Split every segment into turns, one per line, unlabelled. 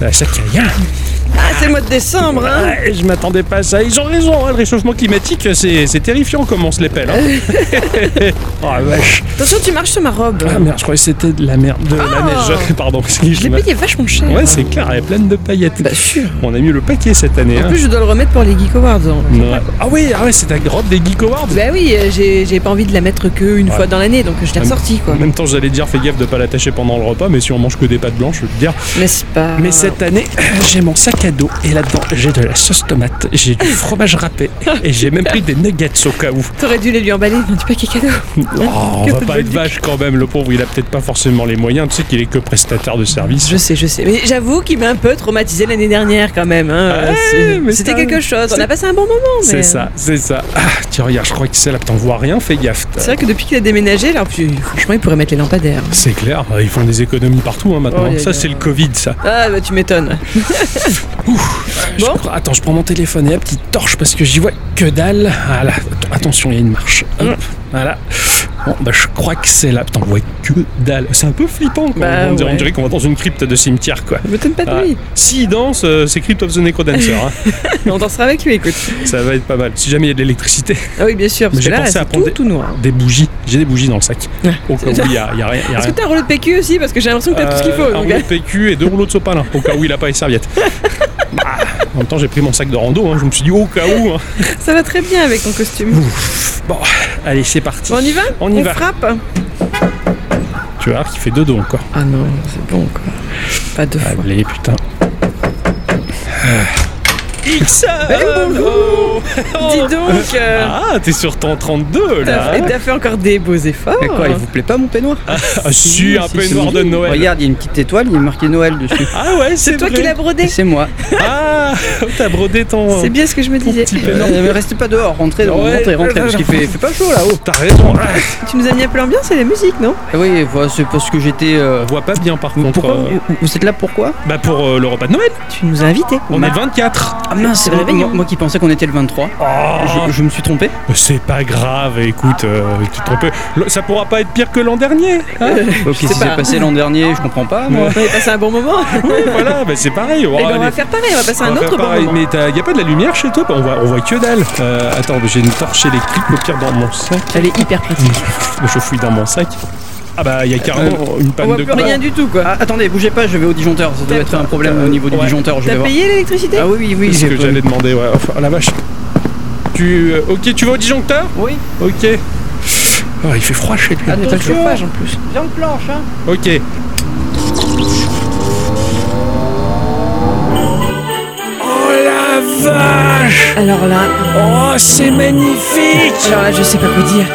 bah, ça crie rien.
Ah, c'est le mois de décembre, hein
Ah, je m'attendais pas à ça. Ils ont raison, hein, le réchauffement climatique, c'est c'est terrifiant comme on se les pèle. Hein. oh la vache.
Attention, tu marches sur ma robe.
Ah merde, je croyais que c'était de la merde, de la
Oh.
neige. Pardon,
Je l'ai
excuse-moi.
payé vachement cher.
Ouais, c'est clair, elle est pleine de paillettes.
Bah, sûr.
On a mis le paquet cette année.
En
hein.
plus, je dois le remettre pour les Geek Awards. hein.
Ouais. Ah oui, ah ouais, c'est ta grotte des Geek Awards.
Bah oui, euh, j'ai j'ai pas envie de la mettre que une
Ouais.
fois dans l'année, donc je l'ai
Ah,
ressortie, quoi.
En même temps, j'allais dire, fais gaffe de pas l'attacher pendant le repas, mais si on mange que des pâtes blanches, je veux te dire.
N'est-ce pas
Mais cette année, j'ai mon sac à dos et là-dedans, j'ai de la sauce tomate, j'ai du fromage râpé et j'ai même pris des nuggets au cas où.
T'aurais dû les lui emballer dans du paquet cadeau. Hein,
Oh, on
Que
va
de
pas être
bonne
vache quand même, le pauvre, il a peut-être pas forcément les moyens, tu sais qu'il est que prestataire de service.
Je sais, je sais. Mais j'avoue qu'il m'a un peu traumatisé l'année dernière, quand même. hein.
Ah
Euh,
ouais,
c'est-
mais
C'était
ça-
quelque chose. On
c'est-
a passé un bon moment, mais.
C'est ça, c'est ça. Ah, tiens, regarde, je crois que celle-là, t'en vois rien, fais gaffe.
C'est vrai que depuis qu'il a déménagé, là, puis, franchement, il pourrait mettre les lampadaires.
C'est clair, euh, ils font des économies partout hein, maintenant.
Oh, y a-
ça, c'est le Covid, ça.
Ah, bah tu m'étonnes.
Je
Bon.
crois- Attends, je prends mon téléphone et la petite torche parce que j'y vois que dalle. Voilà, Att- attention, il y a une marche. Hop,
Mm.
voilà. Bon, bah, je crois que c'est là. Putain, on voit que dalle. C'est un peu flippant quand
Bah,
on, dirait, on
ouais.
dirait qu'on va dans une crypte de cimetière, quoi.
Je m'étonne pas de
Ah,
lui.
S'il danse, euh, c'est Crypt of the Necrodancer. hein.
On dansera avec lui, écoute.
Ça va être pas mal. Si jamais il y a de l'électricité,
Ah oui, bien sûr, parce
Mais
que
j'ai
là,
pensé à
c'est
prendre
tout,
des-
tout noir.
des bougies. J'ai des bougies dans le sac.
Ouais.
Au cas où il y a, il y a rien. il y a
Est-ce que
rien.
t'as un rouleau de PQ aussi Parce que j'ai l'impression que t'as tout ce qu'il faut.
Euh, un
donc, hein.
rouleau de PQ et deux rouleaux de sopalin, au cas où il a pas les serviettes. Bah, en même temps, j'ai pris mon sac de rando, hein, je me suis dit au cas où. hein.
Ça va très bien avec ton costume.
Bon, allez, c'est parti.
Bon, on y va
On y va.
frappe
Tu vois, qui fait deux dos encore.
Ah non, c'est bon quoi. Pas deux fois.
Allez, putain.
X oh.
bonjour
Bah Dis donc euh,
Ah, t'es sur ton 32
T'as
là
fait, t'as fait encore des beaux efforts.
Mais quoi, il vous plaît pas mon peignoir
Ah, si, un
Si,
peu
si.
noir de Noël.
Regarde, il y a une petite étoile, il est marqué Noël dessus.
Ah ouais, c'est
Toi
vrai.
qui l'as brodé.
C'est moi.
Ah, t'as brodé ton.
C'est bien ce que je me disais.
Oh. petit
Euh,
peignoir.
mais restez pas dehors, rentrez, dans-
Ouais.
rentrez, rentrez, parce qu'il fait, fait pas chaud là-haut.
T'as raison. Ah,
Tu nous as mis un peu l'ambiance et la musique, non
Ah Oui, voilà, c'est parce que j'étais. euh,
On voit pas bien par contre.
Pourquoi
euh,
vous, vous êtes là pourquoi
Bah pour euh, le repas de Noël.
Tu nous as invités.
On est 24.
Ah mince,
c'est le
moi-
réveillon.
moi, moi qui pensais qu'on était le 23.
Oh.
Ah.
Je, je me suis trompé.
bah, C'est pas grave, écoute, euh, tu te trompes. Le- Ça pourra pas être pire que l'an dernier. hein
Qu'est-ce qui
sais pas.
s'est passé l'an dernier Je comprends pas moi.
On a passé un bon moment.
oui, voilà, bah, c'est pareil.
Et
Oh,
ben, on va
allez.
faire pareil, on va passer un
On va
autre
faire
bon
pareil.
moment.
Mais t'as- y a pas de la lumière chez toi Bah, on voit, on voit que dalle. Euh, attends, j'ai une torche électrique, au pire dans mon sac.
Elle est hyper pratique.
Je fouille dans mon sac. Ah bah il y a carrément
Euh,
une
On
panne
voit
de
plus
courant.
rien du tout quoi.
Ah, attendez, bougez pas, je vais au disjoncteur. Ça doit être un problème au niveau du
Euh, Ouais.
disjoncteur, je vais
T'as
voir.
payé l'électricité
Ah oui, oui, oui.
C'est ce
j'ai
que
pas-
j'allais demander, ouais. Enfin, oh, la vache. Tu. euh, ok, tu vas au disjoncteur
Oui,
Ok. Ah, il fait froid chez lui.
Ah, mais t'as le chauffage,
en plus.
viens de planche, hein.
Ok. Oh la vache
Alors là,
Oh, c'est magnifique
alors là, je sais pas quoi dire.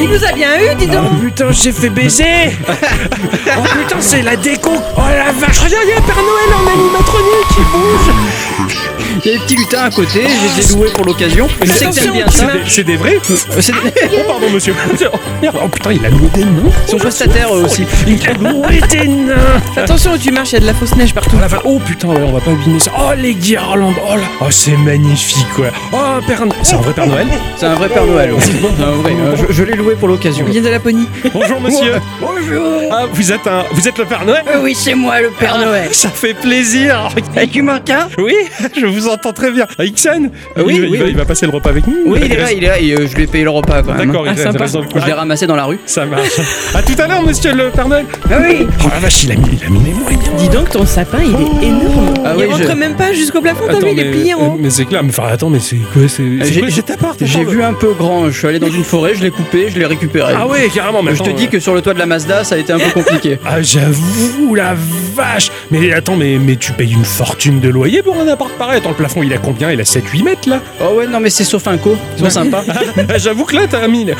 Il nous a bien eu, dis donc.
Putain, j'ai fait baiser Oh putain, c'est la déco Oh la vache Regarde, il y a Père Noël en animatronique qui bouge
Il y a des petits lutins à côté, je les ai loués pour l'occasion. Je sais que t'aimes bien ça.
C'est des- C'est des vrais
Euh, c'est des-
Oh pardon monsieur Oh putain il a loué des noms
Ils sont prestataires eux, aussi.
Il a loué des nains
Attention où tu marches, il y a de la fausse neige partout.
Oh, la va- oh putain ouais on va pas abîmer ça Oh les guirlandes Oh là Oh c'est magnifique ouais Oh Père Noël C'est un vrai Père Noël
C'est un vrai Père Noël. ouais. C'est
Ah
un vrai. euh, je je l'ai loué pour l'occasion.
Il vient de Laponie.
Bonjour monsieur
Bonjour
Ah vous êtes un... Vous êtes le Père Noël
Ah
Oui, c'est moi le Père Noël.
Ça fait plaisir
Et tu m'entends
Oui, je vous entends très bien. Ah, Ixon
Ah oui,
il, va-
oui,
il va,
oui.
il va passer le repas avec nous
Oui, il est là, il est là, et euh, je lui ai payé le repas quand même.
D'accord,
Ah,
il
sympa.
reste dans le
Je l'ai ramassé dans la rue.
Ça marche. A tout à l'heure, monsieur le Père Noël.
Ah
oui
Oh la vache, il a mis, il a mis les moyens.
Dis donc, ton sapin, il est énorme.
Ah
Oh. il
oui,
rentre
je- euh,
même pas jusqu'au plafond, t'as vu, hein il est plié en haut.
Mais c'est clair, mais enfin, attends, mais c'est quoi c'est- c'est quoi-
J'ai
euh,
vu un peu grand, je suis allé dans une forêt, je l'ai coupé, je l'ai récupéré.
Ah ouais, carrément, mais
Je te
attends,
dis que sur le toit de la Mazda, ça a été un peu compliqué.
Ah j'avoue, la vache Mais attends, mais, mais tu payes une fortune de loyer pour un appart pareil Attends, le plafond, il a combien Il a 7-8 mètres, là
Oh ouais, non mais c'est sauf un co, ils sont sympas.
Ah, J'avoue que là, t'as mis... le-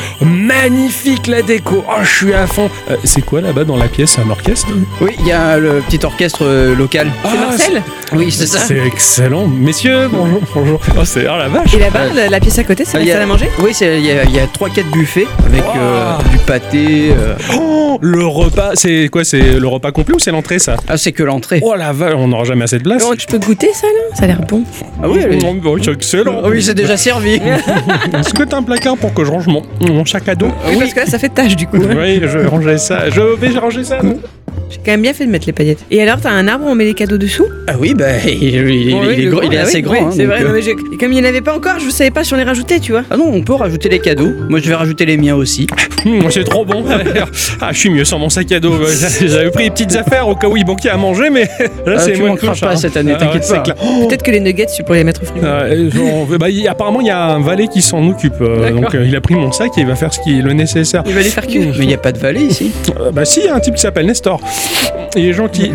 Magnifique, la déco Oh, je suis à fond Euh, C'est quoi, là-bas, dans la pièce C'est un orchestre
Oui, il y a le petit orchestre euh, local.
Ah,
Marcel
Oui, c'est ça.
C'est excellent. Messieurs, bonjour, bonjour. Oh, c'est... Oh, la vache
Et là-bas, la, la pièce à côté, c'est
Ah,
la
il y a-
salle à manger
Oui, c'est- il y, a- il y a trois quatre buffets avec
Wow.
euh, du pâté. euh.
Oh, le repas... C'est quoi, c'est le repas complet ou c'est l'entrée, ça
Ah, c'est que l'entrée.
Oh, la vache, on n'aura jamais assez de place.
Oh, Tu peux goûter ça là Ça a l'air bon.
Ah oui, allez.
Oh, bah, c'est excellent.
Ah oui, c'est déjà servi.
Est-ce que t'as un placard pour que je range mon, mon sac à dos
Ah Oui, parce que là, ça fait tâche du coup.
Oui, je rangeais ça. Je vais ranger ça.
J'ai quand même bien fait de mettre les paillettes. Et alors, t'as un arbre, on met les cadeaux dessous
Ah oui, bah, il, il-
Bon,
il
oui,
est,
le
gros-
grand,
il
ah
est
bah
oui,
assez
oui,
grand. hein,
c'est
donc,
vrai,
euh,
non, mais je- et comme il n'y en avait pas encore, je savais pas si on les rajoutait, tu vois.
Ah non, on peut rajouter les cadeaux. Moi, je vais rajouter les miens aussi.
Hum, c'est trop bon. Ah, je suis mieux sans mon sac à dos. Bah, J'avais pris les petites affaires au cas où il manquait à manger, mais là,
Ah,
c'est
tu
moins
manqueras
clochard,
pas
hein.
cette année,
Ah,
t'inquiète
c'est
pas.
clair.
Peut-être que les nuggets, tu pourrais les mettre au frigo.
Euh, on veut- bah, il- apparemment, il y a un valet qui s'en occupe. euh,
D'accord.
donc, euh, il a pris mon sac et il va faire ce qui est le nécessaire.
Il va les faire cuire.
Mais il n'y a pas de vallée ici.
Euh, bah, si, il y a un type qui s'appelle Nestor. Il est gentil.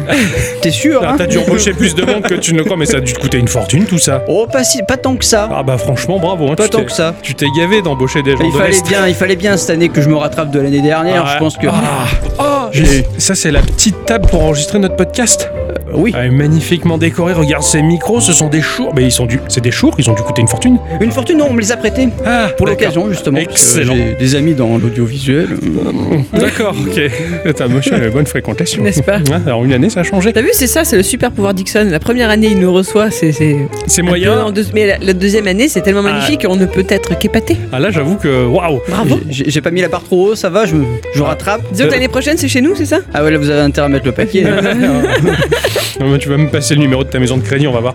T'es sûr
Ah,
hein
T'as dû embaucher plus de monde que tu ne le crois, mais ça a dû te coûter une fortune, tout ça.
Oh, pas, si- pas tant que ça.
Ah, bah, franchement, bravo. hein,
Pas
tu
tant
t'es-
que ça.
tu t'es gavé d'embaucher des gens
Il
de
fallait,
l'Est.
bien, il fallait bien cette année que je me rattrape de l'année dernière.
Ah,
je pense que.
ah,
Ah,
j'ai- ça, c'est la petite table pour enregistrer notre podcast.
oui,
Ah, magnifiquement décorée. Regarde ces micros, ce sont des chours. Mais ils sont du, c'est des chours, ils ont dû coûter une fortune.
une fortune, non, on me les a prêtés.
Ah,
Pour l'occasion, justement. parce que
Excellent.
J'ai des amis dans l'audiovisuel.
D'accord, ok. T'as monsieur une bonne fréquentation.
N'est-ce pas
Ouais, Alors une année, ça a changé.
T'as vu, c'est ça, c'est le super pouvoir Dixon. La première année, il nous reçoit, c'est. c'est
C'est
un peu en
moyen.
deux- Mais la, la deuxième année, c'est tellement
Ah.
magnifique qu'on ne peut être qu'épaté.
Ah là, j'avoue que waouh.
Bravo.
J'ai j'ai pas mis la barre trop haut, ça va, je, me- je rattrape.
Euh.
Disons que l'année prochaine, c'est chez nous, c'est ça
Ah ouais, là, vous avez intérêt à mettre le paquet.
Non, mais tu vas me passer le numéro de ta maison de crédit, on va voir.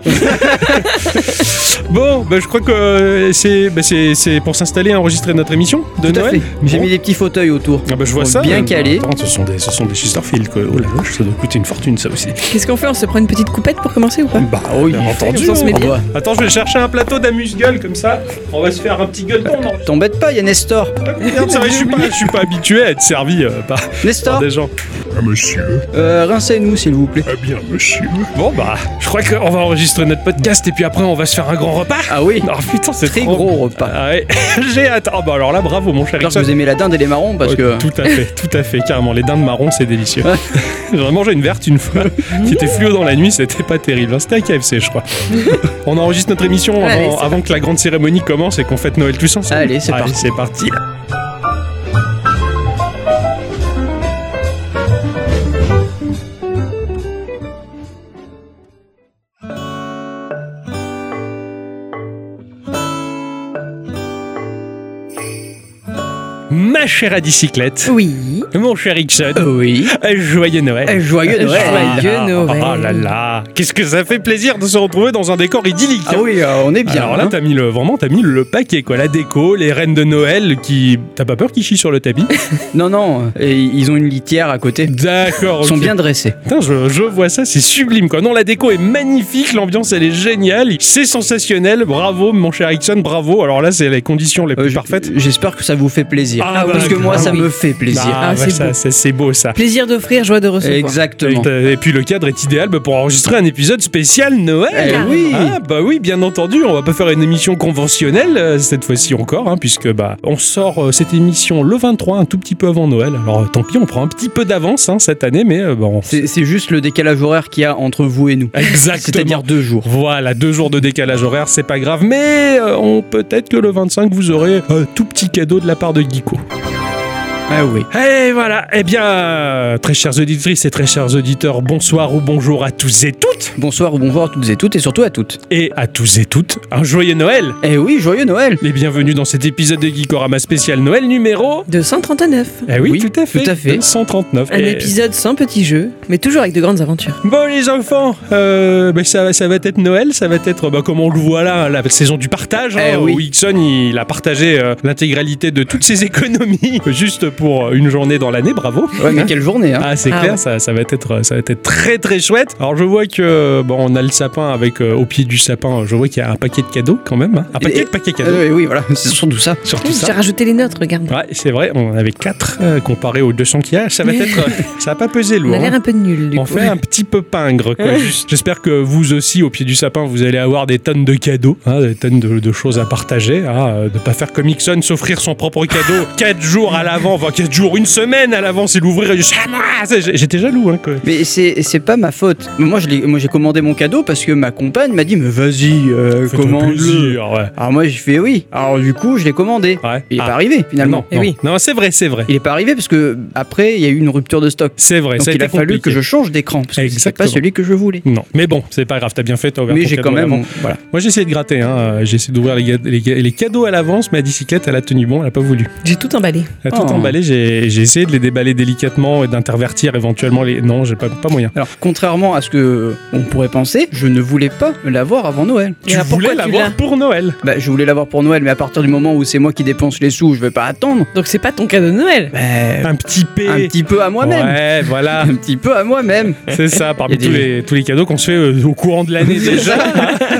bon, bah, je crois que euh, c'est bah, c'est- c'est pour s'installer, enregistrer notre émission de
Tout à
Noël.
fait. J'ai
Bon.
mis des petits fauteuils autour.
Ah bah, je vois
Pour
ça.
bien calé.
Attends, ce sont des, ce sont des Chesterfield. que- Oh la vache, ça doit coûter une fortune, ça aussi.
Qu'est-ce qu'on fait On se prend une petite coupette pour commencer ou pas
Bah oui, bien
comme
entendu.
ça, on se met
on-
bien.
doit-
Attends, je vais chercher un plateau d'amuse-gueule comme ça. On va se faire un petit gueuleton. on enregistre.
T'embête pas, il y a Nestor.
Merde, c'est vrai, je suis pas, je suis pas habitué à être servi euh, par, par
Nestor,
des gens.
Ah, monsieur,
euh, rincez-nous, s'il vous plaît.
ah bien monsieur,
Bon bah, je crois qu'on va enregistrer notre podcast et puis après on va se faire un grand repas.
Ah oui,
Oh putain, c'est
très
trop-
gros repas.
Ah ouais, j'ai hâte. Oh bah alors là, bravo mon cher
Alors que
Ixon.
vous aimez la dinde et les marrons, parce
Oh,
que.
Tout à fait, tout à fait, carrément. Les dindes marrons, c'est délicieux.
Ouais.
J'en ai mangé une verte une fois, qui était fluo dans la nuit, c'était pas terrible. hein. C'était à KFC, je crois. On enregistre notre émission
Allez,
avant,
c'est
avant que la grande cérémonie commence et qu'on fête Noël tous ensemble.
Allez, c'est parti.
c'est parti. Ma chère à bicyclette,
Oui.
mon cher Ixon,
Ah Oui.
joyeux Noël. Ah
Eh, Joyeux Noël.
Joyeux Noël.
Oh là là, qu'est-ce que ça fait plaisir de se retrouver dans un décor idyllique.
Ah oui, euh, on est bien.
Alors là,
hein.
t'as mis le vraiment, t'as mis le paquet quoi, la déco, les reines de Noël qui, t'as pas peur qu'ils chient sur le tapis
Non, non, et ils ont une litière à côté.
D'accord.
Ils sont
ok.
bien dressés.
Putain, je, je vois ça, c'est sublime quoi. Non, la déco est magnifique, l'ambiance elle est géniale, c'est sensationnel. Bravo, mon cher Ixon, bravo. Alors là, c'est les conditions les
Euh,
plus
j-
parfaites.
J'espère que ça vous fait plaisir.
Ah, bah,
parce que moi,
grave.
ça me fait plaisir.
Ah,
Ah,
bah,
c'est
ça,
beau.
c'est c'est beau ça.
Plaisir d'offrir, joie de recevoir.
Exactement.
Et puis le cadre est idéal bah, pour enregistrer un épisode spécial Noël.
Eh oui.
Ah bah oui, bien entendu, on va pas faire une émission conventionnelle euh, cette fois-ci encore, hein, puisque bah on sort euh, cette émission le 23, un tout petit peu avant Noël. Alors euh, tant pis, on prend un petit peu d'avance hein, cette année, mais euh, bon.
C'est c'est juste le décalage horaire qu'il y a entre vous et nous.
Exactement.
C'est-à-dire deux jours.
Voilà, deux jours de décalage horaire, c'est pas grave, mais euh, on peut-être que le 25 vous aurez un tout petit cadeau de la part de Geeko.
Ah oui.
Et voilà, eh bien, euh, très chères auditrices et très chers auditeurs, bonsoir ou bonjour à tous et toutes,
Bonsoir ou bonjour à toutes et toutes, et surtout à toutes.
et à tous et toutes, un joyeux Noël
Eh oui, joyeux Noël.
Et bienvenue dans cet épisode de Geekorama spécial Noël numéro...
239.
Eh oui,
Oui,
tout à fait,
tout à fait.
139.
Un
Et-
épisode sans petits jeux, mais toujours avec de grandes aventures.
Bon les enfants, euh, bah, ça, va- ça va être Noël, ça va être bah, comme on le voit là, la saison du partage. hein,
Eh oui.
où Ixon il a partagé euh, l'intégralité de toutes ses économies juste pour euh, une journée dans l'année, bravo.
Ouais, mais quelle journée, hein.
Ah c'est
Ah
clair,
ouais.
ça, ça va être euh, ça va être très très chouette. Alors je vois que bon on a le sapin avec euh, au pied du sapin, je vois qu'il y a un paquet de cadeaux quand même, hein. un paquet
Et-
de paquets cadeaux.
Euh, oui, voilà, c'est surtout ça.
Surtout ça.
J'ai rajouté les nôtres, regarde.
Ouais, c'est vrai, on en avait 4 comparé aux 200 qu'il y a. Ça va être. euh, ça va pas peser
On
lourd.
a l'air
hein.
un peu nul, du
On
coup.
fait un petit peu pingre. quoi.
Ouais.
Juste- J'espère que vous aussi, au pied du sapin, vous allez avoir des tonnes de cadeaux, hein, des tonnes de, de choses à partager. Hein, euh, de pas faire comme Ixon, s'offrir son propre cadeau 4 jours à l'avant, enfin 4 jours, une semaine à l'avant, c'est l'ouvrir. et dire, Ah, moi, c'est- J'étais jaloux. Hein, quoi.
Mais c'est c'est pas ma faute. Mais Moi, je l'ai- moi, j'ai commandé mon cadeau parce que ma compagne m'a dit Mais vas-y, euh,
Fais-toi
commande-le.
plaisir, ouais.
Alors moi, j'ai fait oui. Alors du coup, je l'ai commandé.
Ouais.
Il est
Ah,
pas arrivé finalement.
non,
Eh
non.
oui.
Non, c'est vrai, c'est vrai.
Il est pas arrivé parce que après, il y a eu une rupture de stock.
C'est vrai.
Donc
ça
il a
été
fallu que
compliqué.
je change d'écran parce que c'est pas
Exactement.
celui que je voulais.
Non, mais bon, c'est pas grave, t'as bien fait, t'as ouvert
Mais
ton
j'ai
cadeau
quand
à l'avant.
même. Voilà.
Moi j'ai essayé de gratter, hein. euh, j'ai essayé d'ouvrir les, ga- les ga- les cadeaux à l'avance, mais la bicyclette elle a tenu bon, elle a pas voulu.
J'ai tout emballé.
Elle a tout
Oh.
emballé, regardé, j'ai j'ai essayé de les déballer délicatement et d'intervertir éventuellement les. Non, j'ai pas, pas moyen.
Alors, contrairement à ce que on pourrait penser, je ne voulais pas l'avoir avant Noël.
Et
Tu
alors, pourquoi
voulais
tu
l'avoir
l'as
pour Noël.
Bah, je voulais l'avoir pour Noël, mais à partir du moment où c'est moi qui dépense les sous, je vais pas attendre.
Donc c'est pas ton cadeau de Noël.
Bah,
Un petit P.
un petit peu à moi-même.
Ouais, voilà.
Un petit peu à moi-même.
C'est ça, parmi
Il y a
tous,
des-
les, tous les cadeaux qu'on se fait euh, au courant de l'année déjà.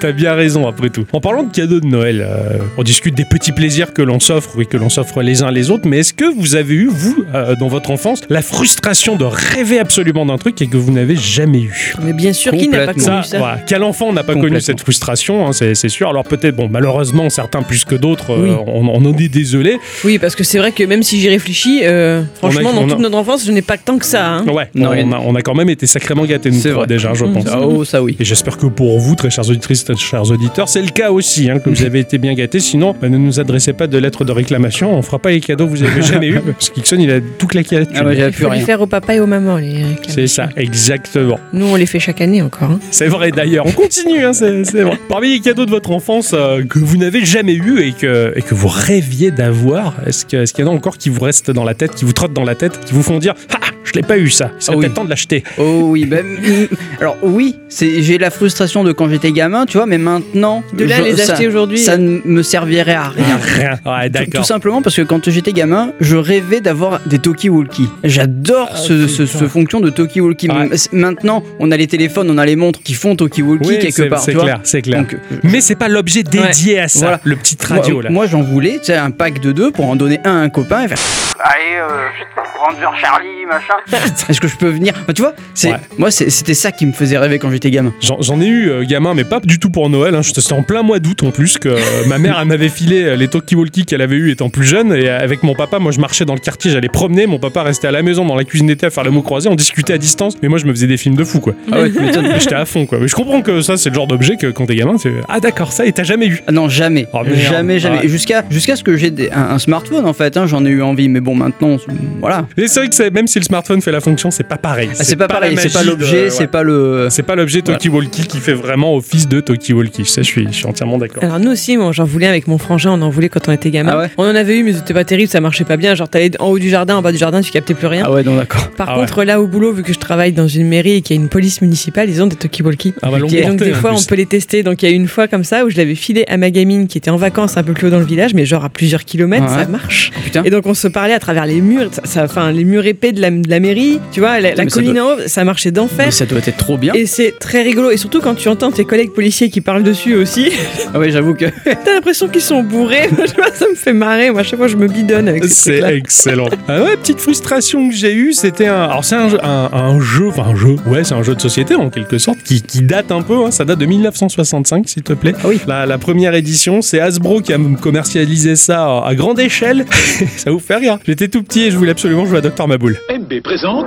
T'as bien raison, après tout. En parlant de cadeaux de Noël, euh, on discute des petits plaisirs que l'on s'offre, oui, que l'on s'offre les uns les autres, mais est-ce que vous avez eu, vous, euh, dans votre enfance, la frustration de rêver absolument d'un truc et que vous n'avez jamais eu
Mais bien sûr qu'il n'a pas
Complètement.
ça,
connu ça.
voilà. quel enfant n'a pas
Complètement.
connu cette frustration, hein, c'est c'est sûr. Alors peut-être, bon, malheureusement, certains plus que d'autres, euh,
Oui.
on, on en est désolé.
Oui, parce que c'est vrai que même si j'y réfléchis, euh, franchement,
on
dans
a-
toute notre enfance, je n'ai pas tant que ça. hein.
Ouais,
Non, il y
on,
en
a, on a quand même été sacrément gâtés, nous
C'est
trois,
vrai.
déjà, je
Mhm.
pense.
Ah, Oh, ça oui.
Et j'espère que pour vous, très chères auditrices, très chers auditeurs, c'est le cas aussi, hein, que vous avez été bien gâtés. Sinon, bah, ne nous adressez pas de lettres de réclamation, on fera pas les cadeaux que vous avez jamais eu. Parce qu'Ixon, il a tout claqué à la thune.
Ah, moi, j'avais
Il
plus
faut les
rien.
faire au papa et aux mamans, les
c'est ça, exactement.
Nous, on les fait chaque année encore. hein.
C'est vrai d'ailleurs, on continue, hein, c'est c'est vrai. Parmi les cadeaux de votre enfance euh, que vous n'avez jamais eu et que, et que vous rêviez d'avoir, est-ce que- est-ce qu'il y en a encore qui vous restent dans la tête, qui vous trottent dans la tête, qui vous font dire Ah, je l'ai pas eu ça, c'est
Ah oui.
peut-être temps de l'acheter.
Oh oui, bah, mm, alors oui, c'est- j'ai la frustration de quand j'étais gamin, tu vois, mais maintenant,
De là,
je-
les
ça-
acheter aujourd'hui.
ça ne me servirait à rien.
Rien. Ouais,
Tout, Ah. tout
Ah, d'accord.
simplement parce que quand j'étais gamin, je rêvais d'avoir des Toki Walkie. J'adore ce, ce- ce fonction de Toki Walkie.
Ah, Ouais.
M- Maintenant, on a les téléphones, on a les montres qui font Toki Walkie
Oui,
quelque
c'est
part.
c'est
tu vois.
clair, c'est clair.
Donc,
Mais c'est pas l'objet dédié à ça,
Voilà.
le petit radio
moi,
là.
moi, j'en voulais, tu sais, un pack de deux pour en donner un à un copain et faire Allez, euh, Ranger Charlie, machin. Est-ce que je peux venir Bah, Tu vois, c'est
Ouais.
moi, c'est- c'était ça qui me faisait rêver quand j'étais gamin.
J'en j'en ai eu euh, gamin, mais pas du tout pour Noël. Hein. Je- C'était en plein mois d'août en plus que euh, ma mère elle m'avait filé euh, les talkie-walkie qu'elle avait eu étant plus jeune. Et euh, avec mon papa, moi je marchais dans le quartier, j'allais promener. Mon papa restait à la maison dans la cuisine d'été à faire le mot croisé. On discutait à distance, mais moi je me faisais des films de fou quoi.
Ah ouais, tu m'étonnes.
Mais J'étais à fond quoi. Mais je comprends que ça c'est le genre d'objet que quand t'es gamin, c'est ah d'accord ça et t'as jamais eu.
Ah non, jamais.
Oh, merde.
jamais, jamais.
Ouais.
Jusqu'à jusqu'à ce que j'ai des- un, un smartphone, en fait. hein, J'en ai eu envie, mais bon, maintenant, c'est- voilà.
Et c'est vrai que c'est- même si le smartphone fait la fonction, c'est pas pareil.
Ah, c'est pas
la
pareil, c'est pas
magie de- euh,
l'objet,
ouais.
c'est pas le.
C'est pas l'objet
Voilà.
talkie-walkie qui fait vraiment office de talkie-walkie. Ça, je suis, je suis entièrement d'accord.
Euh,
Alors nous aussi, moi j'en voulais avec mon frangin, on en voulait quand on était gamin.
Ah ouais
on en avait eu, mais c'était pas terrible, ça marchait pas bien. Genre t'allais en haut du jardin, en bas du jardin, tu captais plus rien.
Ah ouais, non, d'accord.
Par
Ah
contre, là au boulot, vu que je travaille dans une mairie et qu'il y a une police municipale, ils ont des talkie-walkie.
Ah bah, l'on
Et donc
portait,
des
en
fois
plus.
on peut les tester. Donc il y a eu une fois comme ça où je l'avais filé à ma gamine qui était en vacances un peu plus haut dans le village, mais genre à plusieurs kilomètres,
Ouais.
ça marche.
Oh, putain.
Et donc on se parlait à travers les murs, ça- ça- enfin les murs épais de la, de la mairie, tu vois, la, la
mais ça
colline en haut, ça marchait
Mais
d'enfer.
ça doit être trop bien.
Et c'est très rigolo, et surtout quand tu entends tes collègues policiers qui parlent dessus aussi,
Ah ouais, j'avoue que.
t'as l'impression qu'ils sont bourrés, Moi, je sais pas, ça me fait marrer, moi à chaque fois je me bidonne avec ces
C'est
trucs-là.
excellent. Ah ouais, petite frustration que j'ai eue, c'était un. Alors, c'est un, jeu- un, un jeu, enfin, un jeu, ouais, c'est un jeu de société en quelque sorte, qui, qui date un peu, hein, ça date de 1965, s'il te plaît.
Ah oui.
La, la première édition, c'est Hasbro qui a m- commercialisé ça à- à grande échelle. ça vous fait rire. J'étais tout petit et je voulais absolument jouer à Docteur Maboul.
MB présente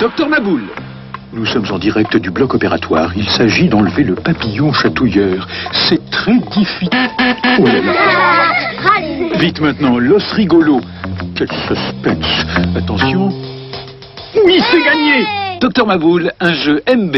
Docteur Maboul. Nous sommes en direct du bloc opératoire. Il s'agit d'enlever le papillon chatouilleur. C'est très difficile. Oh là là. Vite maintenant, l'os rigolo. Quel suspense. Attention. Oui, c'est gagné Docteur Maboul, un jeu MB.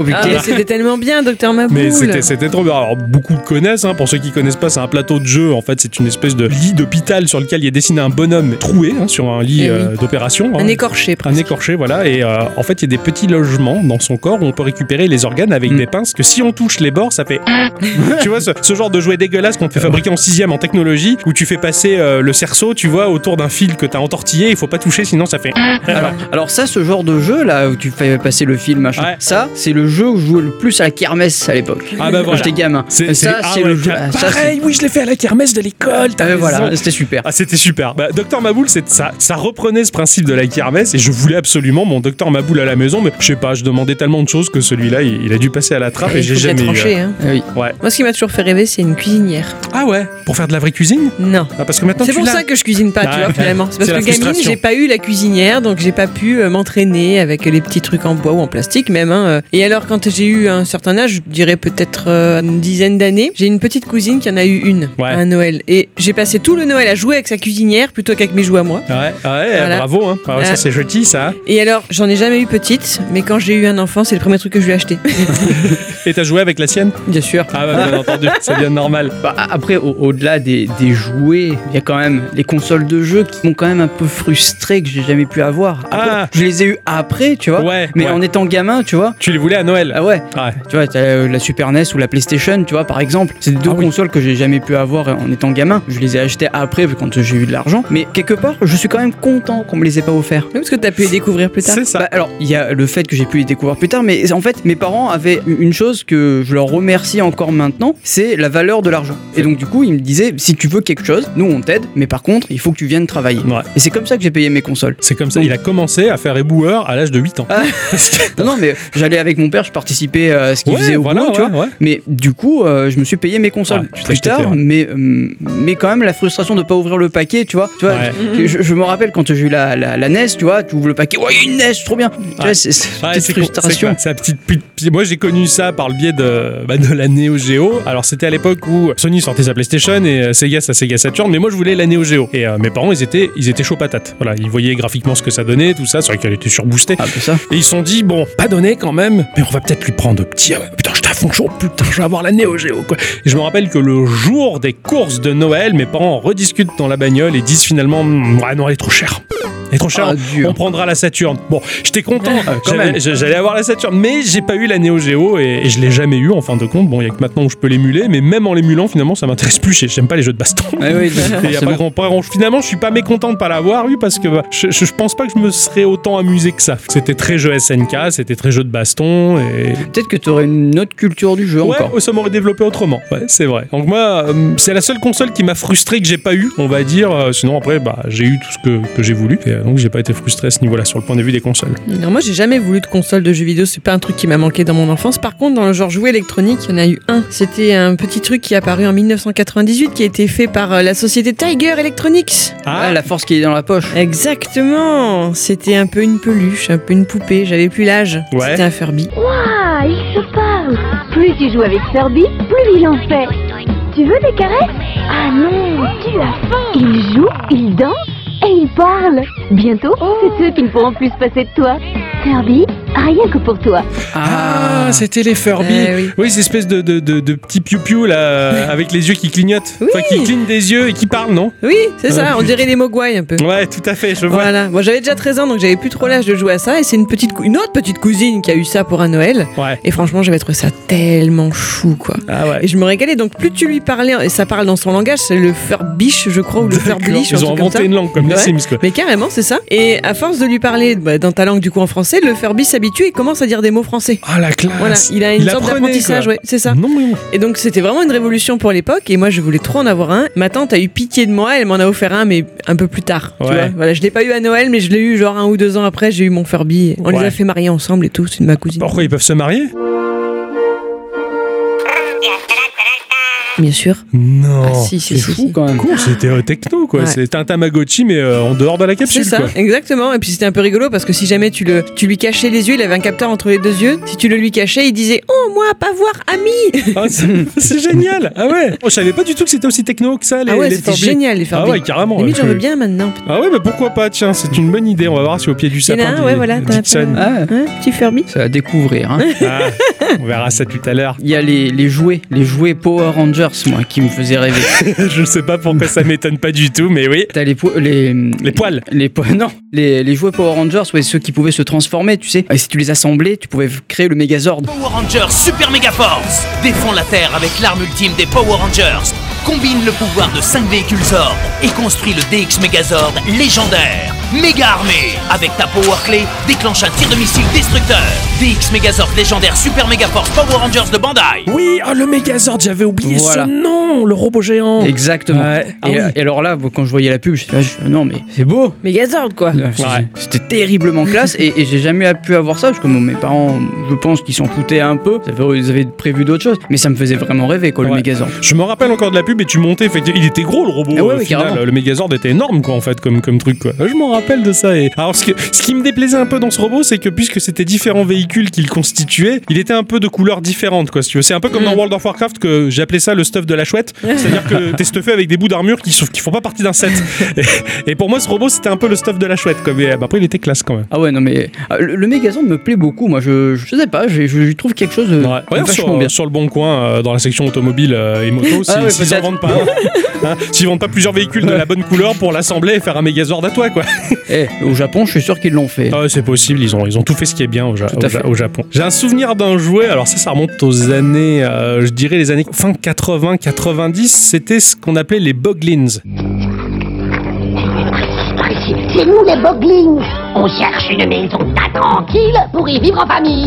Oh, putain.
Ah, mais c'était tellement bien, docteur Maboul.
Mais c'était c'était trop bien. Alors, beaucoup connaissent, hein. pour ceux qui connaissent pas, c'est un plateau de jeu. En fait, c'est une espèce de lit d'hôpital sur lequel il est dessiné un bonhomme troué hein, sur un lit
Eh oui.
euh, d'opération. hein.
un écorché,
Un
presque.
écorché, voilà, et euh, en fait, il y a des petits logements dans son corps où on peut récupérer les organes avec
Mm.
des pinces que si on touche les bords, ça fait. tu vois, ce, ce genre de jouet dégueulasse qu'on te fait fabriquer en sixième en technologie, où tu fais passer euh, le cerceau, tu vois, autour d'un fil que t'as entortillé, il faut pas toucher, sinon ça fait.
Alors, alors ça, ce genre de jeu là où tu fais passer le film, machin.
Ouais.
Ça, c'est le jeu où je jouais le plus à la kermesse à l'époque.
Ah bah
Quand
voilà.
j'étais gamin.
C'est- c'est-
ça,
ah
c'est
ouais,
le jeu.
tiens,
ah, ça, c'est-
Pareil, oui, je l'ai fait à la kermesse de l'école,
Ah
t'as
ouais,
raison.
voilà, c'était super.
Ah, Euh, c'était super. Bah, Docteur Maboul, c'est ça, ça reprenait ce principe de la kermesse et je voulais absolument mon Docteur Maboul à la maison, mais je sais pas, je demandais tellement de choses que celui-là, il, il a dû passer à la trappe et,
Il
j'ai
faut bien
jamais eu.
trancher, hein.
Ah oui.
Moi, ce qui m'a toujours fait rêver, c'est une cuisinière.
Ah ouais, pour faire de la vraie cuisine
Non.
Ah, parce que maintenant
C'est
tu
pour
l'as.
ça que je cuisine pas,
Ah
tu vois,
ouais.
finalement. C'est parce
C'est la
que gamine,
frustration.
j'ai pas eu la cuisinière, donc j'ai pas pu euh, m'entraîner avec les petits trucs en bois ou en plastique, même. hein. euh. Et alors, quand j'ai eu un certain âge, je dirais peut-être euh, une dizaine d'années, j'ai une petite cousine qui en a eu une
Ouais.
à un Noël. Et j'ai passé tout le Noël à jouer avec sa cuisinière plutôt qu'avec mes jouets à moi.
Ouais, ouais,
Voilà.
bravo. Hein. Ah ouais, Ça,
Ouais.
c'est joli, ça.
Et alors, j'en ai jamais eu petite, mais quand j'ai eu un enfant, c'est le premier truc que je lui ai acheté.
Et t'as joué avec la sienne
Bien sûr.
Ah, bah, bien entendu, c'est bien normal.
Bah, a- après, au- au-delà des, des jouets, il y a quand même les consoles de jeux qui m'ont quand même un peu frustré que j'ai jamais pu avoir. Après,
Ah.
Je les ai eu après, tu vois.
Ouais,
mais
ouais.
en étant gamin, tu vois.
Tu les voulais à Noël
Ah ouais,
Ouais.
tu vois, t'as euh, la Super NES ou la PlayStation, tu vois, par exemple. C'est deux
Ah oui.
consoles que j'ai jamais pu avoir en étant gamin. Je les ai achetées après quand j'ai eu de l'argent. Mais quelque part, je suis quand même content qu'on me les ait pas offerts.
Oui, parce que t'as pu les découvrir plus tard.
C'est ça.
Bah, alors, il y a le fait que j'ai pu les découvrir plus tard, mais en fait, mes parents avaient une chose que je leur remercie encore maintenant, c'est la valeur de l'argent. Et donc, du coup, ils me disaient, si tu veux quelque chose, nous on t'aide, mais par contre, il faut que tu viennes travailler.
Ouais.
Et c'est comme ça que j'ai payé mes consoles.
C'est comme ça. Il a commencé à faire éboueur à l'âge de 8 ans.
Ah. Non, non, mais j'allais avec mon père, je participais à ce qu'il
Ouais,
faisait au
voilà,
boulot, tu
ouais,
vois.
ouais.
Mais du coup, euh, je me suis payé mes
Ouais,
consoles
tu t'es hein.
plus
acheté,
tard,
ouais.
mais, euh, mais quand même la frustration de pas ouvrir le paquet, tu vois. Tu vois
Ouais.
que je, je me rappelle quand j'ai eu la, la, la NES, tu vois, tu ouvres le paquet, ouais, il y a une NES, trop bien. Tu vois, c'est c'est
Ouais,
une petite
c'est con- c'est
frustration.
quoi, c'est la petite pute- Puis Moi, j'ai connu ça par le biais de, bah, de la Neo Geo. Alors, c'était à l'époque où Sony sortait sa PlayStation et euh, Sega sa Sega Saturn, mais moi, je voulais la Neo Geo. Et euh, mes parents, ils étaient, ils étaient chauds patates. Voilà, ils voyaient graphiquement ce que ça donnait, tout ça. C'est vrai qu'elle était surboostée.
Ah, c'est ça.
Et ils se sont dit, bon, pas donné quand même, mais on va peut-être lui prendre petit. Ah ouais, putain, je t'affonds chaud, putain, je vais avoir la Neo Geo, quoi. Et je me rappelle que le jour des courses de Noël, mes parents rediscutent dans la bagnole et disent finalement, Hum, ouais, non, elle est trop chère. Elle est trop chère,
Ah, dur.
on prendra la Saturne. Bon, j'étais content,
quand
j'avais-
même.
je- j'allais avoir la Saturne, mais j'ai pas eu la Neo Geo et, et je l'ai jamais eu en fin de compte. Bon, il y a que maintenant où je peux l'émuler, mais même en l'émulant, finalement, ça m'intéresse plus. J'ai- J'aime pas les jeux de baston.
Ouais, ouais,
Et Eh y a pas
forcément.
grand- pas grand- Finalement, je suis pas mécontent de pas l'avoir eu parce que bah, je, je- je pense pas que je me serais autant amusé que ça. C'était très jeu SNK, c'était très jeu de baston et.
Peut-être que tu aurais une autre culture du jeu
Ouais,
encore.
ça m'aurait développé autrement. Ouais, c'est vrai. Donc moi, euh, c'est la seule console qui m'a frustré que j'ai pas eu, on va dire. Euh, Sinon après, bah, j'ai eu tout ce que, que j'ai voulu. Et, euh, donc j'ai pas été frustré à ce niveau-là sur le point de vue des consoles.
Alors moi j'ai jamais voulu de console de jeux vidéo, c'est pas un truc qui m'a manqué dans mon enfance. Par contre dans le genre jouet électronique, il y en a eu un. C'était un petit truc qui est apparu en 1998 qui a été fait par euh, la société Tiger Electronics.
Ah, la force qui est dans la poche.
Exactement, c'était un peu une peluche, un peu une poupée, j'avais plus l'âge.
Ouais.
C'était un Furby.
Ah, il se parle. Plus tu joues avec Furby, plus il en fait. Tu veux des caresses Ah non, tu as faim. Il joue, il danse et il parle. Bientôt, c'est eux qui ne pourront plus se passer de toi. Furby, rien que pour toi.
Ah, c'était les Furby.
Eh
oui,
oui.
ces espèces de, de, de, de petits piou là, avec les yeux qui clignotent.
Oui.
Enfin, qui clignent des yeux et qui parlent, non
Oui, c'est ça, on dirait les Mogwai un peu.
Ah, Ouais, tout à fait, je vois.
Voilà, moi j'avais déjà 13 ans donc j'avais plus trop l'âge de jouer à ça et c'est une petite cou- une autre petite cousine qui a eu ça pour un Noël
Ouais.
et franchement j'avais trouvé ça tellement chou quoi.
Ah ouais.
Et je me régalais, donc plus tu lui parlais, et ça parle dans son langage, c'est le furbiche, je crois, ou le
D'accord.
furblish, un
Ils ont
truc comme
inventé
ça.
une langue comme les
Ouais.
Sims, quoi.
Mais carrément, c'est ça. Et à force de lui parler bah, dans ta langue, du coup, en français, le furby s'habitue et commence à dire des mots français.
Ah la classe.
Voilà, il a une sorte
apprenait,
d'apprentissage,
quoi.
ouais, c'est ça. Ah,
Non, mais
Et donc c'était vraiment une révolution pour l'époque, et moi je voulais trop en avoir un. Ma tante a eu pitié de moi, elle m'en a offert un, mais un peu plus tard. Tu
Ouais.
vois voilà, je l'ai pas eu à Noël, mais je l'ai eu genre un ou deux ans après, j'ai eu mon furby. On
Ouais.
les a fait marier ensemble et tout, c'est de ma cousine.
pourquoi ils peuvent se marier
Bien sûr.
Non.
Ah, si, si,
c'est
si,
fou.
si.
Quand même.
Con, C'était euh, techno, quoi.
Ouais.
C'était un Tamagotchi, mais euh, en dehors de la
C'est
capsule,
ça,
quoi.
exactement. Et puis c'était un peu rigolo parce que si jamais tu, le, tu lui cachais les yeux, il avait un capteur entre les deux yeux. Si tu le lui cachais, il disait Oh, moi, pas voir, ami
Ah, c'est c'est génial. Ah ouais. Oh, je savais pas du tout que c'était aussi techno que ça, les,
Ah ouais,
les
c'était
Furby.
génial les Furby.
Ah ouais, carrément.
Limite,
Je-
j'en veux bien maintenant.
Ah ouais, bah pourquoi pas Tiens, c'est une bonne idée. On va voir si au pied du
Il y en a
sapin.
un,
dit-
ouais, voilà,
dit
t'as-
Dixon.
Ah,
Hein, petit Furby
c'est à découvrir. hein.
Ah, on verra ça tout à l'heure.
Il y a les, les jouets, les jouets Power Rangers, moi, qui me faisaient rêver.
je sais pas pourquoi ça m'étonne pas du tout, mais oui.
T'as les, po- les
Les poils.
les po- non les, les jouets Power Rangers, ouais, ceux qui pouvaient se transformer, tu sais. Et si tu les assemblais, tu pouvais créer le Megazord.
Power Rangers Super Mega Force défend la Terre avec l'arme ultime des Power Rangers, combine le pouvoir de 5 véhicules Zord et construit le DX Megazord légendaire. Méga armée Avec ta Power Clé, déclenche un tir de missile destructeur. DX Megazord légendaire Super Mega Force Power Rangers de Bandai.
Oui, oh, le Megazord, j'avais oublié
Voilà.
ce nom. géant, le robot géant.
Exactement.
Oh. Ouais. Ah
et,
oui.
et alors là, quand je voyais la pub, je suis là, je- non mais c'est beau.
Megazord, quoi.
C'est- C'était terriblement classe et, et j'ai jamais pu avoir ça parce que mon- mes parents, je pense qu'ils s'en foutaient un peu. Ils avaient, ils avaient prévu d'autres choses, mais ça me faisait vraiment rêver quoi, le
Ouais.
Megazord.
Je me rappelle encore de la pub et tu montais, effectivement, il était gros le robot. euh,
Ah ouais,
au
ouais,
final.
carrément.
le Megazord était énorme quoi en fait comme, comme truc quoi. Je m'en rappelle de ça et alors ce, que- ce qui me déplaisait un peu dans ce robot c'est que puisque c'était différents véhicules qu'il constituait, il était un peu de couleurs différentes quoi si tu veux. C'est un peu comme dans World of Warcraft que j'appelais ça le stuff de la chouette, c'est-à-dire que t'es stuffé avec des bouts d'armure qui sauf qui font pas partie d'un set. Et, et pour moi ce robot c'était un peu le stuff de la chouette quoi. Mais euh, bah, après il était classe quand même.
Ah ouais, non mais euh, le, le Megazord me plaît beaucoup. Moi, je, je sais pas, j'ai- je, je trouve quelque chose de
Ouais, ouais,
vachement
sur, euh,
bien.
sur le bon coin, euh, dans la section automobile euh, et moto, si-
Ah ouais,
s'ils en
peut-être.
vendent pas, un, hein, s'ils vendent pas plusieurs véhicules de la bonne couleur pour l'assembler et faire un Megazord à toi, quoi.
Eh, au Japon, je suis sûr qu'ils l'ont fait.
Ah ouais, c'est possible, ils ont, ils ont tout fait ce qui est bien au, Ja-
Tout à
au
fait.
Ja- au Japon. J'ai un souvenir d'un jouet, alors ça, ça remonte aux années, euh, je dirais les années fin 80-90, c'était ce qu'on appelait les Boglins.
C'est nous les Boglings. On cherche une maison pas tranquille pour y vivre en famille.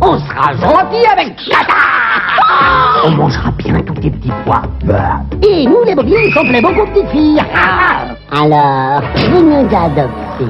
On sera gentil avec Chata. On mangera bien tous tes petits pois. Et nous les Boglings, on plaît beaucoup petites filles. Alors, vous nous adoptez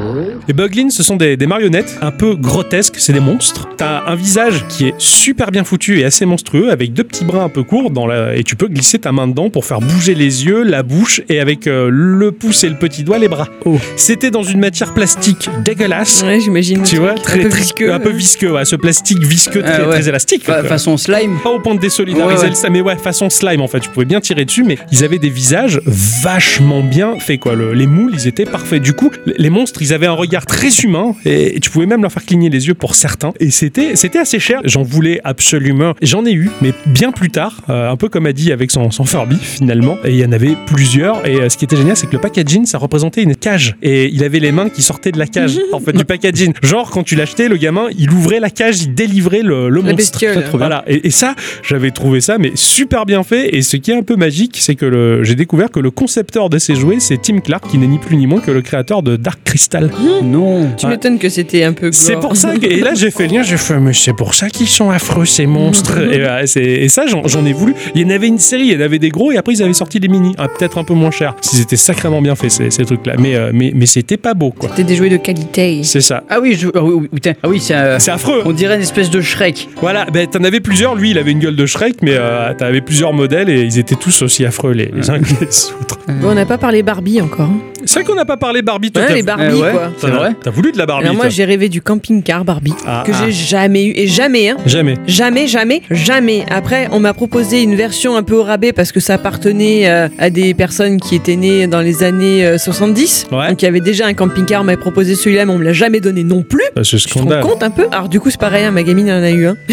Les Buglins, ce sont des, des marionnettes un peu grotesques, c'est des monstres. T'as un visage qui est super bien foutu et assez monstrueux, avec deux petits bras un peu courts, dans la... et tu peux glisser ta main dedans pour faire bouger les yeux, la bouche, et avec euh, le pouce et le petit doigt, les bras.
Oh.
C'était dans une matière plastique dégueulasse.
Ouais, j'imagine.
Tu vois,
un
très,
peu
très-
visqueux.
un peu visqueux, ouais, ce plastique visqueux très,
Ah ouais.
très élastique.
Fa-
quoi.
façon slime.
Pas au point de désolidariser
Ouais, ouais.
le- ça, mais ouais, façon slime en fait. Tu pouvais bien tirer dessus, mais ils avaient des visages vachement bien faits quoi. Le- les moules, ils étaient parfaits. Du coup, l- les monstres, ils avaient un regard très humain et tu pouvais même leur faire cligner les yeux pour certains. Et c'était, c'était assez cher. J'en voulais absolument. J'en ai eu, mais bien plus tard, euh, un peu comme a dit avec son, son Furby finalement. Et il y en avait plusieurs. Et euh, ce qui était génial, c'est que le packaging, ça représentait une cage. Et il avait les mains qui sortaient de la cage en fait du packaging. Genre quand tu l'achetais, le gamin, il ouvrait la cage, il délivrait le, le
La
monstre.
bestiole.
Voilà, et, et ça, j'avais trouvé ça, mais super bien fait. Et ce qui est un peu magique, c'est que le- j'ai découvert que le concepteur de ces jouets, c'est Tim Clark, qui n'est ni plus ni moins que le créateur de Dark Crystal.
Non.
Tu m'étonnes que c'était un peu gore.
C'est pour ça que, et là j'ai fait le lien, j'ai fait, mais c'est pour ça qu'ils sont affreux ces monstres. et, bah, c'est- et ça, j'en j'en ai voulu. Il y en avait une série, il y en avait des gros, et après ils avaient sorti des mini, Ah, peut-être un peu moins cher. Ils étaient sacrément bien faits, ces, ces trucs-là. Mais, euh, mais, mais c'était pas beau, quoi.
C'était des jouets de qualité.
C'est ça.
Ah oui, je, ah oui, oui, putain. Ah oui, c'est. un-
C'est affreux.
On dirait une espèce de Shrek.
Voilà, ben t'en avais plusieurs. Lui, il avait une gueule de Shrek, mais euh, t'en avais plusieurs modèles et ils étaient tous aussi affreux les, les uns que les autres.
Bon, on n'a pas parlé Barbie encore. hein.
C'est vrai qu'on n'a pas parlé Barbie. Toi,
Ouais,
t'as-
les Barbie,
Eh ouais.
quoi.
t'en
c'est
as-
vrai.
T'as voulu de la Barbie
Alors moi,
toi.
j'ai rêvé du camping-car Barbie
Ah,
que
ah.
j'ai jamais eu et jamais hein.
Jamais.
Jamais, jamais, jamais. Après, on m'a proposé une version un peu au rabais parce que ça appartenait euh, à des personnes qui étaient nées dans les années euh, 70.
Ouais.
Donc il y avait déjà un camping-car, on m'avait proposé celui-là, mais on me l'a jamais donné non plus.
Bah, C'est
Tu te rends
scandale.
compte un peu Alors du coup, c'est pareil, hein, ma gamine elle en a eu un.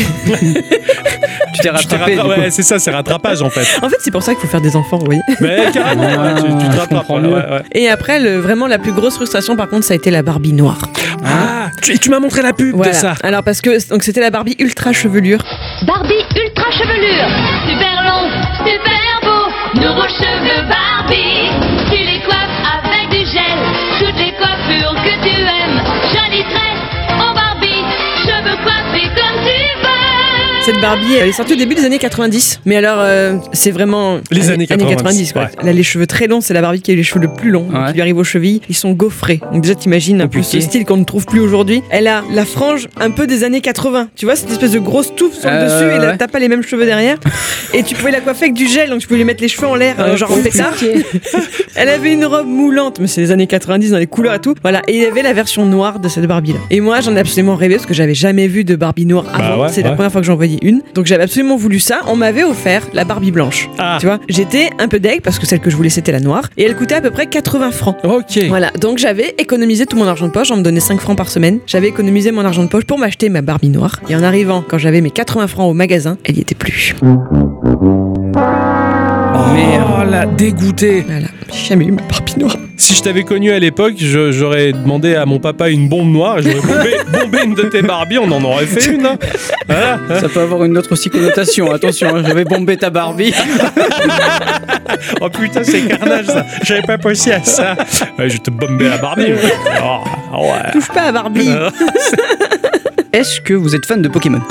Tu t'es
Je t'ai
rattrapé.
rattra-
du coup.
ouais, c'est ça, c'est rattrapage en fait.
En fait, c'est pour ça qu'il faut faire des enfants, vous voyez.
Mais carrément,
Ah,
ouais, tu, tu te
je
rattrapes.
comprends
voilà,
mieux.
ouais, ouais.
Et après, le, vraiment, la plus grosse frustration, par contre, ça a été la Barbie noire.
Ah, tu, tu m'as montré la pub de ça.
Alors parce que donc c'était la Barbie ultra chevelure.
Barbie ultra chevelure, super long, super beau, nos beaux cheveux Barbie. Tu les coiffes avec du gel, toutes les coiffures que tu aimes. Jolie tresse en Barbie, cheveux coiffés comme tu veux.
Cette Barbie, elle est sortie au début des années 90. Mais alors, euh, c'est vraiment.
Les années 90,
quoi.
ouais.
Elle a les cheveux très longs, c'est la Barbie qui a eu les cheveux le plus longs, donc
Ouais.
qui lui arrive aux chevilles. Ils sont gaufrés. Donc déjà, t'imagines un
Oh,
peu ce
putain.
style qu'on ne trouve plus aujourd'hui. Elle a la frange un peu des années 80. Tu vois, cette espèce de grosse touffe sur le
Euh,
dessus et là,
ouais.
t'as pas les mêmes cheveux derrière. et tu pouvais la coiffer avec du gel, donc tu pouvais lui mettre les cheveux en l'air, euh, genre en pétard. Elle avait une robe moulante, mais c'est les années 90 dans les couleurs et tout. Voilà, et il y avait la version noire de cette Barbie-là. Et moi, j'en ai absolument rêvé parce que j'avais jamais vu de Barbie noire avant.
Bah ouais,
c'est la
ouais.
première fois que j'en voyais une. Donc j'avais absolument voulu ça. On m'avait offert la Barbie blanche.
Ah.
Tu vois, j'étais un peu deg parce que celle que je voulais c'était la noire et elle coûtait à peu près 80 francs.
Ok.
Voilà, donc j'avais économisé tout mon argent de poche, on me donnait 5 francs par semaine. J'avais économisé mon argent de poche pour m'acheter ma Barbie noire. Et en arrivant, quand j'avais mes 80 francs au magasin, elle y était plus.
Oh la dégoûté.
Voilà, j'ai jamais eu ma Barbie noire.
Si je t'avais connu à l'époque, je- j'aurais demandé à mon papa une bombe noire et j'aurais bombé, bombé une de tes Barbie, on en aurait fait une. hein. Voilà.
Ça peut avoir une autre aussi connotation. Attention, hein, j'avais bombé ta Barbie.
Oh putain, c'est carnage ça. J'avais pas pensé à ça. Ouais, je vais te bomber la Barbie. ouais. Oh, ouais.
Touche pas à Barbie.
Euh,
Est-ce que vous êtes fan de Pokémon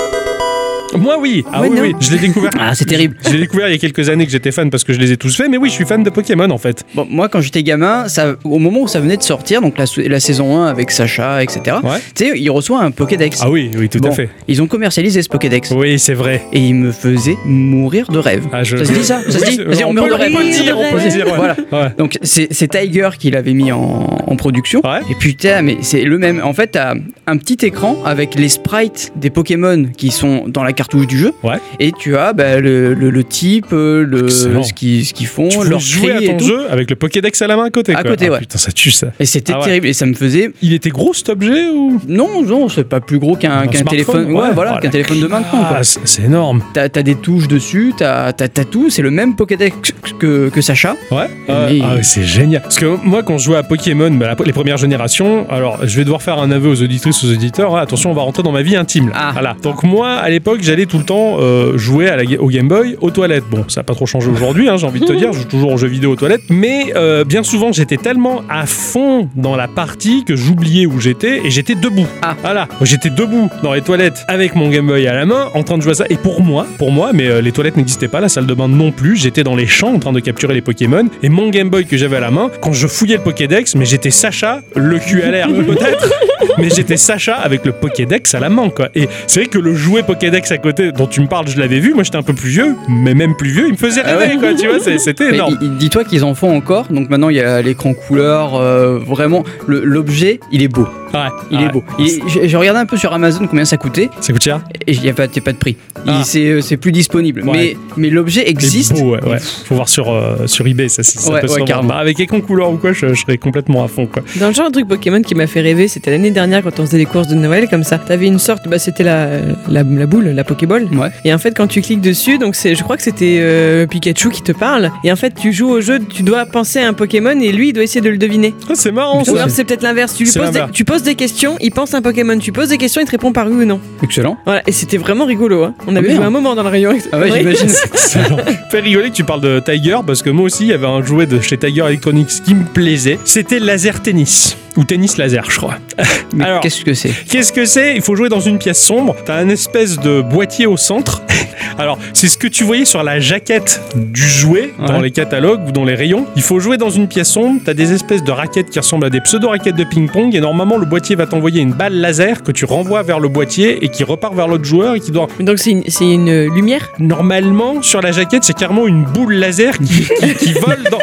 Moi, oui. Ah
Ouais,
oui,
non.
oui. Je l'ai découvert.
Ah, c'est terrible.
Je l'ai découvert il y a quelques années que j'étais fan parce que je les ai tous faits, mais oui, je suis fan de Pokémon en fait.
Bon, moi, quand j'étais gamin, ça, au moment où ça venait de sortir, donc la, sa- la saison 1 avec Sacha, etc.,
Ouais.
tu sais, il reçoit un Pokédex.
Ah oui, oui, tout
Ah. Bon,
à fait.
Ils ont commercialisé ce Pokédex.
Oui, c'est vrai.
Et il me faisait mourir de rêve.
Ah, je-
Ça se dit ça Ça se
Oui,
dit
c'est-
Vas-y, on, meurt de
peut-
rêve.
on peut le dire, on peut le dire. ouais.
Voilà.
Ouais.
Donc c'est c'est Tiger qui l'avait mis en, en production.
Ouais.
Et putain, mais c'est le même. En fait, t'as un petit écran avec les sprites des Pokémon qui sont dans la cartouche du jeu.
Ouais.
Et tu as bah, le, le- le type, euh, le,
Excellent.
ce qu'ils ce qu'ils font,
Tu peux
leur
jouer à
cri et
ton
tout.
jeu avec le Pokédex à la main à côté.
À
quoi.
côté,
Ah,
ouais.
Putain, ça tue ça.
Et c'était
Ah ouais.
terrible. Et ça me faisait.
Il était gros cet objet ou
Non, non, c'est pas plus gros qu'un
Un
qu'un
smartphone,
téléphone. Ouais,
ouais, Oh
voilà,
voilà.
qu'un téléphone de maintenant. quoi.
Ah, c'est c'est énorme.
T'as t'as des touches dessus, t'as t'as- t'as tout. C'est le même Pokédex que, que Sacha.
Ouais. Euh,
Mais-
ah ouais, c'est génial. Parce que moi, quand je jouais à Pokémon, bah, la- les premières générations, alors je vais devoir faire un aveu aux auditrices, aux auditeurs. hein, attention, on va rentrer dans ma vie intime. là.
Ah.
Voilà. Donc moi, à l'époque, j'allais tout le temps euh, jouer à la, ga- au Game Boy aux toilettes. Bon, ça n'a pas trop changé aujourd'hui, hein, j'ai envie de te dire. Je joue toujours aux jeux vidéo aux toilettes, mais euh, bien souvent, j'étais tellement à fond dans la partie que j'oubliais où j'étais et j'étais debout.
Ah.
Voilà. J'étais debout dans les toilettes avec mon Game Boy à la main, en train de jouer à ça. Et pour moi, pour moi, mais euh, les toilettes n'existaient pas, la salle de bain non plus. J'étais dans les champs en train de capturer les Pokémon et mon Game Boy que j'avais à la main. Quand je fouillais le Pokédex, mais j'étais Sacha, le cul à l'air peut-être, mais j'étais Sacha avec le Pokédex à la main quoi. Et c'est vrai que le jouet Pokédex à côté dont tu me parles, je l'avais vu. Moi, j'étais un peu plus vieux, mais même plus vieux, il me faisait
Ah
rêver quoi. Tu vois, c'est- c'était
Mais
énorme.
il- il- Dis-toi qu'ils en font encore. Donc maintenant, il y a l'écran couleur. euh, vraiment, le- l'objet, il est beau.
Ouais.
Il est
Ah Ouais.
beau. Il est- je, je regardais un peu sur Amazon combien ça coûtait.
Ça coûte cher.
Et il n'y a pas, t'es pas de prix. Il-
Ah.
C'est euh, c'est plus disponible.
Ouais.
Mais, mais l'objet
Il est
existe.
beau, ouais, ouais. Faut voir sur, euh, sur eBay, ça, si ça
Ouais,
peut se
ouais,
revendre.
carrément.
Bah, Avec quelconque couleur ou quoi, je, je serais complètement à fond, quoi.
Dans le genre de truc Pokémon qui m'a fait rêver, c'était l'année dernière quand on faisait les courses de Noël comme ça. T'avais une sorte, bah c'était la, la, la boule, la Pokéball.
Ouais.
Et en fait, quand tu cliques dessus, donc c'est, je crois que c'était euh, Pikachu qui te parle. Et en fait, tu joues au jeu, tu dois penser à un Pokémon et lui, il doit essayer de le deviner.
Ah, c'est marrant,
Ou
ça.
alors c'est peut-être l'inverse. Tu, lui
C'est
poses des,
l'inverse.
tu poses des questions, il pense à un Pokémon. Tu poses des questions, il te répond par oui ou non.
Excellent.
Voilà. Et c'était vraiment rigolo. Hein. On avait
merde.
joué un moment dans le rayon.
Ah ouais,
Oui.
j'imagine.
Excellent. Fais rigoler que tu parles de Tiger parce que moi aussi il y avait un jouet de chez Tiger Electronics qui me plaisait. C'était laser tennis ou tennis laser, je crois.
Mais
Alors-
qu'est-ce que c'est
Qu'est-ce que c'est Il faut jouer dans une pièce sombre. T'as un espèce de boîtier au centre. Alors, c'est ce que tu voyais sur la jaquette du jouet dans
Ouais.
les catalogues ou dans les rayons. Il faut jouer dans une pièce sombre. T'as des espèces de raquettes qui ressemblent à des pseudo-raquettes de ping-pong. Et normalement, le boîtier va t'envoyer une balle laser que tu renvoies vers le boîtier et qui repart vers l'autre joueur et qui doit
Mais Donc c'est une, c'est une lumière.
normalement sur la jaquette c'est carrément une boule laser qui, qui- qui vole dans...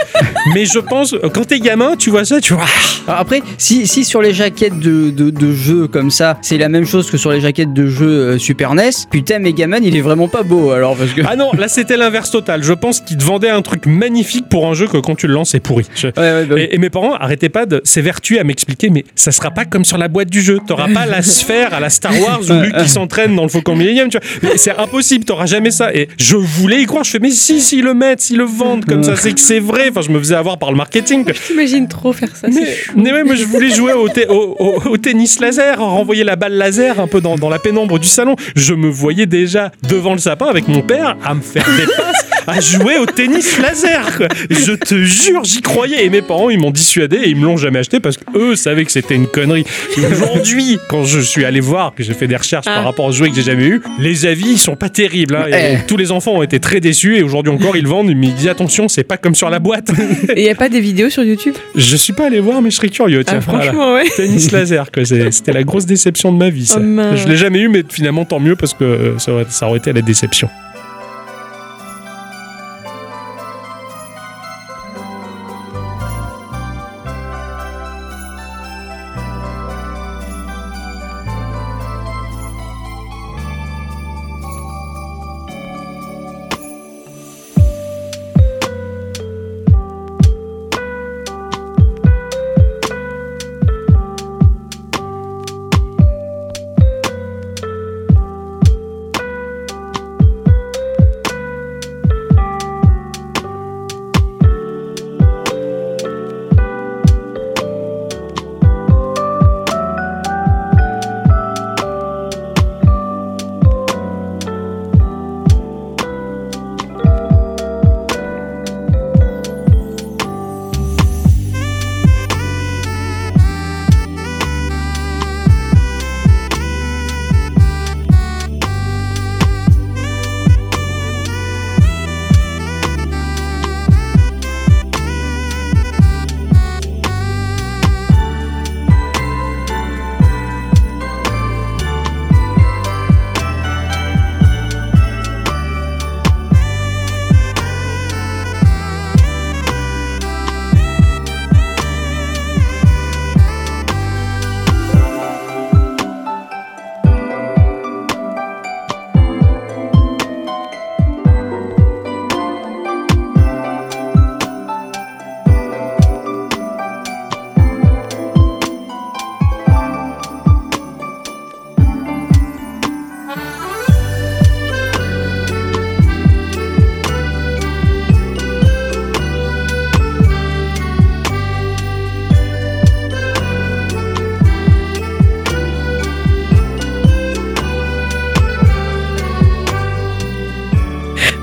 mais je pense euh, quand t'es gamin tu vois ça tu vois ah,
Alors après, si, si sur les jaquettes de, de, de jeux comme ça, c'est la même chose que sur les jaquettes de jeux euh, Super NES, putain, Megaman, il est vraiment pas beau alors. Parce que.
ah non là c'était l'inverse total je pense qu'ils te vendaient un truc magnifique pour un jeu que quand tu le lances c'est pourri Je-
Ouais, ouais, bah oui.
Et, et mes parents arrêtaient pas de s'évertuer à m'expliquer, mais ça sera pas comme sur la boîte du jeu. T'auras pas la sphère à la Star Wars où Luke qui s'entraîne dans le Faucon Millennium. Tu vois, Mais c'est impossible. T'auras jamais ça. Et je voulais y croire. Je fais, mais si, s'ils le mettent, s'ils le vendent comme ça, c'est que c'est vrai. Enfin, je me faisais avoir par le marketing. quoi.
T'imagines trop faire ça.
Mais, mais ouais, moi je voulais jouer au, té- au- au- au tennis laser, renvoyer la balle laser un peu dans, dans la pénombre du salon. Je me voyais déjà devant le sapin avec mon père à me faire des passes, à jouer au tennis laser. quoi. Je te jure, j'y croyais. Et mes parents, ils m'ont dissuadé et ils me l'ont jamais acheté parce qu'eux savaient que c'était une connerie. Et Aujourd'hui, quand je suis allé voir, que j'ai fait des recherches
Ah.
par rapport aux jouets que j'ai jamais eu, les avis ils sont pas terribles. hein. Et
Eh.
Tous les enfants ont été très déçus et aujourd'hui encore ils le vendent. Mais ils disent attention, c'est pas comme sur la boîte.
Et y a pas des vidéos sur YouTube
je suis pas allé voir, mais je serais curieux.
Ah,
Tiens, voilà.
Franchement, ouais.
Tennis laser, quoi. C'est- C'était la grosse déception de ma vie, ça.
Oh, mince.
je l'ai jamais eu, mais finalement, tant mieux parce que euh, ça aurait, ça aurait été la déception.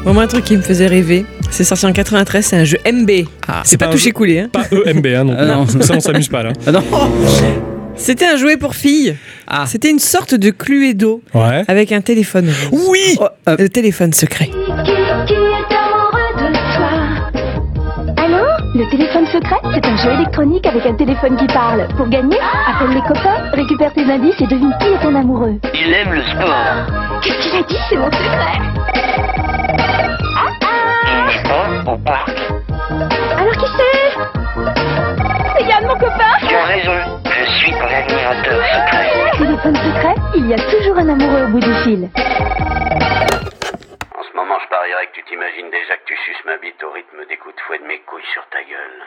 Alors moi, un truc qui me faisait rêver, c'est sorti en 93, c'est un jeu MB. c'est pas,
Ah. pas un
touché
jeu-
coulé. Hein.
Pas EMB, hein, non.
Ah, non.
Ça, on s'amuse pas, là.
Ah non
C'était un jouet pour filles.
Ah.
C'était une sorte de Cluedo
Ouais.
avec un téléphone.
Oui Oh, euh,
Le téléphone secret.
Qui est amoureux de toi Allô Le téléphone secret, c'est un jeu électronique avec un téléphone qui parle. Pour gagner, appelle les copains, récupère tes indices et devine qui est ton amoureux. Il aime le sport. Qu'est-ce qu'il a dit C'est mon secret. Ah, ah. Alors qui c'est C'est Yann, mon copain Téléphone secret, il y a toujours un amoureux au bout du
En
fil.
ce moment, je parierais que tu t'imagines déjà que tu suces ma bite au rythme des coups de fouet de mes couilles sur ta gueule.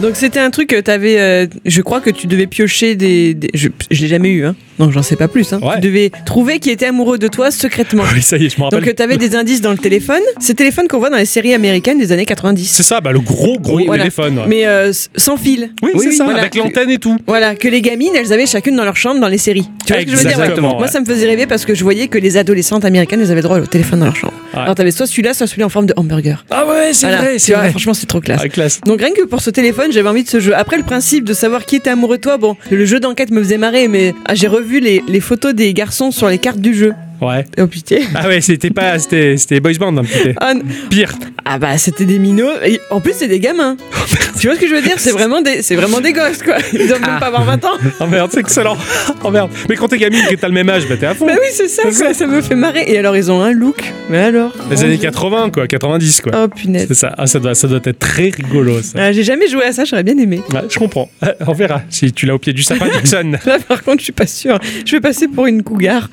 Donc c'était un truc, euh, t'avais, euh, je crois que tu devais piocher des, des- je, je l'ai jamais eu, hein. donc j'en sais pas plus. Hein.
Ouais.
Tu devais trouver qui était amoureux de toi secrètement.
Oui, ça y est, je me rappelle.
Donc euh, t'avais des indices dans le téléphone, ces téléphones qu'on voit dans les séries américaines des années 90.
C'est ça, bah, le gros, gros
Oui, voilà.
téléphone. ouais.
Mais euh, s- sans fil.
Oui, c'est ça,
voilà.
avec l'antenne et tout.
Voilà, que les gamines, elles avaient chacune dans leur chambre dans les séries. Tu vois ce que je veux dire ouais.
Exactement,
Moi,
ouais.
ça me faisait rêver parce que je voyais que les adolescentes américaines, elles avaient le droit au téléphone dans leur chambre.
Ouais.
Alors, t'avais soit celui-là, soit celui en forme de hamburger.
Ah ouais, c'est
Voilà.
vrai,
Tu
c'est
vois,
vrai.
Franchement, c'est trop classe.
Ah, classe.
Donc rien que pour ce téléphone, j'avais envie de ce jeu. Après le principe de savoir qui était amoureux de toi, bon, le jeu d'enquête me faisait marrer, mais ah, j'ai revu les, les photos des garçons sur les cartes du jeu.
Ouais.
Oh pitié.
Ah ouais, c'était pas. C'était c'était Boys Band, un petit peu.
Ah, n-
Pire.
ah bah c'était des minots. Et en plus c'est des gamins. tu vois ce que je veux dire C'est vraiment des, c'est vraiment des gosses quoi. Ils doivent même pas avoir 20 ans.
Oh merde, c'est excellent. Oh merde. Mais quand t'es gamine et que t'as le même âge, bah t'es à fond.
Bah oui c'est ça. quoi, ça me fait marrer. Et alors ils ont un look. Mais alors
Les années 80, quoi, 90, quoi.
Oh punaise.
C'est ça. Ah, ça doit, ça doit être très rigolo, ça.
Ah, j'ai jamais joué à ça. J'aurais bien aimé.
Ouais, je comprends. Euh, On verra si tu l'as au pied du sapin, Dixon.
Là par contre je suis pas sûre. Je vais passer pour une cougar.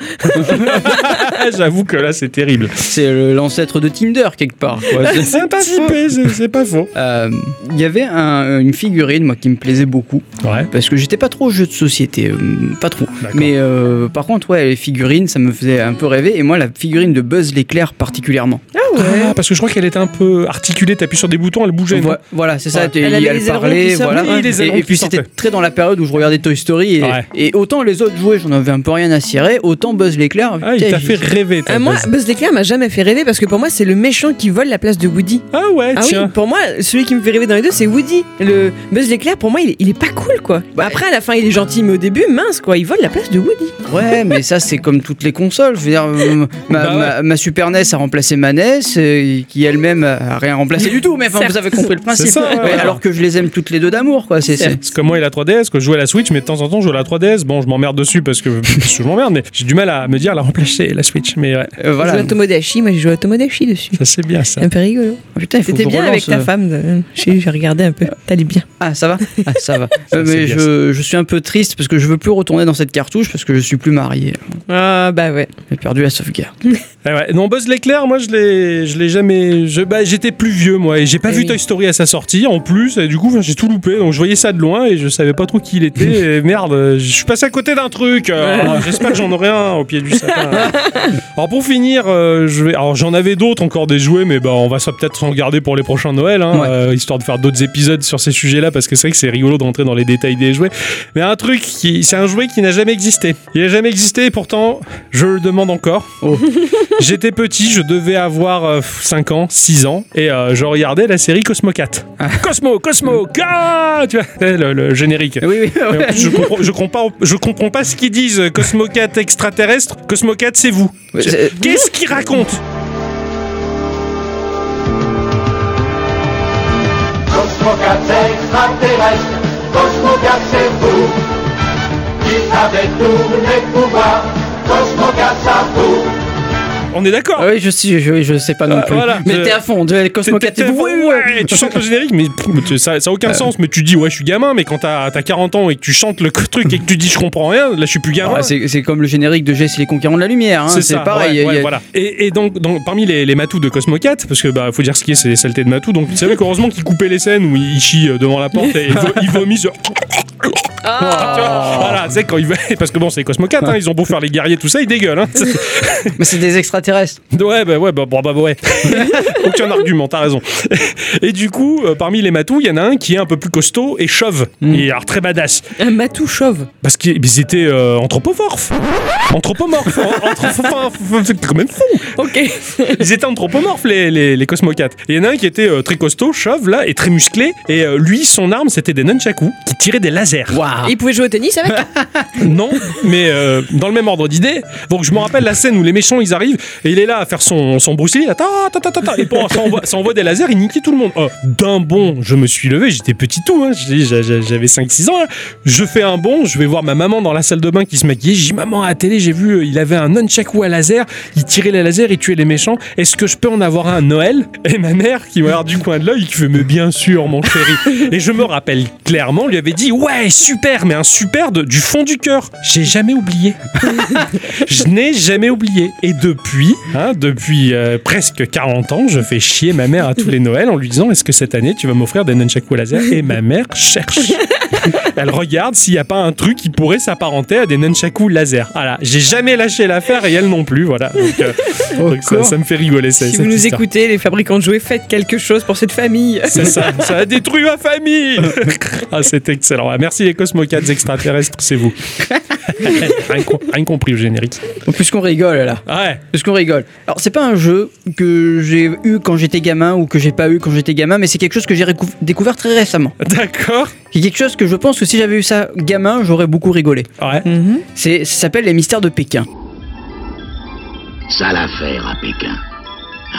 Ah, J'avoue que là, c'est terrible. Ah,
C'est le- l'ancêtre de Tinder, quelque part. quoi. C'est-
C'est pas faux. C'est c'est pas faux.
Euh, Il y avait un- une figurine, moi, qui me plaisait beaucoup.
Ouais.
Parce que j'étais pas trop jeu de société, euh, pas trop.
D'accord.
Mais euh, par contre, ouais, les figurines, ça me faisait un peu rêver. Et moi, la figurine de Buzz l'éclair particulièrement.
Ah
Ah, parce que je crois qu'elle était un peu articulée, t'appuies sur des boutons, elle bougeait. non
Vo- voilà, c'est ça.
Ouais.
t'es-
Elle avait
elle
les ailerons qui
parlait,
sortaient.
voilà.
Oui, les
et,
ailerons
et
qui
puis c'était
sortaient.
très dans la période où je regardais Toy Story. Et,
Ouais.
et autant les autres jouets, j'en avais un peu rien à cirer. Autant Buzz l'éclair.
Ah, il
putain,
t'a
j'ai-
fait rêver, ta
Ah, moi,
Buzz.
Buzz l'éclair m'a jamais fait rêver parce que pour moi, c'est le méchant qui vole la place de Woody.
Ah ouais,
Ah oui,
tiens.
pour moi, celui qui me fait rêver dans les deux, c'est Woody. Le Buzz l'éclair, pour moi, il est, il est pas cool, quoi. Bah, après, à la fin, il est gentil, mais au début, mince, quoi, il vole la place de Woody.
Ouais, mais ça, c'est comme toutes les consoles. Je veux dire, euh, ma,
Bah ouais.
ma- ma Super NES a remplacé ma NES, euh, qui elle-même a rien remplacé du tout. Mais enfin,
Certes.
vous avez compris le principe.
C'est ça, ouais,
Ouais,
ouais.
alors que je les aime toutes les deux d'amour, quoi. C'est, c'est-
C'est comme moi et la 3DS, que je joue à la Switch, mais de temps en temps je joue à la 3DS. Bon, je m'emmerde dessus parce que, parce que je m'emmerde, mais j'ai du mal à me dire la remplacer, la Switch. Mais ouais,
euh, voilà.
Je joue à Tomodachi, moi, j'ai joué à Tomodachi dessus.
ça c'est bien ça.
Un peu rigolo.
Oh, putain, il faut que
C'était
je
bien
relance,
avec ta
euh.
femme. de- J'ai j'ai regardé un peu. T'allais bien.
Ah, ça va Ah, ça va.
Ça,
Euh,
c'est
mais
bien,
je, je suis un peu triste parce que je veux plus retourner dans cette cartouche parce que je suis plus marié.
Ah, bah ouais.
J'ai perdu la sauvegarde.
Ah ouais. Non, Buzz l'éclair, moi je l'ai, je l'ai jamais. je- bah, j'étais plus vieux moi et j'ai pas
Eh
vu
oui.
Toy Story à sa sortie en plus. Et du coup, enfin, j'ai tout loupé. Donc je voyais ça de loin et je savais pas trop qui il était. et merde, je suis passé à côté d'un truc. Alors, J'espère que j'en aurai un au pied du sapin. alors pour finir, euh, je vais. Alors j'en avais d'autres encore des jouets, mais bah on va ça peut-être s'en garder pour les prochains Noël, hein,
Ouais.
euh, histoire de faire d'autres épisodes sur ces sujets-là parce que c'est vrai que c'est rigolo de rentrer dans les détails des jouets. Mais un truc qui, c'est un jouet qui n'a jamais existé. Il n'a jamais existé et pourtant je le demande encore. J'étais petit, je devais avoir 5 ans, 6 ans, et euh, je regardais la série Cosmo 4. Cosmo, Cosmo, go Tu vois, le, le générique.
Eh Oui, oui.
Et en plus, je, comprends, je, comprends, je comprends pas ce qu'ils disent. Cosmo 4 extraterrestre, Cosmo 4 c'est vous.
Ouais, c'est-
Qu'est-ce qu'ils racontent On est d'accord
Ah oui, je, suis, je, je sais pas non
Euh,
plus.
voilà.
mais
Je-
t'es à fond, de Cosmo 4,
T'es- t'es-
Ouais, ouais.
ouais, ouais, euh, tu chantes le générique, mais pff, mais tu- ça, ça a aucun sens. Mais tu dis, ouais, je suis gamin, mais quand t'as t'as 40 ans et que tu chantes le truc et que tu dis, je comprends rien, là, je suis plus gamin.
Ah, c'est, c'est comme le générique de Jess et les conquérants de la lumière. hein.
C'est ça,
pareil.
ouais,
il y a-
ouais,
il y a-
voilà. Et, et donc, dans- parmi les, les matous de Cosmo 4, parce que bah faut dire ce qui est, c'est les saletés de matous. Donc c'est vrai qu'heureusement qu'ils coupaient les scènes où il chie euh, devant la porte et il, vo- il vomit sur
Oh.
Ah.
Tu vois, Voilà, c'est quand ils veulent. Parce que bon, c'est les Cosmo 4, hein, ils ont beau faire les guerriers, tout ça, ils dégueulent. Hein.
Mais c'est des extraterrestres.
Ouais, bah ouais, bah, bon, bah, ouais. Aucun argument, t'as raison. Et du coup, euh, parmi les matous, il y en a un qui est un peu plus costaud et chauve. Et alors très badass.
Un matou chauve.
Parce qu'ils ils étaient euh, anthropomorphes. Anthropomorphes. an- anthropomorphes. C'est quand même fou.
Ok.
Ils étaient anthropomorphes, les, les, les Cosmocates. Et il y en a un qui était euh, très costaud, chauve, là, et très musclé. Et euh, lui, son arme, c'était des nunchakus qui tiraient des lasers.
Waouh.
Et Il pouvait jouer au tennis avec
Non, mais euh, dans le même ordre d'idée. Donc je me rappelle la scène où les méchants ils arrivent et il est là à faire son, son Bruce Lee, là, ta, ta, ta, ta, ta, et bon, ça, envoie, ça envoie des lasers, il niquait tout le monde. Oh, D'un bond, je me suis levé, j'étais petit tout, hein, j'ai- j'ai- j'ai- j'avais 5-6 ans. là. Je fais un bond, je vais voir ma maman dans la salle de bain qui se maquillait. J'ai dit, maman, à la télé, j'ai vu, euh, il avait un nunchaku à laser, il tirait les lasers, il tuait les méchants. Est-ce que je peux en avoir un à Noël Et ma mère qui me regarde du coin de l'œil, qui fait, mais bien sûr, mon chéri. Et je me rappelle clairement, lui avait dit, ouais, super, mais un super de- du fond du cœur. J'ai jamais oublié. je n'ai jamais oublié. Et depuis, hein, depuis euh, presque 40 ans, je fais chier ma mère à tous les Noëls en lui disant Est-ce que cette année tu vas m'offrir des nunchaku à laser Et ma mère cherche. Elle regarde s'il n'y a pas un truc qui pourrait s'apparenter à des nunchaku laser. Voilà, j'ai jamais lâché l'affaire et elle non plus. Voilà, donc, euh, donc ça,
con.
ça me fait rigoler. ça-
Si
cette
vous nous
histoire.
écoutez, les fabricants de jouets, faites quelque chose pour cette famille.
C'est ça, ça a détruit ma famille. ah, c'est excellent. Ah, Merci les Cosmocats extraterrestres, c'est vous. rien, co- rien compris au générique.
Bon, Puisqu'on rigole là.
Ouais.
Parce qu'on rigole. Alors, c'est pas un jeu que j'ai eu quand j'étais gamin ou que j'ai pas eu quand j'étais gamin, mais c'est quelque chose que j'ai récou- découvert très récemment.
D'accord.
C'est quelque chose que je pense que si j'avais eu ça gamin, j'aurais beaucoup rigolé.
Ouais.
Mm.
C'est, ça s'appelle Les Mystères de Pékin.
Sale affaire à Pékin.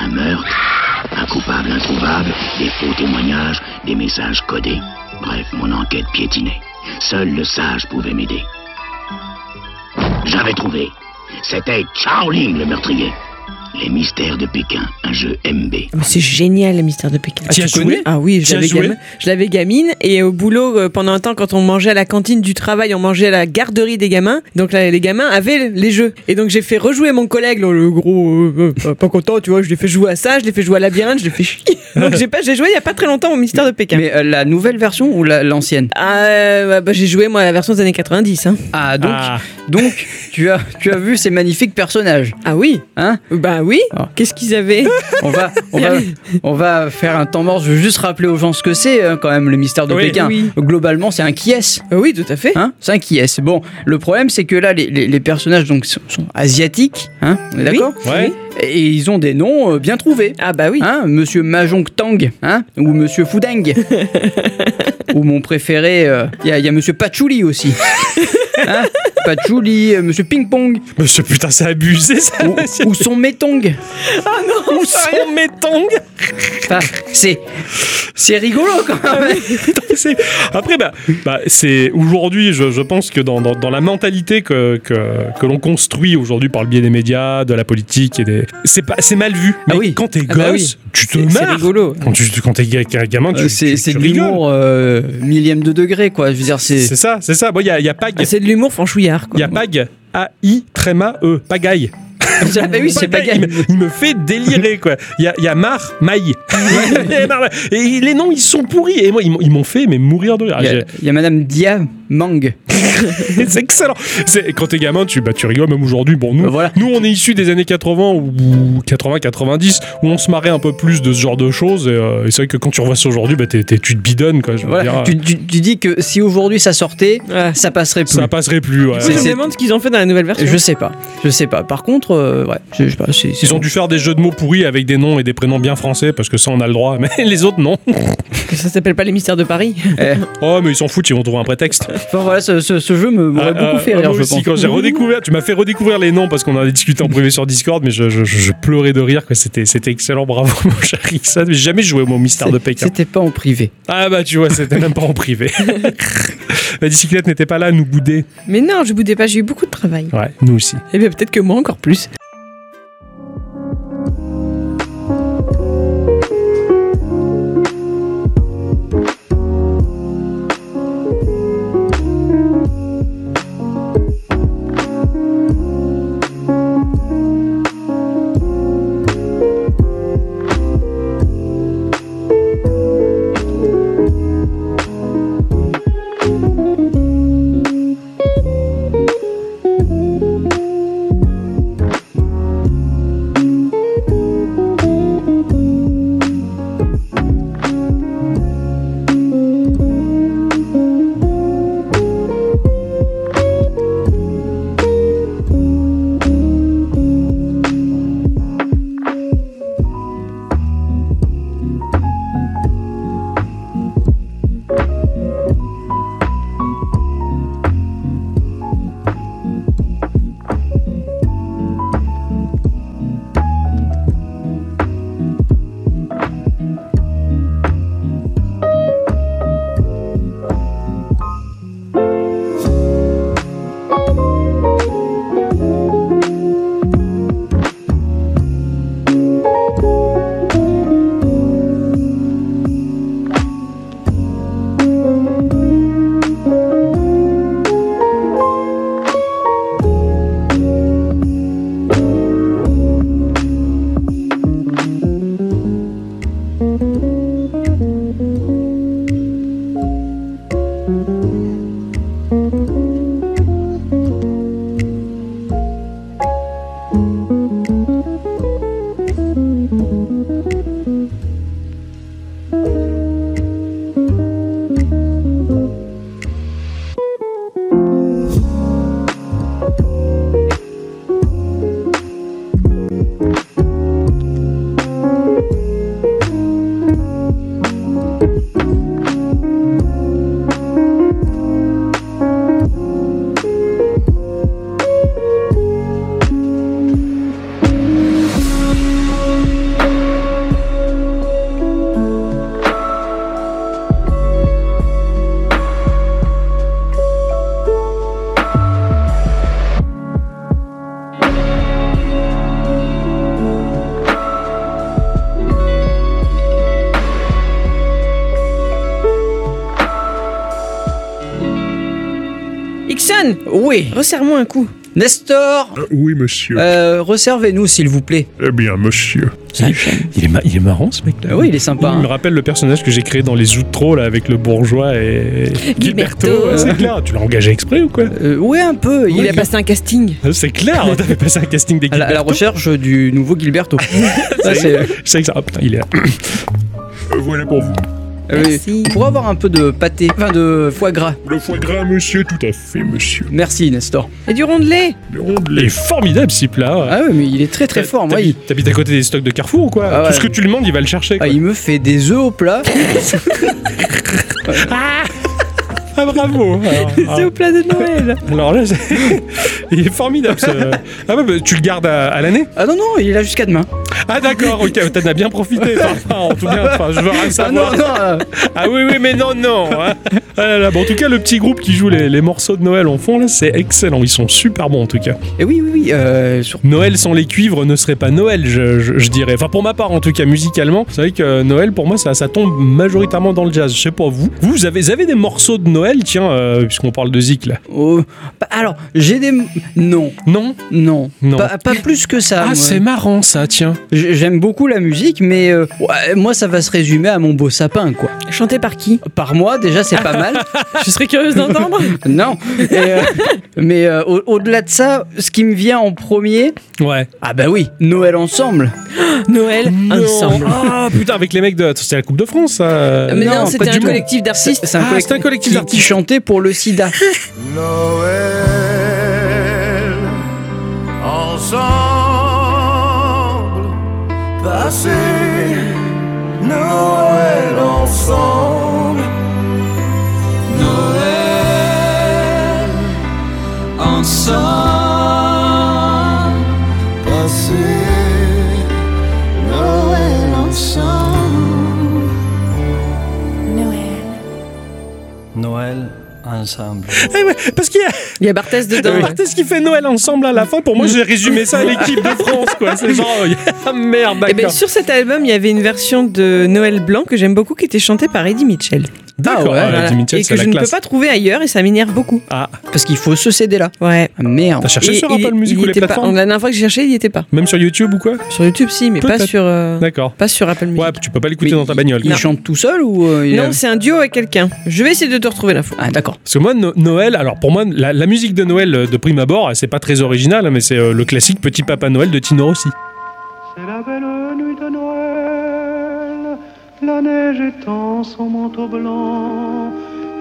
Un meurtre, un coupable introuvable, des faux témoignages, des messages codés. Bref, mon enquête piétinait. Seul le sage pouvait m'aider. J'avais trouvé. C'était Shaolin le meurtrier. Les mystères de Pékin, un jeu MB.
Mais c'est génial, les mystères de Pékin.
Ah, tu as joué
Ah oui, je
Tu as
l'avais
joué
gamine. Je l'avais gamine et au boulot euh, pendant un temps quand on mangeait à la cantine du travail, on mangeait à la garderie des gamins. Donc là, les gamins avaient les jeux et donc j'ai fait rejouer mon collègue Oh, le- le gros euh, euh, pas content, tu vois, je l'ai fait jouer à ça, je l'ai fait jouer à labyrinthe, je l'ai fait chier. Donc j'ai pas j'ai joué il y a pas très longtemps au mystère de Pékin.
Mais euh, la nouvelle version ou la- l'ancienne
Ah, euh, bah, j'ai joué moi à la version des années 90 hein.
Ah, donc,
Ah.
donc tu, as, tu as vu ces magnifiques personnages.
Ah oui.
Hein
Bah oui.
Ah.
Qu'est-ce qu'ils avaient
on, va, on, va, on va faire un temps mort. Je veux juste rappeler aux gens ce que c'est hein, quand même le mystère de
Oui.
Pékin.
Oui.
Globalement, c'est un qui est
Ah Oui, tout à fait.
Hein c'est un qui est Bon, le problème, c'est que là, les, les- les personnages donc, sont, sont asiatiques. Hein on est d'accord
Ouais.
Et ils ont des noms euh, bien trouvés.
Ah bah oui.
Hein, Monsieur Mahjong Tang, hein, ou Monsieur Foudang, ou mon préféré, euh, il y, a- y a Monsieur Patchouli aussi. Hein, Patchouli, euh, Monsieur Ping Pong,
Mais c'est- putain, c'est abusé ça.
ou, ou son Metong.
Où sont mes tongs
Enfin, c'est c'est rigolo
Ah,
quand même.
C'est- Après, bah, bah, c'est aujourd'hui, je, je pense que dans, dans- dans la mentalité que, que, que l'on construit aujourd'hui par le biais des médias, de la politique et des, c'est pas, c'est mal vu. Mais
Ah oui.
quand t'es
Ah
gosse,
bah oui.
tu te
C'est- c'est
marres.
rigolo.
Quand tu quand t'es ga- ga- gamin, tu,
Euh, C'est
tu-
c'est
tu
de
rigoles.
l'humour euh, millième de degré quoi. Je veux dire, c'est
C'est ça, c'est ça. Bon, il y a, il y a Pag,
Ah, C'est de l'humour franchouillard
il
quoi.
y a Pag, A I tréma E, Pagaille.
ah bah oui, c'est pas
Pagaille,
gay.
Il, me- il me fait délirer quoi. Il y a, il y a Mar, Maï. Il y a Mar- et les noms ils sont pourris. Et moi ils m'ont- ils m'ont fait mais mourir de rire.
Il y, a-
J'ai-
il y a Madame Dia Mang.
c'est excellent. C'est quand t'es gamin, tu bah tu rigoles même aujourd'hui. Bon nous,
Euh, voilà.
nous on est issus des années 80 ou 80 90 où on se marrait un peu plus de ce genre de choses. Et, euh, et c'est vrai que quand tu revois ça aujourd'hui, bah t'es- t'es- tu te bidonnes quoi. Je veux
Voilà.
dire,
Tu, tu- tu dis que si aujourd'hui ça sortait,
Ouais.
ça passerait plus.
ça passerait plus.
Du
ouais.
coup, je me
c'est-
demande ce qu'ils ont fait dans la nouvelle version.
Je sais pas, je sais pas. Par contre, euh, ouais, je, je sais pas. c'est- c'est-
Ils ont dû faire des jeux de mots pourris avec des noms et des prénoms bien français parce que ça on a le droit, mais les autres non.
Que ça s'appelle pas les mystères de Paris.
Oh mais ils s'en foutent, ils vont trouver un prétexte.
Enfin voilà, ce, ce- ce jeu me m'aurait
Ah,
beaucoup
ah,
fait
ah,
rire,
moi
je
aussi,
pense.
quand j'ai redécouvert, tu m'as fait redécouvrir les noms parce qu'on en a discuté en privé sur Discord, mais je, je- je- je pleurais de rire que c'était c'était excellent, bravo mon cher Ixon. J'ai jamais joué au mot mystère de Pékin.
C'était pas en privé.
Ah bah tu vois, c'était même pas en privé. La bicyclette n'était pas là, à nous bouder.
Mais non, je boudais pas, j'ai eu beaucoup de travail.
Ouais, nous aussi.
Et bien peut-être que moi encore plus. Ixon,
Oui.
resserre-moi un coup.
Nestor,
Euh, oui, monsieur.
euh, resservez-nous, s'il vous plaît.
Eh bien, monsieur.
Il est, ma- il est marrant ce mec-là.
Ah oui, il est sympa.
Il me
hein.
rappelle le personnage que j'ai créé dans Les Outros là, avec le bourgeois et
Gilberto.
ouais, C'est clair, tu l'as engagé exprès ou quoi
Euh, ouais, un peu. Il
Il
est
a passé un casting.
C'est clair, t'avais passé un casting des
à la, à la
Gilberto.
recherche du nouveau Gilberto. Ça, c'est- euh,
Je sais que ça. Ah putain, il est là.
Euh, voilà pour vous.
euh,
Merci.
Pour avoir un peu de pâté, enfin de foie gras.
Le foie gras, monsieur, tout à fait, monsieur.
Merci, Nestor.
Et du rondelet
Le rondelet.
Il est formidable ce type-là. ouais.
Ah ouais, mais il est très très fort. Moi, il,
T'habites t'habites à côté des stocks de Carrefour ou quoi
Ah ouais.
Tout ce que tu lui demandes, il va le chercher.
ah,
Quoi.
il me fait des œufs au plat.
Ah, bravo Alors,
C'est au plat de Noël
alors là, c'est- il est formidable. ce- Ah ouais, bah, tu le gardes à, à l'année
Ah non, non, il est là jusqu'à demain.
Ah d'accord, ok, t'en as bien profité. Enfin, en tout cas, enfin, je veux rien
Ah
savoir.
non, non, euh,
Ah oui, oui, mais non, non. hein. Ah là là, bon, en tout cas, le petit groupe qui joue les, les morceaux de Noël en fond, là, c'est excellent. Ils sont super bons, en tout cas.
Et Eh oui, oui, oui. euh, sur-
Noël sans les cuivres ne serait pas Noël, je, je- je dirais. Enfin, pour ma part, en tout cas, musicalement, c'est vrai que euh, Noël, pour moi, ça, ça tombe majoritairement dans le jazz. Je sais pas, vous, vous avez, vous avez des morceaux de Noël, tiens, euh, puisqu'on parle de Zik, là.
oh, bah, alors, j'ai des. Non,
Non
non,
Non.
Pas, pas plus que ça.
Ah,
moi.
c'est marrant, ça, tiens.
J'ai- J'aime beaucoup la musique, mais euh, ouais, moi, ça va se résumer à mon beau sapin, quoi.
Chanté par qui
Par moi, déjà, c'est pas mal.
Je serais curieuse d'entendre.
Non. Et, euh, mais euh, au- au-delà de ça, ce qui me vient en premier,
Ouais.
ah bah oui, Noël ensemble.
Noël
Non.
ensemble.
Ah, putain, avec les mecs de. C'était la Coupe de France, ça. euh,
Mais
non,
non,
pas
Ah, c'était
du
un
tout.
collectif
C'est
d'artistes.
c'est un
Ah,
collectif,
c'est un collectif
qui- qui
d'artistes.
chantait pour le sida.
Noël ensemble, passer Noël ensemble, Noël ensemble, passer Noël ensemble, Noël ensemble.
eh ouais, parce qu'il y a.
Il y a Barthès dedans.
Euh, Barthes qui fait Noël ensemble à la fin, pour moi j'ai résumé ça à l'équipe de France quoi. C'est genre euh, ah, merde
Et bien
d'accord.
Eh ben, sur cet album, il y avait une version de Noël Blanc que j'aime beaucoup qui était chantée par Eddie Mitchell.
D'accord.
Ah ouais,
ah,
Voilà.
Eddie Mitchell,
et
c'est
que
la
je ne peux
classe.
pas trouver ailleurs et ça m'énerve beaucoup.
Ah,
Parce qu'il faut se céder là.
Ouais.
Ah, merde.
t'as cherché
Et
sur
il-
Apple Music
il
ou les
était pas-
plateformes
La dernière fois que j'ai cherché, il n'y était pas.
Même sur YouTube ou quoi
Sur YouTube, si, mais pas
Peut-être.
sur, euh,
D'accord.
pas sur Apple Music.
Ouais, tu peux pas l'écouter
Mais
dans ta
il-
bagnole.
Il
quoi.
chante tout seul ou euh, il a-
Non, c'est un duo avec quelqu'un. Je vais essayer de te retrouver l'info.
Ah d'accord.
Parce que moi, No- Noël, alors pour moi, la, la musique de Noël euh, de prime abord, c'est pas très original, hein, mais c'est euh, le classique Petit Papa Noël de Tino Rossi.
C'est la belle nuit de Noël, la neige étend son manteau blanc,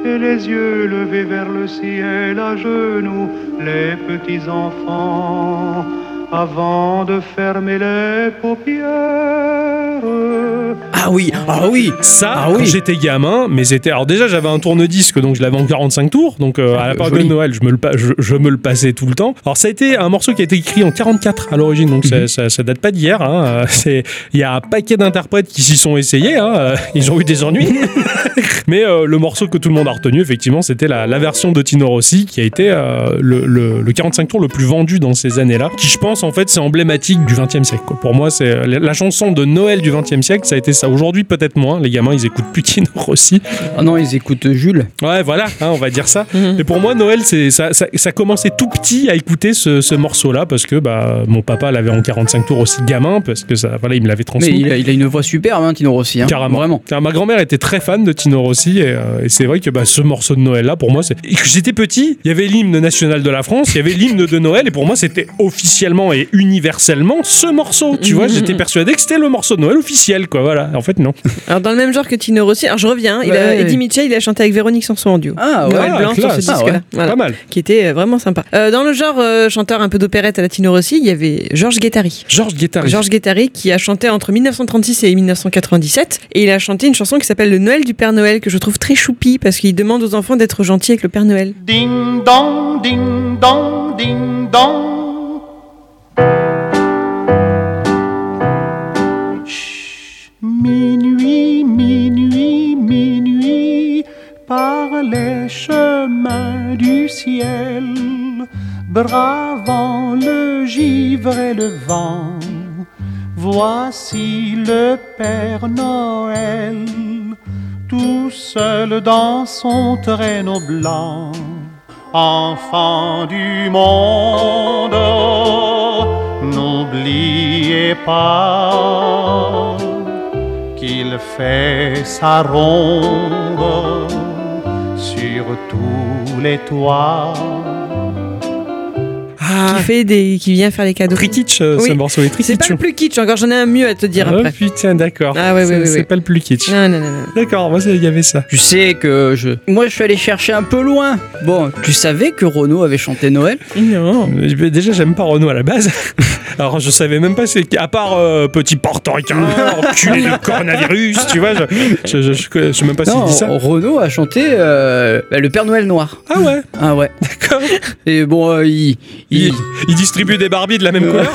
et les yeux levés vers le ciel, à genoux, les petits enfants, avant de fermer les paupières.
Ah oui, ah oui.
Ça,
Ah oui.
quand j'étais gamin, mais c'était. Alors déjà, j'avais un tourne-disque, donc je l'avais en 45 tours. Donc euh, à la
euh,
période de
joli.
Noël, je me, le pa- je, je me le passais tout le temps. Alors ça a été un morceau qui a été écrit en 44 à l'origine, donc
Mhm.
ça, ça, ça date pas d'hier. hein. Euh, c'est- Il y a un paquet d'interprètes qui s'y sont essayés. hein. Euh, Ils ont eu des ennuis. mais euh, le morceau que tout le monde a retenu, effectivement, c'était la, la version de Tino Rossi qui a été euh, le, le- le 45 tours le plus vendu dans ces années-là. Qui je pense en fait c'est emblématique du 20e siècle. quoi. Pour moi, c'est la, la chanson de Noël du 20e siècle. Ça a été ça. Aujourd'hui, Aujourd'hui, peut-être moins. Les gamins, ils écoutent plus Kino Rossi.
Ah non, ils écoutent Jules.
Ouais, voilà, hein, on va dire ça.
Mhm.
Et pour moi, Noël, c'est ça, ça, ça commençait tout petit à écouter ce, ce morceau-là parce que bah, mon papa l'avait en 45 tours aussi gamin parce que ça, voilà, il me l'avait transmis.
Mais il a, il a une voix superbe, hein, Tino Rossi. Hein.
Carrément.
Vraiment.
Car Ah, ma grand-mère était très fan de Tino Rossi et, euh, et c'est vrai que bah, ce morceau de Noël là, pour moi, c'est. et que J'étais petit, il y avait l'hymne national de la France, il y avait l'hymne de Noël et pour moi, c'était officiellement et universellement ce morceau. Tu vois,
Mhm.
j'étais persuadé que c'était le morceau de Noël officiel, quoi. Voilà. En fait, non.
Alors, dans le même genre que Tino Rossi, alors je reviens, hein, il a,
Ouais.
Eddie Mitchell, il a chanté avec Véronique Sanson en duo.
Ah ouais.
Noël Blanc sur ce
classe.
disque-là.
Ah ouais.
Voilà.
Pas mal.
Qui était euh, vraiment sympa. Euh, dans le genre euh, chanteur un peu d'opérette à la Tino Rossi, il y avait Georges Guettari.
Georges Guettari.
Georges Guettari qui a chanté entre 1936 et 1997 et il a chanté une chanson qui s'appelle Le Noël du Père Noël que je trouve très choupi parce qu'il demande aux enfants d'être gentils avec le Père Noël.
Ding dong, ding dong, ding dong. Chut, Minuit, minuit, minuit, par les chemins du ciel, bravant le givre et le vent, voici le Père Noël, tout seul dans son traîneau blanc. Enfants du monde, n'oubliez pas qu'il fait sa ronde sur tous les toits.
Ah,
Qui fait des, qui vient faire les cadeaux.
très kitsch, Ah, euh, ce
Oui.
morceau est très
C'est pas
kitsch.
le plus kitsch encore, j'en ai un mieux à te dire
Oh
après.
putain, d'accord.
Ah ouais, ouais,
C'est-
ouais,
C'est
ouais.
pas le plus kitsch.
Non, non, non, non.
D'accord, moi, c'est- il y avait ça.
Tu sais que je. Moi, je suis allé chercher un peu loin. Bon, tu savais que Renaud avait chanté Noël
Non. Déjà, j'aime pas Renault à la base. Alors, je savais même pas c'est qui- à part euh, petit portoricain, enculé de coronavirus, tu vois. Je, je, je, je connais- je sais même pas s'il
Non,
dit ça.
Renaud a chanté euh, bah, le Père Noël noir.
Ah
Ah
ouais,
ouais.
d'accord.
Et bon, euh, il,
Il,
il-
il distribue des Barbies de la même couleur.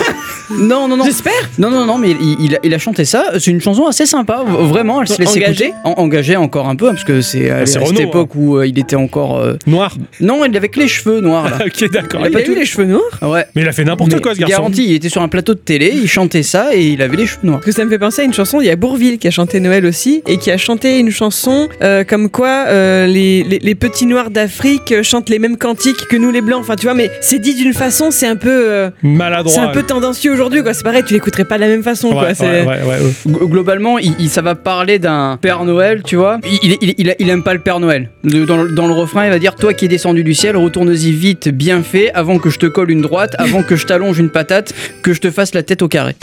Non, non, non. J'espère. Non, non, non, mais il, il a, il a chanté ça. C'est une chanson assez sympa. v- Vraiment, elle se laisse
Engagé
écouter. En- engagé encore un peu, hein, parce que c'est euh, à
Bah, c'est
cette
Renaud,
époque où euh, il était encore. euh,
Noir.
Non, il avait que les cheveux noirs là.
ok, d'accord.
Ah, il
pas
a eu
tout-
les cheveux noirs
Ah Ouais.
Mais il a fait n'importe
Mais
quoi, ce garçon.
Garanti, il était sur un plateau de télé, il chantait ça et il avait les cheveux noirs.
Parce que ça me fait penser à une chanson, il y a Bourville qui a chanté Noël aussi, et qui a chanté une chanson euh, comme quoi euh, les, les- les petits noirs d'Afrique chantent les mêmes cantiques que nous les blancs. Enfin, tu vois, mais c'est dit d'une façon, c'est un peu, euh,
Maladroit.
c'est un peu tendancieux aujourd'hui, quoi. C'est pareil, tu l'écouterais pas de la même façon,
Ouais,
quoi.
ouais,
c'est-
ouais, ouais, ouais.
G- Globalement, il, il- ça va parler d'un Père Noël, tu vois. Il, il, il, il aime pas le Père Noël. Le- Dans le, dans le refrain, il va dire Toi qui es descendu du ciel, retourne-y vite, bien fait, avant que je te colle une droite, avant que je t'allonge une patate, que je te fasse la tête au carré.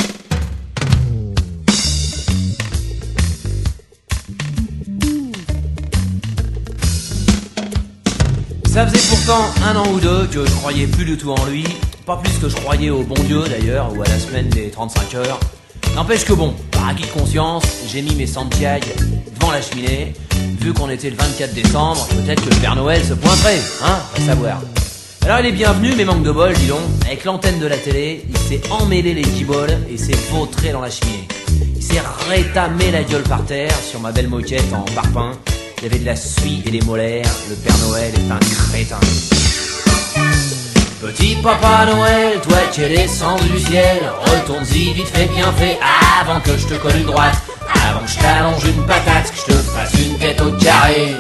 Ça faisait pourtant un an ou deux que je croyais plus du tout en lui, pas plus que je croyais au bon Dieu d'ailleurs, ou à la semaine des 35 heures. N'empêche que bon, par acquis de conscience, j'ai mis mes sentiailles devant la cheminée, vu qu'on était le 24 décembre, peut-être que le Père Noël se pointerait, hein, à savoir. Alors il est bienvenu, mais manque de bol, dis donc, avec l'antenne de la télé, il s'est emmêlé les guiboles et s'est vautré dans la cheminée. Il s'est rétamé la gueule par terre sur ma belle moquette en parpaing. Il y avait de la suie et des molaires, le Père Noël est un crétin. Petit Papa Noël, toi qui es descendu du ciel, retourne-y vite fait bien fait, avant que je te colle une droite, avant que je t'allonge une patate, que je te fasse une tête au carré.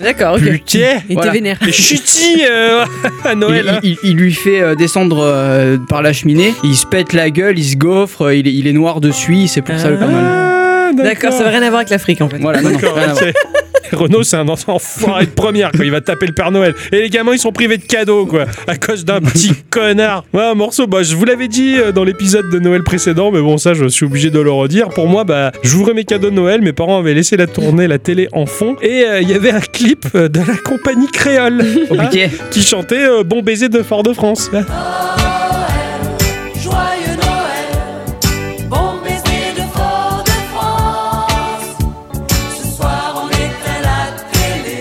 D'accord, ok. Il
Putain.
était
Voilà.
vénère.
Et chutis euh, à Noël.
il,
hein.
il- il- il lui fait euh, descendre euh, par la cheminée, il se pète la gueule, il se gaufre, euh, il, est- il est noir de suie, c'est pour ça le Père Noël.
Ah,
D'accord, ça n'a rien à voir avec l'Afrique, en fait.
Voilà, non, non,
D'accord,
rien à voir.
ok. Renaud, c'est un enfant enfoiré de première quand il va taper le Père Noël. Et les gamins, ils sont privés de cadeaux, quoi, à cause d'un petit connard. Ouais, un morceau, bah, je vous l'avais dit euh, dans l'épisode de Noël précédent, mais bon, ça, je suis obligé de le redire. Pour moi, bah, j'ouvrais mes cadeaux de Noël, mes parents avaient laissé la tournée, la télé en fond, et euh, il y avait un clip euh, de la compagnie créole hein,
Compliqué.
qui chantait euh, Bon baiser de Fort-de-France.
Joyeux Noël, bon baiser de Fort de France. Ce soir on éteint la télé.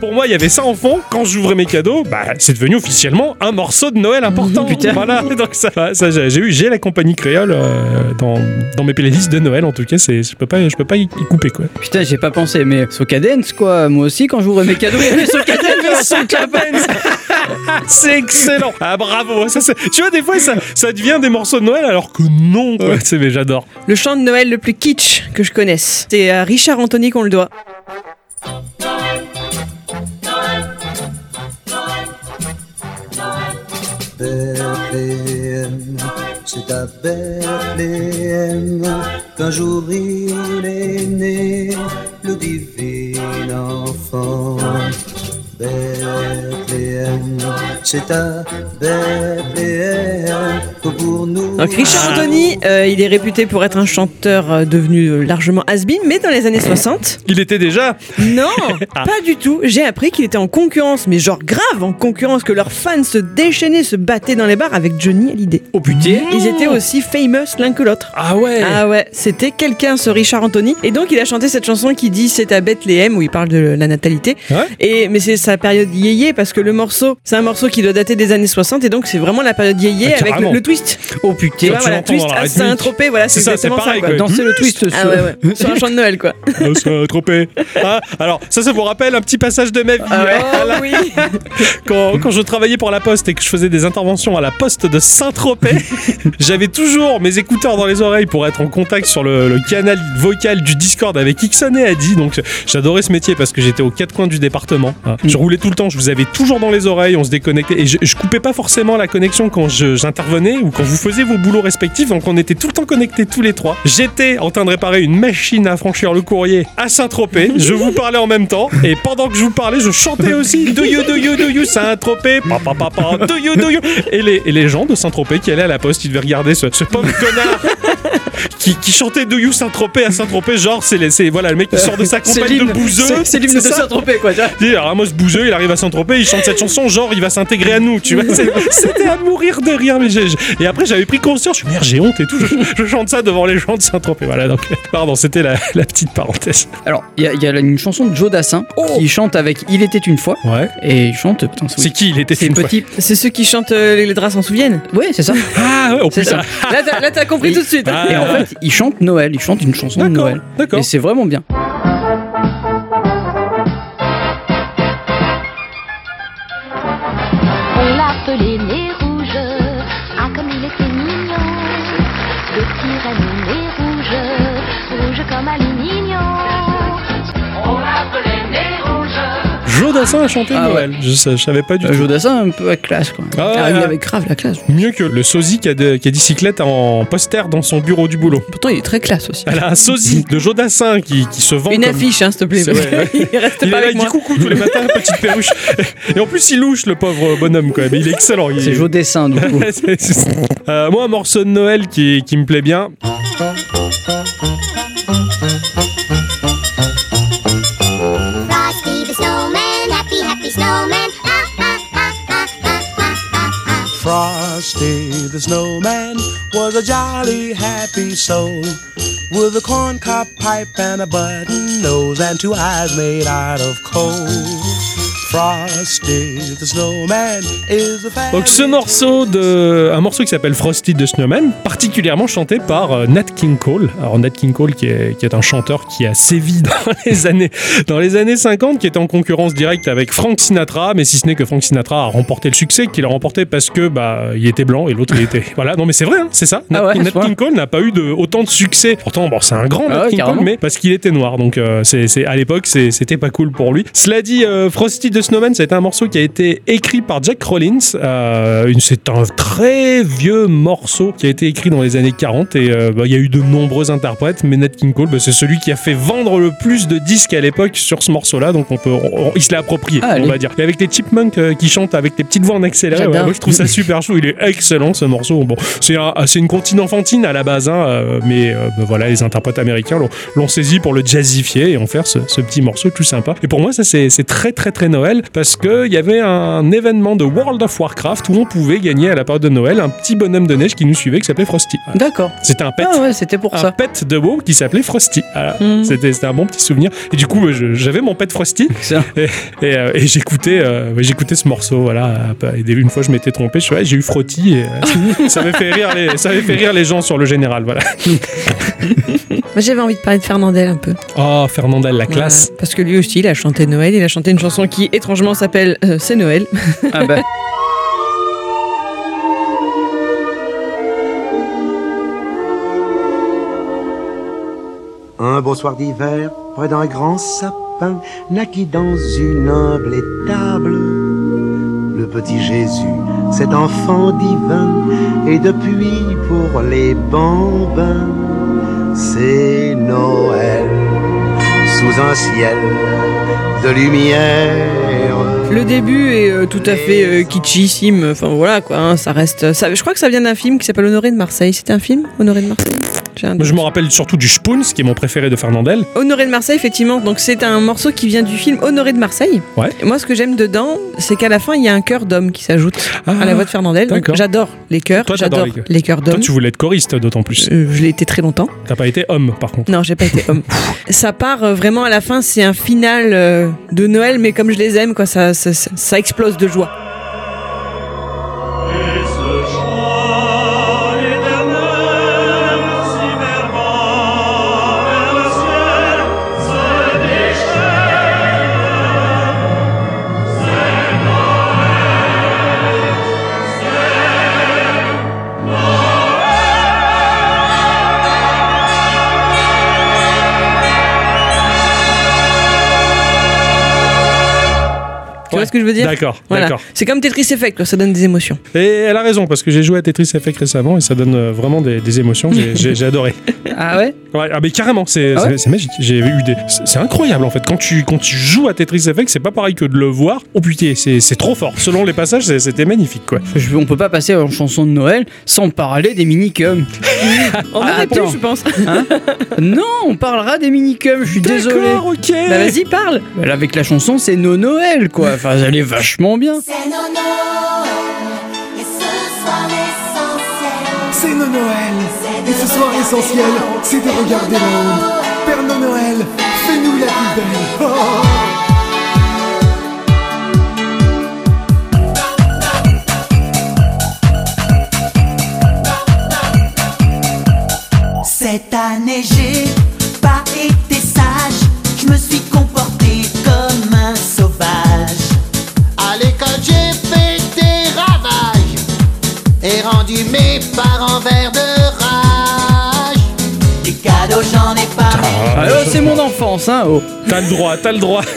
Pour moi, il y avait ça en fond. Quand j'ouvrais mes cadeaux, bah, c'est devenu officiellement un morceau de Noël important.
Putain.
Voilà. Donc ça, ça, j'ai j'ai eu, j'ai la compagnie créole euh, dans, dans mes playlists de Noël. En tout cas, c'est, je peux pas, je peux pas y y couper quoi.
Putain, j'ai pas pensé, mais Socadence quoi, moi aussi quand j'ouvrais mes cadeaux, il y avait Socadence
Son Clapens. Ben, c'est excellent. Ah bravo. Ça, c'est- tu vois, des fois, ça, ça devient des morceaux de Noël alors que non. quoi. C'est mais j'adore.
Le chant de Noël le plus kitsch que je connaisse. C'est à Richard Anthony qu'on le doit.
Bethléem, c'est à Bethléem qu'un jour il est né le divin enfant. Bethléem, c'est à Bethléem que pour nous.
Donc
Ah.
Richard Anthony, euh, il est réputé pour être un chanteur euh, devenu euh, largement has-been, mais dans les années 60.
Il était déjà.
Non,
Ah.
pas du tout. J'ai appris qu'il était en concurrence, mais genre grave en concurrence, que leurs fans se déchaînaient, se battaient dans les bars avec Johnny Hallyday.
Oh putain
Ils étaient aussi famous l'un que l'autre.
Ah ouais.
Ah ouais, c'était quelqu'un ce Richard Anthony. Et donc il a chanté cette chanson qui dit C'est à Bethléem, où il parle de la natalité.
Ouais.
Et, mais c'est sa période yéyé parce que le morceau, c'est un morceau qui doit dater des années 60 et donc c'est vraiment la période yéyé
Ah,
avec
carrément.
le, le twist.
Oh
Tu
putain
vois,
tu
voilà,
l'entends
twist,
dans la
ah, c'est un
rythmique.
tropé, voilà,
C'est
c'est
ça, c'est
exactement ça.
pareil,
quoi.
quoi.
Danser le twist
Ah ouais, ouais. Sur un chant de Noël, quoi.
Ah, c'est un tropé. Ah, alors ça, ça vous rappelle un petit passage de ma vie. hein.
Oh oui.
quand, quand je travaillais pour la poste et que je faisais des interventions à la poste de Saint-Tropez, j'avais toujours mes écouteurs dans les oreilles pour être en contact sur le, le canal vocal du Discord avec Ixon et Adi. Donc j'adorais ce métier parce que j'étais aux quatre coins du département. Ah. Je roulais tout le temps, je vous avais toujours dans les oreilles, on se déconnectait et je, je coupais pas forcément la connexion quand je- j'intervenais ou quand vous faisiez vos boulots respectifs. Donc on était tout le temps connectés tous les trois. J'étais en train de réparer une machine à franchir le courrier à Saint-Tropez. Je vous parlais en même temps et pendant que je vous parlais, je chantais aussi Do you do you do you Saint-Tropez pa, pa, pa, pa, Do you do you et les, et les gens de Saint-Tropez qui allaient à la poste, ils devaient regarder ce, ce pauvre connard qui, qui chantait Do you Saint-Tropez à Saint-Tropez genre c'est les- c'est- voilà le mec qui sort de sa campagne de bouseux.
c'est- c'est l'hymne de
ça
Saint-Tropez quoi. tu vois.
dis, Ramos Bouzeux, il arrive à Saint-Tropez, il chante cette chanson, genre il va s'intégrer à nous, tu vois. C'est- C'était à mourir de rire. Mais j'ai- j'ai- Et après, j'avais pris conscience, je me suis dit, merde, j'ai honte et tout, je, je chante ça devant les gens de Saint-Tropez. Voilà, donc, pardon, c'était la, la petite parenthèse.
Alors, il y, a- il y a une chanson de Joe Dassin qui chante avec Il était une fois
Ouais.
et il chante. Putain,
Oh. C'est qui Il était
C'est
une fois
petit.
C'est ceux qui chantent euh, Les draps s'en souviennent.
Ouais, c'est ça.
Ah ouais, oh
C'est
putain.
ça.
Là, t'as- là, t'as compris
Oui.
tout de suite.
Ah,
Et en fait, il chante Noël, il chante une chanson de
D'accord,
Noël.
d'accord.
Et c'est vraiment bien.
On l'appelait Nez Rouge, ah comme il était mignon. Le petit Raymond Nez Rouge, rouge comme un mignon.
Joe Dassin a chanté
Ah
Noël. Je, sa- je savais pas du
Euh,
tout.
Joe Dassin un peu à classe quoi.
Ah ouais,
Ah, il
ouais.
avait grave la classe.
Mieux que le sosie qui a, de, qui a des cyclettes en poster dans son bureau du boulot.
Pourtant, il est très classe aussi.
Elle a un sosie de Joe Dassin qui, qui se vend
Une
comme
affiche, hein, s'il te plaît.
C'est vrai,
il reste
Il
pas
est là,
avec
il dit
moi.
coucou tous les matins, petite perruche. Et en plus, il louche, le pauvre bonhomme, quand même. Il est excellent. il-
C'est Joe Dassin du coup.
C'est- c'est- Euh, moi, un morceau de Noël qui, qui me plaît bien.
Frosty the snowman, happy, happy snowman. Ah, ah, ah, ah, ah, ah, ah, ah.
Frosty the Snowman was a jolly happy soul with a corncob pipe and a button nose and two eyes made out of coal. Frosty the Snowman is a fairy
Donc, ce morceau de. Un morceau qui s'appelle Frosty the Snowman, particulièrement chanté par euh, Nat King Cole. Alors, Nat King Cole, qui est, qui est un chanteur qui a sévi dans les, années, dans les années 50, qui était en concurrence directe avec Frank Sinatra, mais si ce n'est que Frank Sinatra a remporté le succès qu'il a remporté parce que, bah, il était blanc et l'autre, il était. Voilà, non, mais c'est vrai, hein, c'est ça. Nat,
Ah ouais,
Nat
à ce point.
King Cole n'a pas eu de, autant de succès. Pourtant, bon, c'est un grand Nat
Ah ouais,
King Cole,
carrément.
mais parce qu'il était noir. Donc, euh, c'est c'est- à l'époque, c'est- c'était pas cool pour lui. Cela dit, euh, Frosty the Snowman, c'est un morceau qui a été écrit par Jack Rollins. Euh, une- c'est un très vieux morceau qui a été écrit dans les années 40 et euh, bah, il y a eu de nombreux interprètes. Mais Nat King Cole, bah, c'est celui qui a fait vendre le plus de disques à l'époque sur ce morceau-là. Donc, on peut, on- on- il se l'a approprié,
Ah,
on
allez.
va dire. Et avec les Chipmunks euh, qui chantent avec des petites voix en accéléré,
J'adore.
ouais, moi je trouve ça super chou. Il est excellent ce morceau. Bon, c'est un- c'est une comptine enfantine à la base, hein, euh, mais euh, bah, voilà, les interprètes américains l'ont- l'ont saisi pour le jazzifier et en faire ce, ce petit morceau tout sympa. Et pour moi, ça c'est c'est très très très Noël parce que il y avait un événement de World of Warcraft où on pouvait gagner à la période de Noël un petit bonhomme de neige qui nous suivait qui s'appelait Frosty.
D'accord.
C'était un pet.
Ah ouais, c'était pour
un
ça.
pet de WoW qui s'appelait Frosty. Voilà.
Hmm.
C'était c'était un bon petit souvenir. Et du coup, je- j'avais mon pet Frosty
Excellent.
et, euh, et j'écoutais euh, ouais, j'écoutais ce morceau voilà et dès- une fois je m'étais trompé je suis, ouais, j'ai eu frottis et, euh, ça avait fait rire les ça avait fait rire les gens sur le général voilà
Moi, j'avais envie de parler de Fernandel un peu.
Oh, Fernandel, la classe.
Parce que lui aussi, il a chanté Noël. Il a chanté une chanson qui, étrangement, s'appelle euh, C'est Noël.
Ah bah.
Un beau soir d'hiver, près d'un grand sapin, naquit dans une humble étable le petit Jésus, cet enfant divin, et depuis pour les bambins, c'est Noël, sous un ciel de lumière.
Le début est euh, tout à fait euh, kitschissime. Enfin voilà quoi, hein, ça reste. Ça, je crois que ça vient d'un film qui s'appelle Honoré de Marseille. C'était un film Honoré de Marseille. J'ai un
Moi, je me rappelle surtout du Spoons, qui est mon préféré de Fernandel.
Honoré de Marseille, effectivement. Donc c'est un morceau qui vient du film Honoré de Marseille.
Ouais.
Et moi, ce que j'aime dedans, c'est qu'à la fin, il y a un chœur d'homme qui s'ajoute
Ah,
à la voix de Fernandel. Donc,
d'accord.
J'adore les chœurs,
Toi, t'adores
j'adore
les chœurs.
les chœurs
Toi,
d'hommes.
tu voulais être choriste, d'autant plus.
Euh, je l'ai été très longtemps.
T'as pas été homme, par contre.
Non, j'ai pas été homme. ça part euh, vraiment à la fin, c'est un final euh, de Noël, mais comme je les aime, quoi, ça, ça, ça- ça explose de joie. Tu vois ce que je veux dire
D'accord,
Voilà.
d'accord.
C'est comme Tetris Effect, quoi, ça donne des émotions.
Et elle a raison, parce que j'ai joué à Tetris Effect récemment et ça donne euh, vraiment des, des émotions. J'ai- J'ai j'ai adoré.
Ah ouais
Ouais, ah mais carrément, c'est
Ah ouais
c'est- c'est magique. J'ai eu des, c'est c'est incroyable en fait. Quand tu quand tu joues à Tetris Effect, c'est pas pareil que de le voir. Oh putain, c'est c'est trop fort. Selon les passages, c'est- c'était magnifique quoi.
Je- On peut pas passer en chanson de Noël sans parler des minicums. Ah,
On aurait pu,
attends.
je pense.
non, on parlera des minicums, je suis désolé.
D'accord, ok.
bah vas-y, parle.
Là, Avec la chanson, c'est No Noël, quoi. Enfin, elle est vachement bien.
C'est nos Noël, et ce soir l'essentiel. C'est nos Noël, et ce soir l'essentiel, c'est de regarder là-haut. Père Noël, fais-nous la plus belle. Cette année, j'ai pas été sage. Je me suis comporté comme un sauvage. À l'école, j'ai fait des ravages et rendu mes parents verts de rage. Des cadeaux, j'en ai pas.
Alors, Ah, oh, c'est mon enfance, hein. oh.
Ah, T'as le droit, t'as le droit.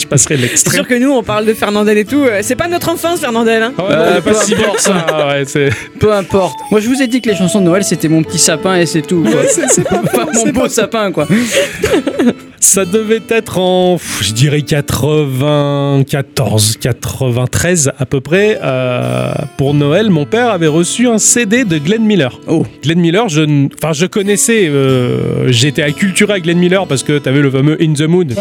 Je passerai
C'est
l'extrait.
sûr que nous, on parle de Fernandel et tout. euh, C'est pas notre enfance, Fernandel. Hein.
Ah ouais,
Euh,
non, pas
peu
si
importe.
fort ça. Ah ouais, c'est
Peu importe. Moi, je vous ai dit que les chansons de Noël, c'était mon petit sapin et c'est tout. quoi.
c'est pas
Pas mon beau sapin, quoi.
Ça devait être en, pff, je dirais 94, 93 à peu près. Euh, pour Noël, mon père avait reçu un CD de Glenn Miller.
Oh.
Glenn Miller, je, n- enfin, je connaissais, euh, j'étais acculturé à Glenn Miller parce que t'avais le fameux In the Mood.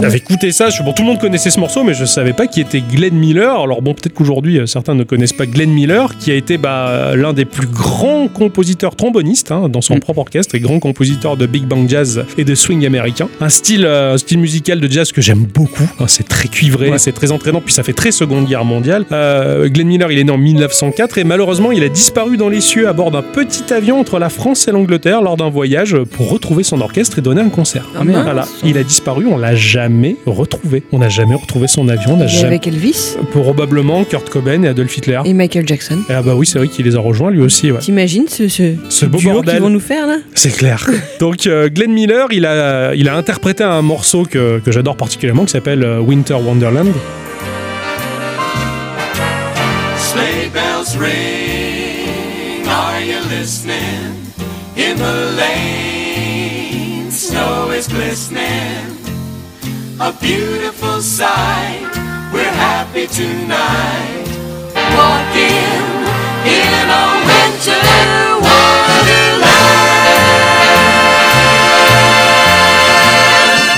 J'avais écouté ça, je, bon, tout le monde connaissait ce morceau, mais je savais pas qui était Glenn Miller. Alors bon, peut-être qu'aujourd'hui, euh, certains ne connaissent pas Glenn Miller, qui a été bah, l'un des plus grands compositeurs trombonistes hein, dans son
Mm.
propre orchestre et grand compositeur de Big Bang Jazz et de swing américain. Un style, euh, un style musical de jazz que j'aime beaucoup. hein, c'est très cuivré,
Ouais.
c'est très entraînant, puis ça fait très Seconde Guerre mondiale. Euh, Glenn Miller, il est né en 1904 et malheureusement, il a disparu dans les cieux à bord d'un petit avion entre la France et l'Angleterre lors d'un voyage pour retrouver son orchestre et donner un concert.
Ah, merde.
Voilà, il a disparu, on l'a jamais retrouvé. On n'a jamais retrouvé son avion, on n'a
Et
jamais.
avec Elvis
Probablement Kurt Cobain et Adolf Hitler.
et Michael Jackson.
Ah bah oui, c'est vrai qu'il les a rejoints lui aussi, ouais.
T'imagines ce, ce,
Ce beau
duo
bordel.
qu'ils vont nous faire là
C'est clair. Donc euh, Glenn Miller, il a, il a interprété un morceau que, que j'adore particulièrement qui s'appelle euh, Winter Wonderland.
Sleigh bells ring, are you listening? In the lane, snow is glistening. A beautiful sight, we're happy tonight. Walking in a winter wonderland.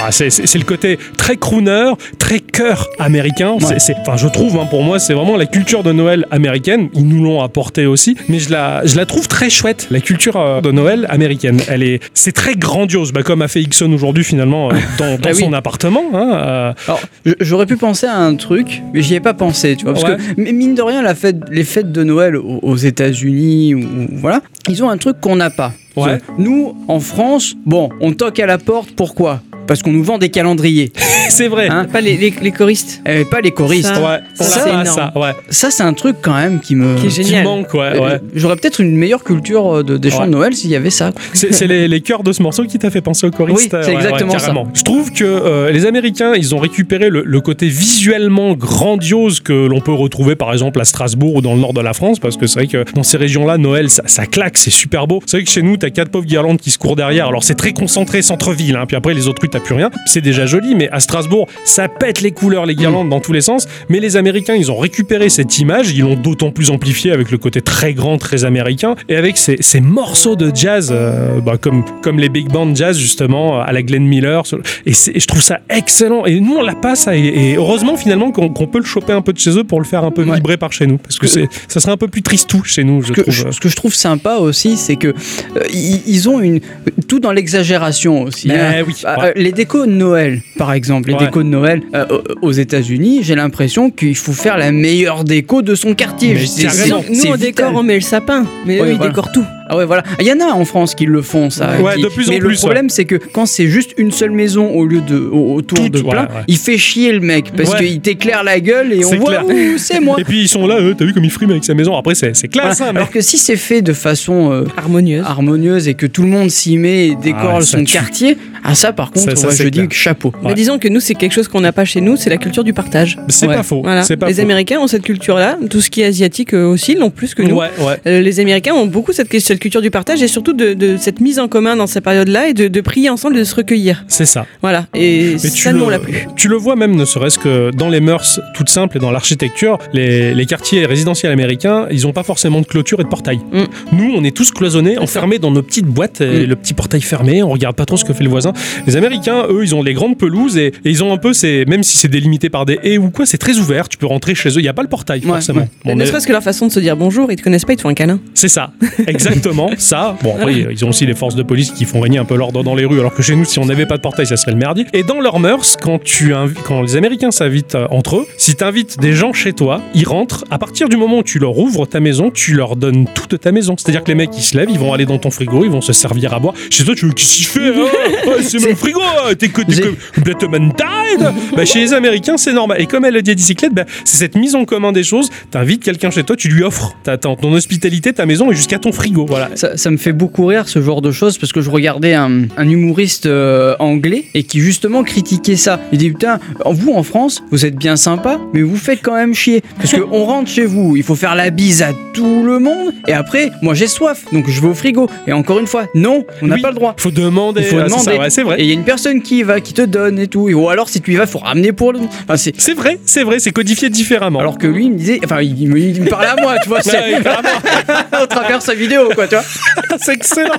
Ah, c'est c'est- c'est le côté très crooner, très cœur américain. C'est- c'est- Enfin, je trouve, hein, pour moi, c'est vraiment la culture de Noël américaine. Ils nous l'ont apporté aussi, mais je la, je la trouve très chouette, la culture euh, de Noël américaine. Elle est, c'est très grandiose, bah, comme a fait Ixon aujourd'hui, finalement, euh, dans, dans
Ah oui.
son appartement. hein, euh.
J- J'aurais pu penser à un truc, mais j'y ai pas pensé, tu vois. Parce
Ouais.
que m- mine de rien, la fête, les fêtes de Noël au- aux États-Unis, ou, ou- voilà, ils ont un truc qu'on n'a pas.
Ouais.
Nous, en France, bon, on toque à la porte. Pourquoi Parce qu'on nous vend des calendriers.
c'est vrai.
Pas les, les- les choristes.
Et eh, pas les choristes.
Ça,
Ouais, on l'a
Hein, ça,
pas,
c'est
ça, ouais.
Ça, c'est un truc quand même qui me.
Qui est génial.
Qui manque, ouais,
Euh,
ouais.
J'aurais peut-être une meilleure culture euh, de, des chants
Ouais.
de Noël s'il y avait ça.
C'est c'est les, les chœurs de ce morceau qui t'a fait penser au choriste. euh,
Oui, c'est exactement ça.
carrément. Je trouve que euh, les Américains, ils ont récupéré le, le côté visuellement grandiose que l'on peut retrouver par exemple à Strasbourg ou dans le nord de la France, parce que c'est vrai que dans ces régions-là, Noël, ça, ça claque, c'est super beau. C'est vrai que chez nous, t'as quatre pauvres guirlandes qui se courent derrière. Alors c'est très concentré centre-ville, hein, puis après les autres rues, t'as plus rien. C'est déjà joli, mais à Strasbourg, ça pète les couleurs, les
Mm.
guirlandes dans tous les sens. Mais les Américains, ils ont récupéré cette image, ils l'ont d'autant plus amplifiée avec le côté très grand, très américain, et avec ces, ces morceaux de jazz, euh, bah, comme, comme les big band jazz justement, euh, à la Glenn Miller. sur- Et, c'est- et je trouve ça excellent. Et nous, on l'a pas ça. Et, et heureusement finalement qu'on qu'on peut le choper un peu de chez eux pour le faire un peu vibrer par chez nous, parce que c'est- ça serait un peu plus tristou chez nous, je
que-
trouve. euh,
je- ce que je trouve sympa aussi, c'est que euh, ils, ils ont une tout dans l'exagération aussi.
Ben
hein.
oui,
Ah,
ouais.
euh, les décos de Noël, par exemple, les
Ouais.
décos de Noël euh, aux aux États-Unis, j'ai l'impression qu'il faut faire la meilleure déco de son quartier.
Mais
Je- c'est-
carrément.
c'est-
Nous,
c'est
on
vital.
décore, on met le sapin. Mais
Ouais,
eux, ils
voilà.
décorent tout.
Ah ouais, voilà. Il y en a en France qui le font, ça.
Ouais,
qui-
de plus en
mais
plus,
le problème, c'est que quand c'est juste une seule maison au lieu de au- autour
Toutes,
de plein,
ouais, ouais.
il fait chier le mec parce
Ouais.
qu'il t'éclaire la gueule et on
C'est
voit
clair.
Ouh, c'est moi.
Et puis ils sont là, eux, t'as vu comme ils friment avec sa maison. Après, c'est c'est classe,
Voilà.
hein, mais-
Alors que si c'est fait de façon euh,
Harmonieuse.
harmonieuse et que tout le monde s'y met et décore
Ah ouais, ça
son
tue.
quartier, ah ça par contre,
Ça, ça,
ouais,
c'est
je
clair.
dis que chapeau.
Ouais.
Bah, disons que nous, c'est quelque chose qu'on n'a pas chez nous, c'est la culture du partage.
C'est
Ouais.
pas faux.
Voilà.
C'est pas
les
faux.
Américains ont cette culture-là. Tout ce qui est asiatique euh, aussi l'ont plus que nous.
Ouais, ouais.
Euh, Les Américains ont beaucoup cette, question- cette culture du partage et surtout de, de cette mise en commun dans cette période-là et de, de prier ensemble et de se recueillir.
C'est ça.
Voilà. Et
Mais
ça, nous, on l'a plus.
Tu le vois même, ne serait-ce que dans les mœurs toutes simples et dans l'architecture, les, les quartiers résidentiels américains, ils n'ont pas forcément de clôture et de portail.
Mm.
Nous, on est tous cloisonnés, enfermés dans nos petites boîtes, et
Mm.
le petit portail fermé, on regarde pas trop ce que fait le voisin. Les Américains, eux, ils ont les grandes pelouses et, et ils ont un peu ces, même si c'est délimité par des haies ou quoi, c'est très ouvert. Tu peux rentrer chez eux, il n'y a pas le portail
Ouais,
forcément.
ouais.
Bon,
ne
mais-
serait-ce que leur façon de se dire bonjour, ils te connaissent pas, ils te font un câlin.
c'est ça, exactement ça. Bon, après, ils ont aussi les forces de police qui font régner un peu l'ordre dans les rues, alors que chez nous, si on n'avait pas de portail, ça serait le merdier. Et dans leurs mœurs, quand, tu invi- quand les Américains s'invitent euh, entre eux, si tu invites des gens chez toi, ils rentrent. À partir du moment où tu leur ouvres ta maison, tu leur donnes tout de ta maison. C'est-à-dire que les mecs, ils se lèvent, ils vont aller dans ton frigo, ils vont se servir à boire. Chez toi, tu veux qu'est-ce qu'il fait hein Ouais, C'est mon frigo hein T'es co- t'es
J'ai-
co- complètement tied Bah, Chez les Américains, c'est normal. Et comme elle le dit à bicyclette, bah, c'est cette mise en commun des choses. T'invites quelqu'un chez toi, tu lui offres ta, ta- ton hospitalité, ta maison et jusqu'à ton frigo. Voilà.
Ça, ça me fait beaucoup rire ce genre de choses parce que je regardais un, un humoriste euh, anglais et qui justement critiquait ça. Il dit putain, euh, vous en France, vous êtes bien sympa, mais vous faites quand même chier parce que on rentre chez vous, il faut faire la bise à tout le monde et après, moi j'ai soif, donc je vais au frigo. Et encore une fois, non, on n'a
Oui.
pas le droit.
Faut demander.
Il faut
Ah, c'est
demander.
ça, ouais, c'est vrai.
Et il y a une personne qui y va, qui te donne et tout. Et- Ou alors si tu y vas, faut ramener pour le. Enfin, c'est-
C'est vrai, c'est vrai, c'est codifié différemment.
Alors que lui, il me disait, enfin, il, me, il me parlait à moi, tu vois,
Ouais,
c'est
ouais, vraiment,
à travers sa vidéo, quoi, tu vois.
c'est excellent.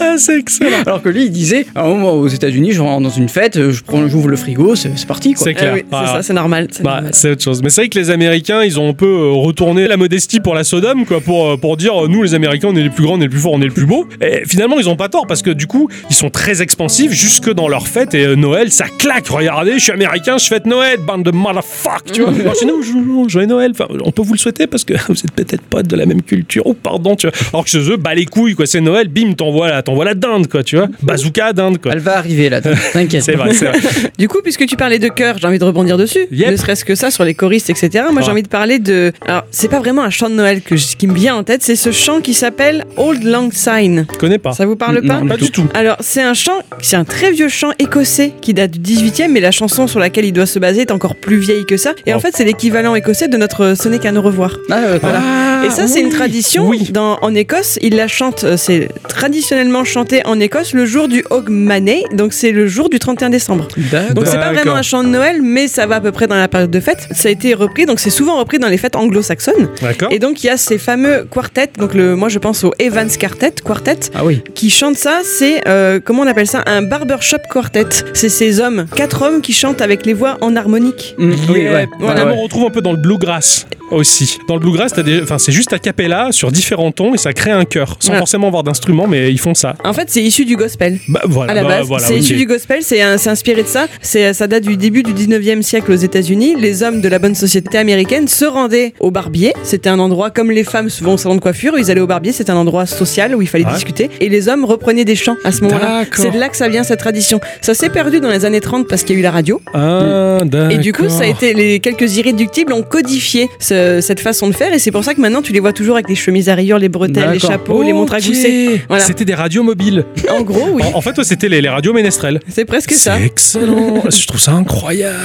Ah, c'est excellent.
Alors que lui, il disait, ah, moi, aux États-Unis, je rentre dans une fête, je prends, j'ouvre le frigo, c'est c'est parti, quoi.
C'est clair.
Ah oui,
Ah,
c'est ça, c'est normal. c'est
Bah,
normal.
c'est autre chose. Mais c'est vrai que les Américains, ils ont un peu euh, retourné la modestie pour la Sodome, quoi, pour, euh, pour dire euh, nous, les Américains, on est les plus grands, on est les plus forts, on est les plus beaux. Et finalement, ils ont pas tort parce que du coup, ils sont très expansifs jusque dans leurs fêtes et euh, Noël, ça claque. Regardez, je suis américain, je fête Noël, bande de motherfuck, tu vois. Moi, chez nous, je- je- joyeux Noël. Enfin, on peut vous le souhaiter parce que vous êtes peut-être pas de la même culture. Oh, pardon, tu vois. Alors que chez eux, bah les couilles, quoi, c'est Noël, bim, t'envoies la, t'envoies la dinde, quoi, tu vois. Bazooka, dinde, quoi.
Elle
Ah,
va arriver là, t'inquiète.
C'est vrai, c'est vrai.
Du coup, puisque tu parlais de cœur, j'ai envie de rebondir dessus.
Yep.
Ne serait-ce que ça, sur les choristes, etc. Moi,
Ouais.
j'ai envie de parler de. Alors, c'est pas vraiment un chant de Noël que je- qui me vient en tête, c'est ce chant qui s'appelle Old Lang Syne.
Je connais pas.
Ça vous parle pas
Non,
Ah. Pas du tout.
Alors, c'est un chant, c'est un très vieux chant écossais qui date du 18e, mais la chanson sur laquelle il doit se baser est encore plus vieille que ça. Et
Oh.
en fait, c'est l'équivalent écossais de notre euh, Ce n'est qu'à nous revoir.
Ah, ouais, voilà.
Et ça, c'est une tradition
Oui.
dans, en Écosse, il la chante, euh, c'est traditionnellement chanté en Écosse le jour du Hogmanay, donc c'est le jour du 31 décembre. Donc c'est pas vraiment un chant de Noël, mais ça va à peu près dans la période de fête. Ça a été repris, donc c'est souvent repris dans les fêtes anglo-saxonnes.
D'accord.
Et donc il y a ces fameux quartets, donc le, moi je pense au Evans Quartet, quartet
Ah oui.
qui chantent ça, c'est, euh, comment on appelle ça, un barbershop quartet. C'est ces hommes, quatre hommes qui chantent avec les voix en harmonique.
Mm, Ah
Qui
euh,
est- finalement, on retrouve un peu dans le bluegrass aussi. Dans le bluegrass, t'as des- enfin, c'est juste a cappella sur différents tons et ça crée un chœur, sans
Ouais.
forcément avoir d'instrument, mais ils font ça.
En fait, c'est issu du gospel.
Bah, voilà,
à la
bah,
base,
voilà,
c'est
ok.
issu du gospel, c'est un- c'est inspiré de ça. C'est ça date du début du 19e siècle aux États-Unis. Les hommes de la bonne société américaine se rendaient au barbier. C'était un endroit comme les femmes vont au salon de coiffure, ils allaient au barbier, c'était un endroit social où il fallait
Ah Ouais.
discuter et les hommes reprenaient des chants à ce moment-là.
D'accord.
C'est de là que ça vient cette tradition. Ça s'est perdu dans les années 30 parce qu'il y a eu la radio.
Ah,
Et du coup, ça a
d'accord.
été les quelques irréductibles ont codifié ce- cette façon de faire, et c'est pour ça que maintenant tu les vois toujours avec les chemises à rayures, les bretelles, les
D'accord.
chapeaux, les montres à
Ok. Oh.
gousset. Voilà.
C'était des radios mobiles.
En gros, oui.
En, en fait, ouais, c'était les, les radios ménestrelles.
C'est presque ça.
C'est excellent. Je trouve ça incroyable.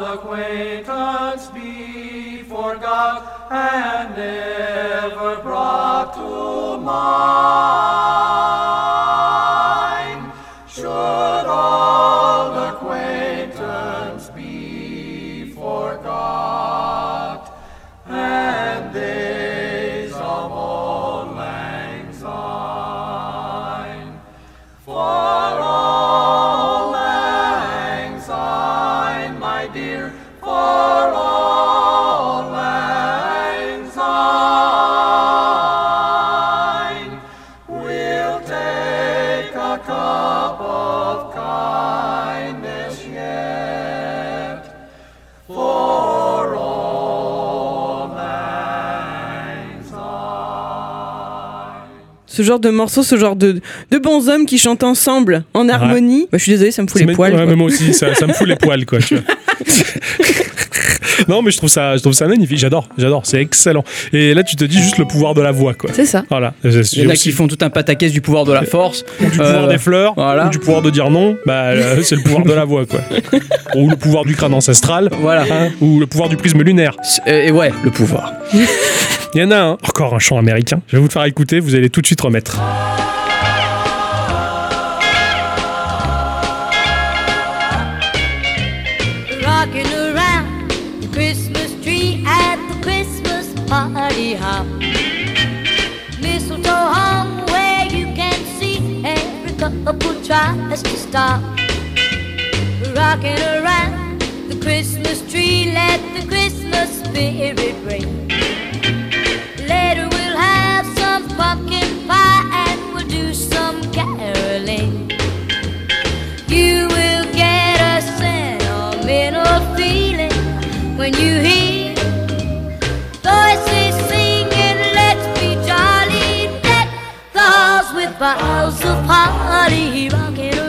acquaintance be forgot and never brought to mind. Should all acquaintance be forgot and days of old lang syne? For all lang syne, my dear, for all lang syne, we'll take a cup of kindness yet. For all lang syne.
Ce genre de morceaux, ce genre de, de bons hommes qui chantent ensemble en harmonie. Bah, je suis désolée, ça me fout
C'est
les
ma-
poils.
ouais,
quoi.
mais moi aussi, ça, ça me fout les poils, quoi. tu vois. non, mais je trouve ça, je trouve ça magnifique. J'adore, j'adore. C'est excellent. Et là, tu te dis juste le pouvoir de la voix, quoi.
C'est ça.
Voilà.
Il y en a qui font tout un pataquès du pouvoir de la force. Euh,
Ou du pouvoir des fleurs, ou du pouvoir de dire non, bah euh, c'est le pouvoir de la voix quoi. ou le pouvoir du crâne ancestral,
voilà. euh,
ou le pouvoir du prisme lunaire.
Et ouais, le pouvoir.
Il y en a un, encore un chant américain. Je vais vous le faire écouter, vous allez tout de suite remettre.
Rocking around the Christmas tree at the Christmas party hop. Mistletoe hung where you can see every couple tries to stop. Rocking around the Christmas tree, let the Christmas spirit ring. Later we'll have some pumpkin pie and we'll do some caroling. You will get a sentimental feeling when you hear voices singing, let's be jolly, deck the halls with boughs of holly rocking around.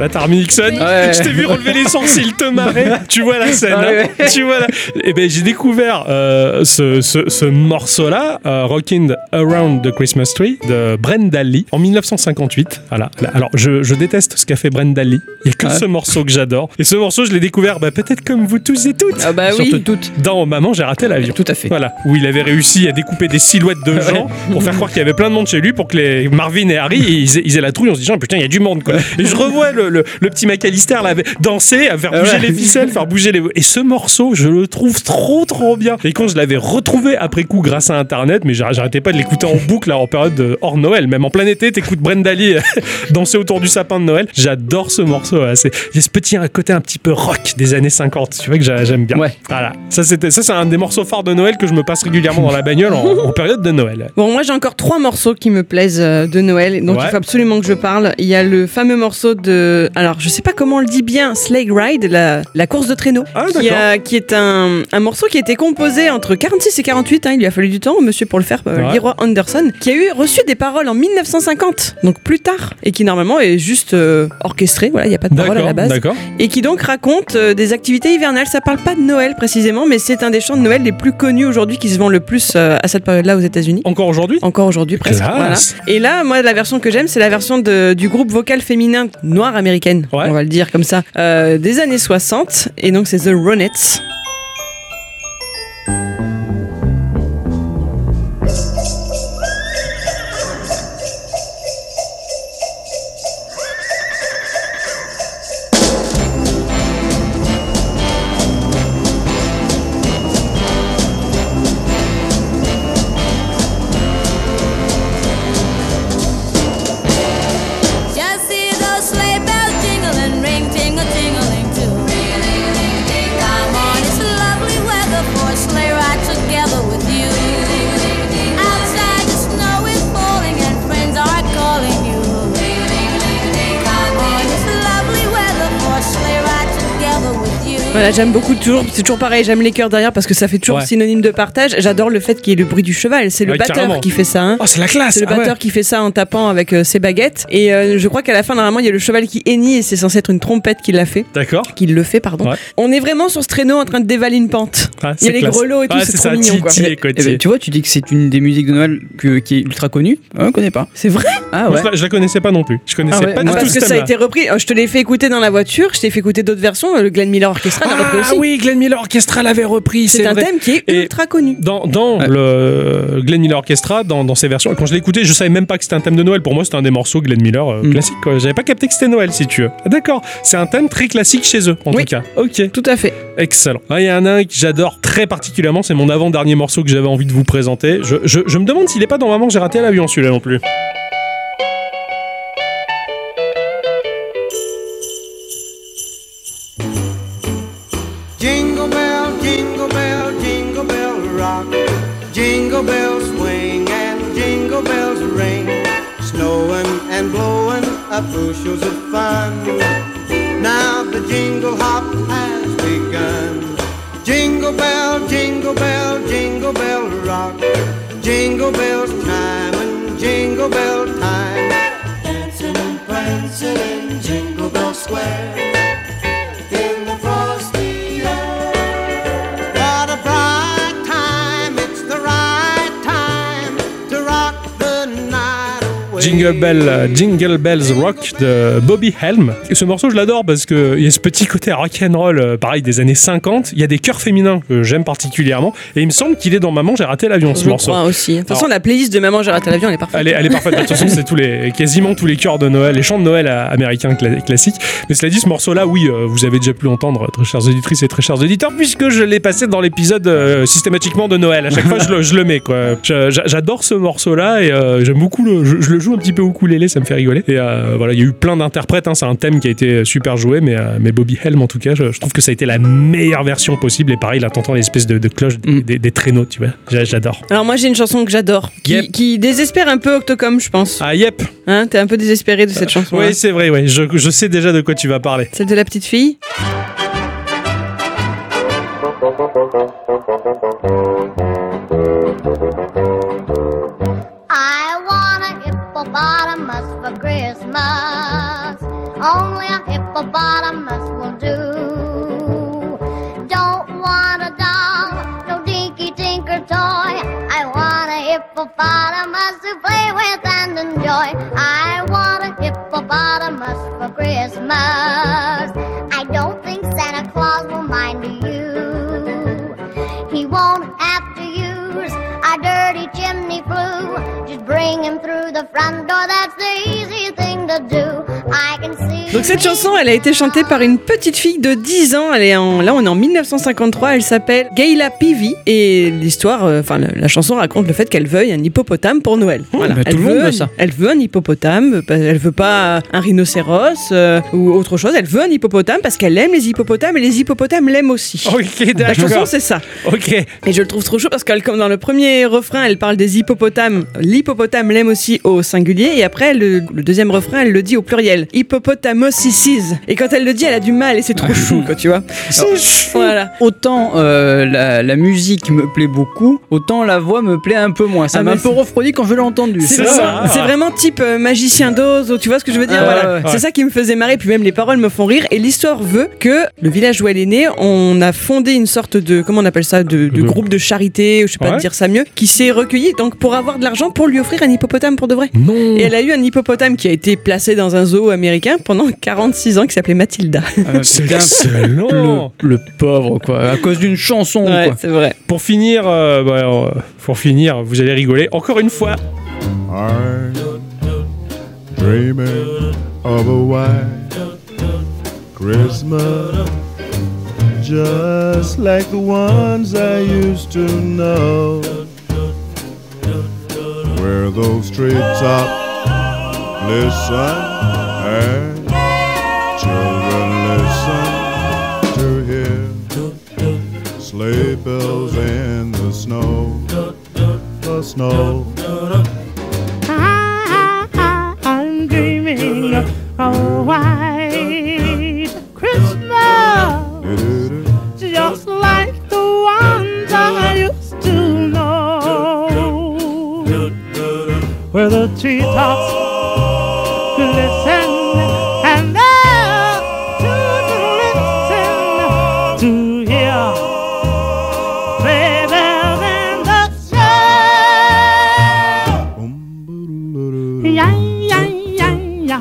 Là, t'as remis Nixon. Je t'ai vu relever les sourcils, te marrer. tu vois la scène.
Ouais,
hein. Tu vois. Et ben, j'ai découvert euh, ce, ce- ce morceau-là, euh, Rockin' Around the Christmas Tree, de Brenda Lee, en 1958. Voilà. Alors, je, je déteste ce qu'a fait Brenda Lee. Il
Ah.
y a que ce morceau que j'adore. Et ce morceau, je l'ai découvert, bah, peut-être comme vous tous et toutes.
Ah bah oui.
Surtout toutes. Dans Maman, j'ai raté l'avion. Tout à fait. Voilà. Où il avait réussi à découper des silhouettes de gens pour faire croire qu'il y avait plein de monde chez lui pour que les Marvin et Harry ils, aient- ils aient la trouille en se disant putain il y a du monde quoi et je revois le, le- le petit McAllister là avec- danser à faire bouger
ouais.
les ficelles faire bouger les et ce morceau je le trouve trop trop bien et quand je l'avais retrouvé après coup grâce à internet mais j'ar- j'arrêtais pas de l'écouter en boucle là, en période de- hors Noël même en plein été t'écoutes Brenda Lee danser autour du sapin de Noël j'adore ce morceau voilà. c'est il y a ce petit côté un petit peu rock des années 50 tu vois que j'a- j'aime bien voilà ça c'était ça c'est un des morceaux phares de Noël que je me passe régulièrement dans la bagnole en, en période de Noël
Bon, moi j'ai encore trois morceaux qui me plaisent euh, de Noël, donc
Ouais.
il faut absolument que je parle. Il y a le fameux morceau de. Alors, je sais pas comment on le dit bien, Sleigh Ride, la, la course de traîneau. qui,
Ah, d'accord.
a- qui est euh, un, un morceau qui a été composé entre 46 et 48, hein, il lui a fallu du temps, au monsieur, pour le faire, euh,
Ouais.
Leroy Anderson, qui a eu reçu des paroles en 1950, donc plus tard, et qui normalement est juste euh, orchestré, voilà, il n'y a pas de paroles à la
D'accord,
base.
d'accord.
Et qui donc raconte euh, des activités hivernales. Ça parle pas de Noël précisément, mais c'est un des chants de Noël les plus connus aujourd'hui qui se vend le plus euh, à cette période-là aux États-Unis.
Encore aujourd'hui
Encore aujourd'hui presque. voilà.
Classe.
Et là, moi, la version que j'aime, c'est la version de- du groupe vocal féminin noir américaine, on va le dire comme ça, euh, des années 60. Et donc c'est The Ronettes.
Thank
Voilà, j'aime beaucoup toujours. C'est toujours pareil, j'aime les cœurs derrière parce que ça fait toujours
Ouais.
synonyme de partage. J'adore le fait qu'il y ait le bruit du cheval. C'est le
Ouais,
batteur
carrément.
qui fait ça. hein.
Oh, c'est la classe,
C'est le
ah ouais.
batteur qui fait ça en tapant avec euh, ses baguettes. Et euh, je crois qu'à la fin, normalement, il y a le cheval qui hennit et c'est censé être une trompette qui l'a fait.
D'accord.
Qu'il le fait, pardon. On est vraiment sur ce traîneau en train de dévaler une pente.
Ah,
il y
c'est
a les
classe.
grelots et tout,
Ah,
c'est
c'est
trop
ça,
mignon. quoi.
Titi et
Eh ben, tu vois, tu dis que c'est une des musiques de Noël que- qui est ultra connue. Ah, on connaît pas.
C'est vrai
Ah
Moi,
ouais.
je, la, je la connaissais pas non plus. Je connaissais
Ah ouais,
pas
moi-
du tout
Parce que
ce
ça a
thème-là.
été repris. Euh, Je te l'ai fait écouter dans la voiture, je t'ai fait écouter d'autres versions. euh, Le Glenn Miller Orchestra l'a repris aussi.
Ah oui, Glenn Miller Orchestra l'avait repris.
C'est un
vrai.
thème qui est
Et-
ultra connu.
Dans, dans le Glenn Miller Orchestra, dans, dans ses versions, quand je l'ai écouté, je savais même pas que c'était un thème de Noël. Pour moi, c'était un des morceaux Glenn Miller euh,
Mm.
classique. quoi. J'avais pas capté que c'était Noël, si tu veux. Ah, D'accord, c'est un thème très classique chez eux, en
Oui.
tout cas. Ok.
Tout à fait.
Excellent. Ah, Il y en a un que j'adore très particulièrement, c'est mon avant-dernier morceau que j'avais envie de vous présenter. Je, je- je me demande s'il est pas dans Maman, j'ai raté l'avion celui-là non plus.
Jingle bell, jingle bell, jingle bell rock. Jingle bells swing and jingle bells ring. Snowing and blowing up bushels of fun. Now the jingle hop has begun. Jingle bell, jingle bell, jingle bell rock. Jingle bells time and jingle bell time. Dancing and prancing in Jingle Bell Square in the frosty air. What a bright time, it's the right time to rock the night away.
Jingle Bell, euh, Jingle Bells Rock de Bobby Helm. Et ce morceau, je l'adore parce que il y a ce petit côté rock'n'roll, euh, pareil des années 50. Il y a des chœurs féminins que j'aime particulièrement, et il me semble qu'il est dans Maman, j'ai raté l'avion ce
Je
morceau.
crois aussi. De toute façon,
Alors-
la playlist de Maman, j'ai raté l'avion, elle est parfaite.
Elle est, elle est parfaite. De toute façon, c'est tous les, quasiment tous les chœurs de Noël, les chants de Noël euh, américains cla- classiques. Mais cela dit, ce morceau-là, oui, euh, vous avez déjà pu l'entendre, très chères auditrices et très chers auditeurs, puisque je l'ai passé dans l'épisode euh, systématiquement de Noël. À chaque fois, je le, je le mets, quoi. Je- j'a- J'adore ce morceau-là et euh, j'aime beaucoup le. Je, je le joue un petit peu au ukulélé, ça me fait rigoler. Et euh, voilà, il y a eu plein d'interprètes. hein, c'est un thème qui a été super joué, mais, euh, mais Bobby Helm, en tout cas, je, je trouve que ça a été la meilleure version possible. Et pareil, là, t'entends l'espèce de, de cloche des, des- des traîneaux, tu vois. J'a- J'adore.
Alors moi j'ai une chanson que j'adore, qui,
Yep.
qui désespère un peu Octocom je pense.
Ah, yep!
Hein, T'es un peu désespéré de cette chanson.
Oui, c'est vrai, ouais. Je, je sais déjà de quoi tu vas parler.
Celle de la petite fille
I want a hippopotamus for Christmas. Only a hippopotamus will do. Don't want a doll, no dinky tinker toy. I want a hippopotamus to play with and enjoy. I want a hippopotamus for Christmas. I don't think Santa Claus will mind you. He won't have to use our dirty chimney flue. Just bring him through the front door, that's the easy thing to do. I can see.
Donc cette chanson, elle a été chantée par une petite fille de 10 ans. Elle est en, là, on est en 1953. Elle s'appelle Gayla Peavy et l'histoire, euh, enfin la, la chanson raconte le fait qu'elle veuille un hippopotame pour Noël. Voilà.
bah, tout
elle
le monde
veut
veut
un-
ça.
Elle veut un hippopotame. pa- Elle veut pas un rhinocéros euh, ou autre chose. Elle veut un hippopotame parce qu'elle aime les hippopotames et les hippopotames l'aiment aussi.
Oh,
Ok,
La chanson,
d'accord.
c'est ça.
Ok.
Et je le trouve trop chaud parce qu'elle, comme dans le premier refrain, elle parle des hippopotames. L'hippopotame l'aime aussi au singulier. Et après, le, le deuxième refrain, elle le dit au pluriel. Hippopotamosicis. Et quand elle le dit, elle a du mal et c'est trop chou, quoi, tu vois.
Alors,
Voilà.
Autant euh, la, la musique me plaît beaucoup, autant la voix me plaît un peu moins. Ça
Ah,
m'a
mais
un peu
c'est-
refroidi quand je l'ai entendu.
C'est vraiment, c'est vraiment type euh, magicien d'Oz, tu vois ce que je veux dire
Ah,
voilà.
ouais, ouais.
C'est ça qui me faisait marrer, puis même les paroles me font rire. Et l'histoire veut que le village où elle est née, on a fondé une sorte de, comment on appelle ça, de, de groupe de charité, je sais pas
Ouais.
dire ça mieux, qui s'est recueilli donc pour avoir de l'argent pour lui offrir un hippopotame pour de vrai. Et elle a eu un hippopotame qui a été placé dans un zoo américain pendant 46 ans qui s'appelait Mathilda.
Euh,
Ah, putain, Le, le pauvre, quoi. À cause d'une chanson,
Ouais,
quoi.
c'est vrai.
Pour finir, euh, bah, euh, pour finir, vous allez rigoler encore une fois.
I'm dreaming of a white Christmas just like the ones I used to know where those treetops listen and children listen to hear sleigh bells in the snow the snow
I'm dreaming of a white Christmas. treetops. Listen and there to listen to hear play bells in the snow. Yeah, yeah, yeah, yeah.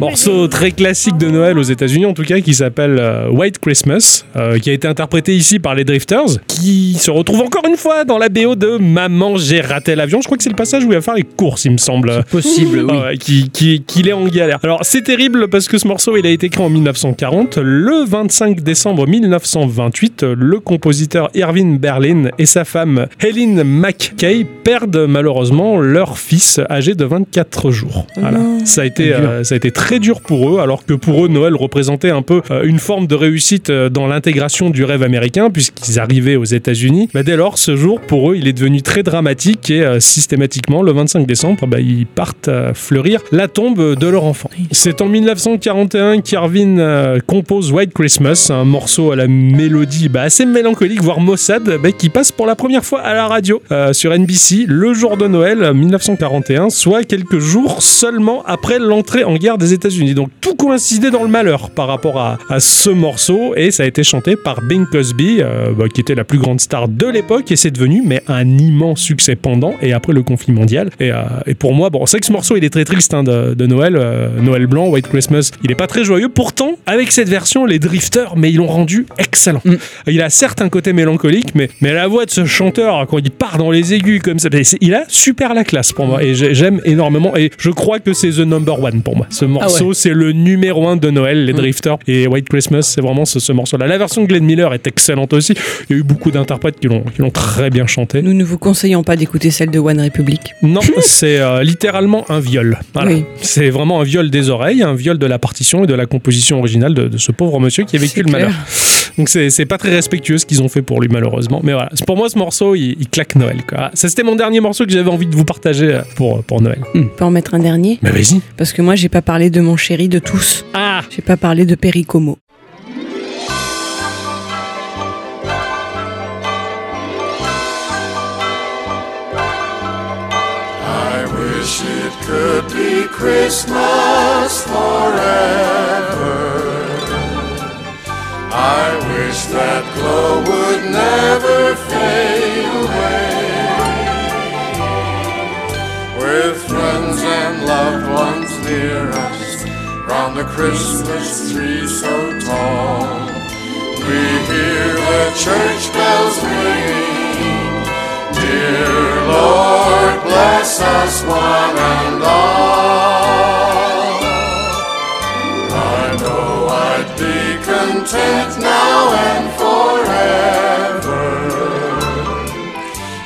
Morceau très classique de Noël aux États-Unis, en tout cas, qui s'appelle euh, White Christmas, euh, qui a été interprété ici par les Drifters, qui se retrouve encore une fois dans la BO de Maman, j'ai raté l'avion. Je crois que c'est le passage où il va faire les courses, il me semble. C'est
possible, oui.
Ah qui, qui- qu'il est en galère. Alors, c'est terrible parce que ce morceau, il a été écrit en 1940. Le 25 décembre 1928, le compositeur Irving Berlin et sa femme Helen McKay perdent malheureusement leur fils âgé de 24 jours. Voilà. Ça a été,
dur.
euh, ça a été très dur pour eux, alors que pour eux, Noël représentait un peu euh, une forme de réussite euh, dans l'intégration du rêve américain, puisqu'ils arrivaient aux États-Unis. Bah, dès lors, ce jour, pour eux, il est devenu très dramatique et euh, systématiquement, le 25 décembre, bah, ils partent euh, fleurir la tombe de leur enfant. C'est en 1941 qu'Irvin euh, compose White Christmas, un morceau à la mélodie bah, assez mélancolique, voire maussade, bah, qui passe pour la première fois à la radio euh, sur NBC le jour de Noël euh, 1941, soit quelques jours seulement après l'entrée en guerre des États-Unis. Donc tout coïncidait dans le malheur par rapport à, à ce morceau et ça a été chanté par Bing Crosby, euh, bah, qui était la plus grande star de l'époque et c'est devenu mais un immense succès pendant et après le conflit mondial. Et, euh, et pour moi, bon, c'est vrai que ce morceau il est très triste hein, de, de Noël, euh, Noël blanc, White Christmas, il est pas très joyeux. Pourtant, avec cette version, les drifters, mais ils l'ont rendu excellent. Il a certes un côté mélancolique, mais, mais la voix de ce chanteur, quand il part dans les aigus comme ça, c'est- il a super la classe pour moi. Et j'ai- j'aime énormément. Et je crois que c'est The Number One pour moi. Ce morceau,
ouais.
c'est le numéro un de Noël, les drifters. Et White Christmas, c'est vraiment ce, ce morceau-là. La version de Glenn Miller est excellente aussi. Il y a eu beaucoup d'interprètes qui l'ont qui l'ont très bien chanté.
Nous ne vous conseillons pas d'écouter celle de One Republic.
Non, c'est euh, littéralement un viol. Voilà. C'est vraiment un viol des oreilles, un viol de la partition et de la composition originale de, de ce pauvre monsieur qui a vécu le
clair.
malheur. Donc c'est c'est pas très respectueux ce qu'ils ont fait pour lui malheureusement. Mais voilà, C'est- pour moi ce morceau, il, il claque Noël. quoi. Ah, Ça c'était mon dernier morceau que j'avais envie de vous partager euh, pour, pour Noël.
On peut en mettre un dernier
Mais vas-y.
Parce que moi, j'ai pas parlé de mon chéri de tous.
Ah
J'ai pas parlé de Pericomo.
I wish it could be Christmas forever. I wish that glow would never fade away. With friends and loved ones near us, round the Christmas tree so tall, we hear the church bells ringing. Dear Lord, bless us one and all. I know I'd be content now and forever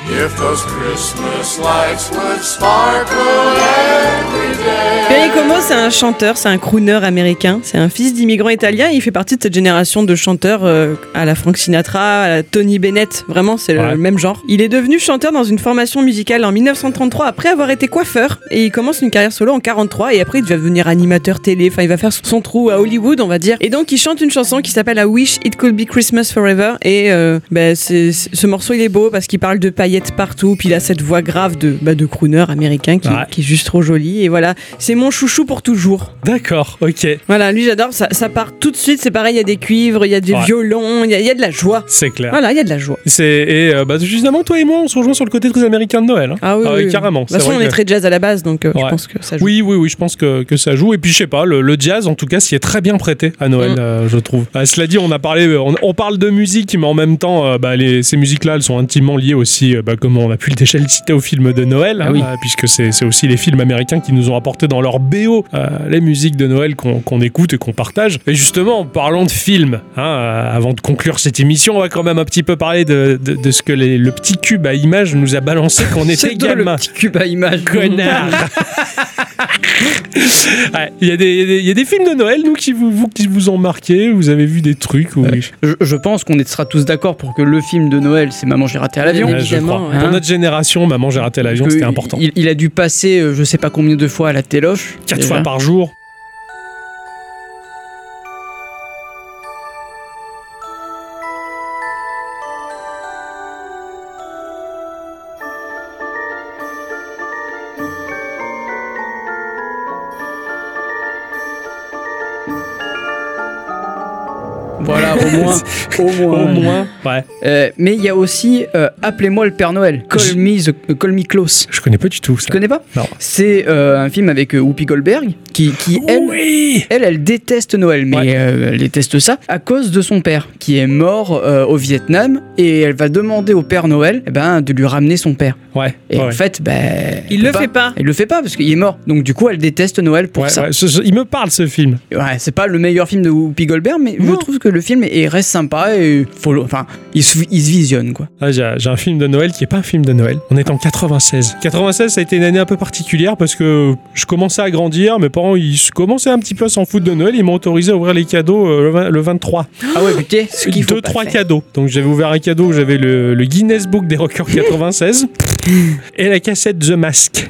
if those Christmas lights would sparkle every day.
Perry Como, c'est un chanteur, c'est un crooner américain, c'est un fils d'immigrants italiens, il fait partie de cette génération de chanteurs euh, à la Frank Sinatra, à la Tony Bennett, vraiment c'est le- le même genre. Il est devenu chanteur dans une formation musicale en 1933 après avoir été coiffeur et il commence une carrière solo en 43 et après il va devenir animateur télé, enfin il va faire son trou à Hollywood on va dire. Et donc il chante une chanson qui s'appelle I Wish It Could Be Christmas Forever et euh, bah, c'est- c'est- ce morceau il est beau parce qu'il parle de paillettes partout, puis il a cette voix grave de, bah, de crooner américain qui, qui est juste trop jolie et voilà, c'est mon chouchou pour toujours.
D'accord, ok.
Voilà, lui j'adore, ça, ça part tout de suite, c'est pareil, il y a des cuivres, il y a des
Ouais.
violons, il y, a- il y a de la joie.
C'est clair.
Voilà, il y a de la joie.
C'est et euh, bah, justement toi et moi on se rejoint sur le côté très américain de Noël. hein.
Ah oui,
Ah
oui.
carrément.
De toute façon,
C'est
on
vrai
est
que-
très jazz à la base, donc euh, je
Ouais.
pense que ça joue.
Oui, oui, oui, je pense que, que ça joue. Et puis, je sais pas, le, le jazz, en tout cas, s'y est très bien prêté à Noël, euh, je trouve. Euh, cela dit, on a parlé, euh, on, on parle de musique, mais en même temps, euh, bah, les- ces musiques-là, elles sont intimement liées aussi, euh, bah, comme on a pu le déjà le citer, aux films de Noël, hein, euh, puisque c'est c'est aussi les films américains qui nous ont apporté dans leur BO euh, les musiques de Noël qu'on qu'on écoute et qu'on partage. Et justement, en parlant de films, hein, euh, avant de conclure cette émission, on va quand même un petit peu parler de, de- de ce que les- le petit cube à images nous a balancé quand on était
toi, le
gamin.
petit cube à images.
Connard Ouais, Il y, a des- il y a des- il y a des films de Noël, nous, qui vous, vous- qui vous ont marqué. Vous avez vu des trucs. ou-
Je, je pense qu'on est- sera tous d'accord pour que le film de Noël, c'est Maman j'ai raté à l'avion.
Ouais, je crois. Pour notre génération, Maman, j'ai raté l'avion,
Que
c'était important.
Il, il a dû passer, euh, je sais pas combien de fois à la téloche.
Quatre
déjà.
fois par jour.
Maman,
Voilà, au moins. au moins.
Au moins, ouais.
Euh, mais il y a aussi euh, Appelez-moi le Père Noël, Call Me, the- euh, Call Me Close.
Je connais pas du tout ça.
Tu connais pas
Non.
C'est euh, un film avec euh, Whoopi Goldberg qui, qui elle, elle, elle déteste Noël, mais euh, elle déteste ça à cause de son père qui est mort euh, au Vietnam et elle va demander au Père Noël eh ben, de lui ramener son père.
Ouais.
Et en
ouais.
fait, ben,
Il
elle
le
bah,
peut
fait pas.
Elle le fait pas parce qu'il est mort. Donc du coup, elle déteste Noël pour
Ouais,
ça.
ouais, ce- ce- il me parle ce film.
Ouais, c'est pas le meilleur film de Whoopi Goldberg, mais je trouve que le film est- reste sympa et faut le- enfin, il se, il se visionne quoi.
Ah, j'ai j'ai un film de Noël qui est pas un film de Noël. On est en 96. 96, ça a été une année un peu particulière parce que je commençais à grandir. Mes parents, ils se- commençaient un petit peu à s'en foutre de Noël. Ils m'ont autorisé à ouvrir les cadeaux euh, le, vingt- le 23.
Ah ouais, putain, ce qu'il faut
Deux,
pas
trois
faire.
cadeaux. Donc j'avais ouvert un cadeau. J'avais le, le Guinness Book des records 96 et la cassette The Mask.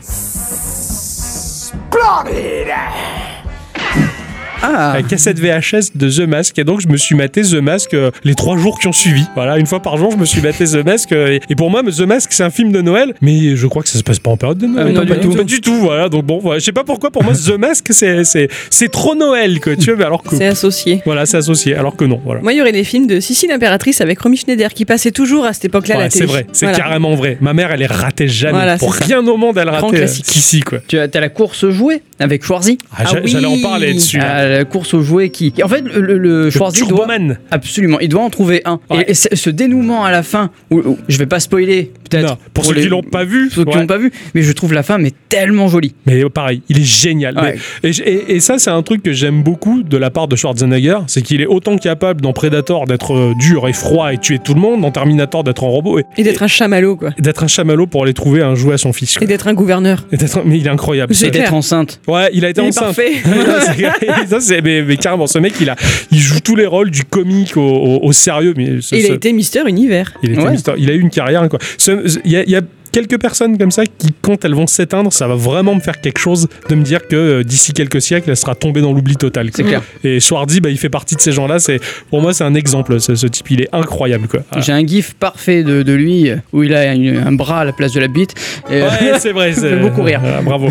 Ah.
La cassette VHS de The Mask. Et donc, je me suis maté The Mask euh, les trois jours qui ont suivi. Voilà, une fois par jour, je me suis maté The Mask. euh, et, et pour moi, The Mask, c'est un film de Noël, mais je crois que ça se passe pas en période de Noël.
Ah, non,
Pas
du tout.
Pas du tout, voilà. Donc, bon, voilà, je sais pas pourquoi, pour moi, The Mask, c'est- c'est c'est trop Noël, que tu vois, mais alors que.
C'est associé.
Voilà, c'est associé, alors que non, voilà.
Moi, il y aurait les films de Sissi l'impératrice avec Romy Schneider qui passaient toujours à cette époque-là à
Ouais,
la
c'est
télé.
vrai, c'est
Voilà.
carrément vrai. Ma mère, elle les ratait jamais.
Voilà,
pour
c'est ça.
rien au monde, elle
Grand
ratait euh,
classique.
Sissi, quoi.
Tu as, t'as la course jouée avec Schwarzy.
Ah, j'a- j'allais en parler dessus, là.
Ah, la course aux jouets qui. En fait, le, le, le Schwarzy doit. Absolument, il doit en trouver un. Et, et ce ce dénouement à la fin, où, où- je vais pas spoiler, peut-être.
pour ceux qui l'ont pas vu,
Pour ceux qui
ouais.
l'ont pas vu, mais je trouve la fin mais tellement jolie.
Mais euh, pareil, il est génial.
Ouais.
Mais- et, j- et- et ça, c'est un truc que j'aime beaucoup de la part de Schwarzenegger, c'est qu'il est autant capable dans Predator d'être euh, dur et froid et tuer tout le monde, dans Terminator d'être un robot, et,
Et d'être un chamallow, quoi.
et d'être un chamallow pour aller trouver un jouet à son fils. quoi.
Et d'être un gouverneur.
Et d'être- mais il est incroyable.
C'est
ce-
clair. D'être
enceinte.
Ouais, il a été
Il est
enceinte.
parfait.
Ouais, c'est- ça, c'est- mais, mais carrément, ce mec, il, a, il joue tous les rôles du comique au, au- au sérieux. Mais ce-
Et il
ce-
a été Mister Univers.
il, était
Ouais.
Mister- il a eu une carrière. quoi. Ce- Il y, a- il y a quelques personnes comme ça qui, quand elles vont s'éteindre, ça va vraiment me faire quelque chose de me dire que euh, d'ici quelques siècles, elle sera tombée dans l'oubli total. quoi.
C'est clair.
Et Schwarzy, bah, il fait partie de ces gens-là. C'est Pour moi, c'est un exemple. Ce, ce type, il est incroyable. Quoi. Ah.
J'ai un gif parfait de, de lui euh, où il a une- un bras à la place de la bite. Et, euh,
Ouais, c'est vrai.
ça
c'est-
fait beaucoup rire.
Ah, bravo.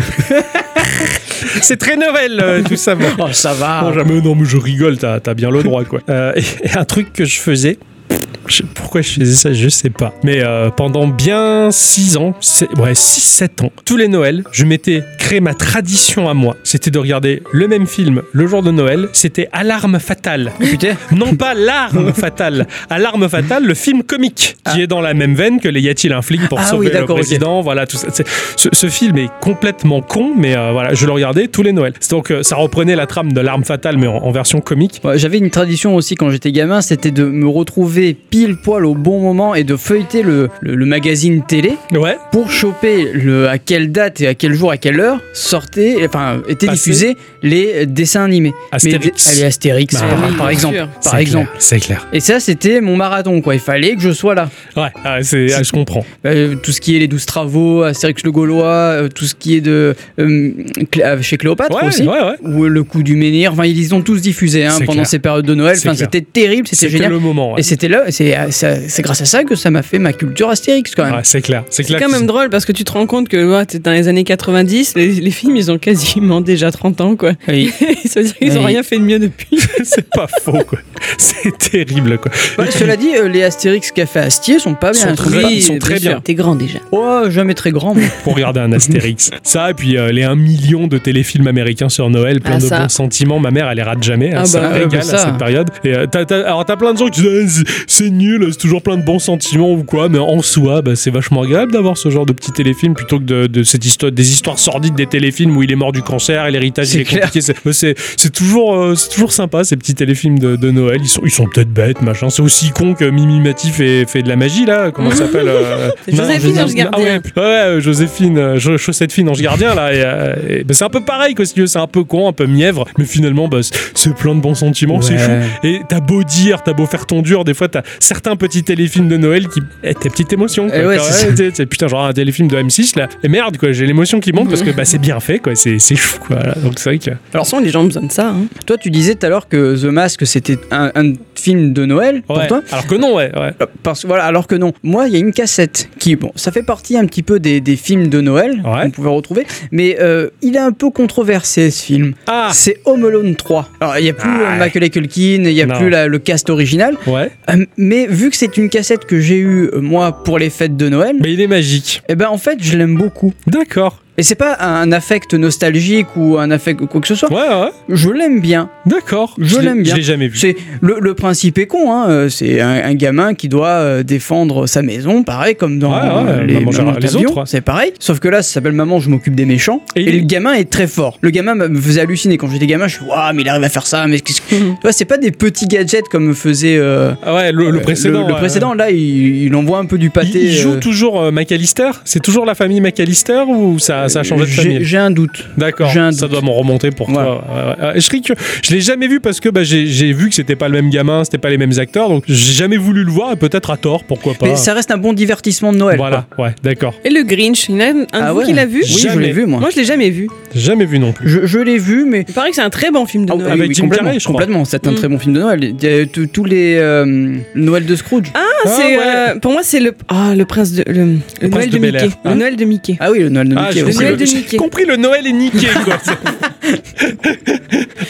C'est très Noël, euh, tout ça. moi.
Oh, ça va.
Non, jamais, non, mais je rigole, t'as t'as bien le droit, quoi. Euh, et, et un truc que je faisais. je- Pourquoi je faisais ça, je sais pas. Mais euh, pendant bien 6 ans, c'est- ouais, 6-7 ans, tous les Noëls, je m'étais créé ma tradition à moi. C'était de regarder le même film le jour de Noël. C'était Alarme Fatale. Non pas L'arme Fatale. Alarme Fatale, le film comique, qui est dans la même veine que Les Y a-t-il un flic pour
Ah
sauver
oui,
le
d'accord, ok.
président président, voilà tout ça. C'est- Ce, ce film est complètement con, mais euh, voilà, je le regardais tous les Noëls. C'est Donc euh, ça reprenait la trame de l'arme fatale, mais en, en version comique.
Ouais, J'avais une tradition aussi quand j'étais gamin, c'était de me retrouver pile poil au bon moment et de feuilleter le, le- le magazine télé
ouais.
pour choper le, à quelle date et à quel jour, à quelle heure sortaient, enfin, étaient
Passé.
diffusés les dessins animés.
Astérix.
Mais, allez, Astérix,
Bah,
par- par
oui, bien
exemple.
sûr. C'est
Par
clair,
exemple.
c'est clair.
Et ça, c'était mon marathon, quoi. Il fallait que je sois là.
Ouais, ah, c'est- ah, je comprends.
Euh, tout ce qui est les douze travaux, Astérix le Gaulois, euh, tout ce qui est de euh, Clé- chez Cléopâtre
Ouais,
aussi,
ouais, ouais.
ou euh, le coup du menhir. Enfin, ils les ont tous diffusés hein,
C'est
pendant
clair.
ces périodes de Noël.
C'est
Enfin,
clair.
c'était terrible, c'était
C'était
génial.
le moment, ouais.
Et c'était là, c'est euh, ça- c'est grâce à ça que ça m'a fait ma culture Astérix quand même.
Ah, c'est clair, c'est
C'est
clair.
quand
que-
même drôle parce que tu te rends compte que ouais, t'es dans les années 90, les, les films ils ont quasiment déjà 30 ans quoi.
Oui.
ça veut dire qu'ils ont
Oui.
rien fait de mieux depuis.
c'est pas faux quoi. C'est terrible quoi.
Bah, cela dit, euh, les Astérix qu'a fait Astier sont pas bien.
Sont très-
pas-
ils sont très bien.
T'es grand déjà.
Oh, jamais très grand. moi.
Pour regarder un Astérix. Ça, et puis euh, les 1 million de téléfilms américains sur Noël, plein
Ah,
de
ça.
bons sentiments. Ma mère, elle les rate jamais. hein,
Ah,
ça
bah,
me
euh,
régale
bah, ça.
à cette période. Et, euh, t'as- t'as- alors, t'as plein de gens qui disent Ah, c'est- c'est nul, c'est toujours plein de bons sentiments ou quoi, mais en soi, bah, c'est vachement agréable d'avoir ce genre de petit téléfilm plutôt que de, de cette histoire, des histoires sordides des téléfilms où il est mort du cancer et l'héritage il
C'est
est compliqué. C'est- bah, C'est c'est toujours, euh, c'est toujours sympa ces petits téléfilms de, de Noël. Ils sont, ils sont peut-être bêtes, machin. C'est aussi con que Mimi Mati fait, fait de la magie là. Comment ça s'appelle euh,
C'est Joséphine
Joséphine-
Ange Gardien.
Ah ouais, Ouais, ouais, Joséphine, euh, Jo- chaussette fine, ange gardien, là. et, euh, et, bah, c'est un peu pareil, quoi, si tu veux, C'est un peu con, un peu mièvre, mais finalement, bah, c'est- c'est plein de bons sentiments, c'est
Ouais.
chou. Et t'as beau dire, t'as beau faire ton dur, des fois, t'as- certains petits téléfilms de Noël qui étaient petites émotions. quoi.
Eh ouais,
Quand,
c'est ça.
t'sais, t'sais, putain, genre un téléfilm de M6 là. Et merde, quoi, j'ai l'émotion qui monte parce que bah, c'est bien fait, quoi. C'est c'est chou, quoi. Voilà. Donc c'est vrai que.
Alors, sans les gens ont besoin de ça.
hein.
Toi, tu disais tout à l'heure que The Mask, c'était un, un film de Noël pour
Ouais.
toi. Euh,
Alors que non, ouais. ouais.
Parce que voilà, alors que non. Moi, il y a une cassette qui, bon, ça fait partie un petit peu des, des films de Noël qu'on pouvait retrouver, mais euh, il est un peu controversé ce film.
Ah,
C'est Home Alone 3. Alors, il n'y a plus euh, Macaulay Culkin, il n'y a
Non.
plus la- le cast original.
Ouais.
Euh, mais vu que c'est une cassette que j'ai eue euh, moi pour les fêtes de Noël,
mais il est magique.
Et ben en fait, je l'aime beaucoup.
D'accord.
Et c'est pas un affect nostalgique ou un affect ou quoi que ce soit.
Ouais, ouais.
Je l'aime bien.
D'accord.
Je
Je l'ai-
l'aime bien.
je l'ai jamais vu.
C'est le, le principe est con. Hein. euh, C'est un, un gamin qui doit euh, défendre sa maison, pareil comme dans
Ouais, ouais,
euh, les, Mamans
Maman Gérard- les
Tablion,
autres, ouais.
C'est pareil. Sauf que là, ça s'appelle Maman, je m'occupe des méchants. Et, le gamin est très fort. Le gamin me faisait halluciner quand j'étais gamin. Je suis waouh, mais il arrive à faire ça. Mais qu'est-ce que Tu vois, c'est pas des petits gadgets comme faisait euh,
Ah Ouais, Mhm. le, le
euh,
précédent.
Le,
ouais.
précédent, là, il, il envoie un peu du pâté.
Il joue
euh,
toujours euh, McAllister C'est toujours la famille McAllister ou Ah, ça, ça a changé de
Euh, j'ai-
famille
J'ai un doute.
D'accord,
J'ai un
ça doute. doit m'en remonter pour toi. Ouais, ouais. Euh, Je, serais curieux. je l'ai jamais vu parce que bah, j'ai j'ai vu que c'était pas le même gamin, c'était pas les mêmes acteurs, donc j'ai jamais voulu le voir et peut-être à tort, pourquoi pas.
Mais ça reste un bon divertissement de Noël.
Voilà, ouais, d'accord.
Et le Grinch, il y en a un de
Ah
vous
ouais.
qui l'a vu
Oui, je Jamais. l'ai vu, moi.
Moi, je l'ai jamais vu.
Jamais vu non plus.
Je, je l'ai vu, mais.
Il paraît que c'est un très bon film de Noël.
Ah oui, oui, complètement, complètement, c'est un
Mm.
très bon film de Noël. Il y a t- tous les euh, Noël de Scrooge.
Ah, c'est euh, pour moi c'est le ah le prince de le, le
prince
Noël de,
de Bel-Air.
Mickey le
Ah.
Noël de Mickey
Ah oui, le Noël de
Ah,
Mickey.
j'ai
oui.
compris,
Noël de
j'ai
Mickey.
compris, le Noël est niqué quoi.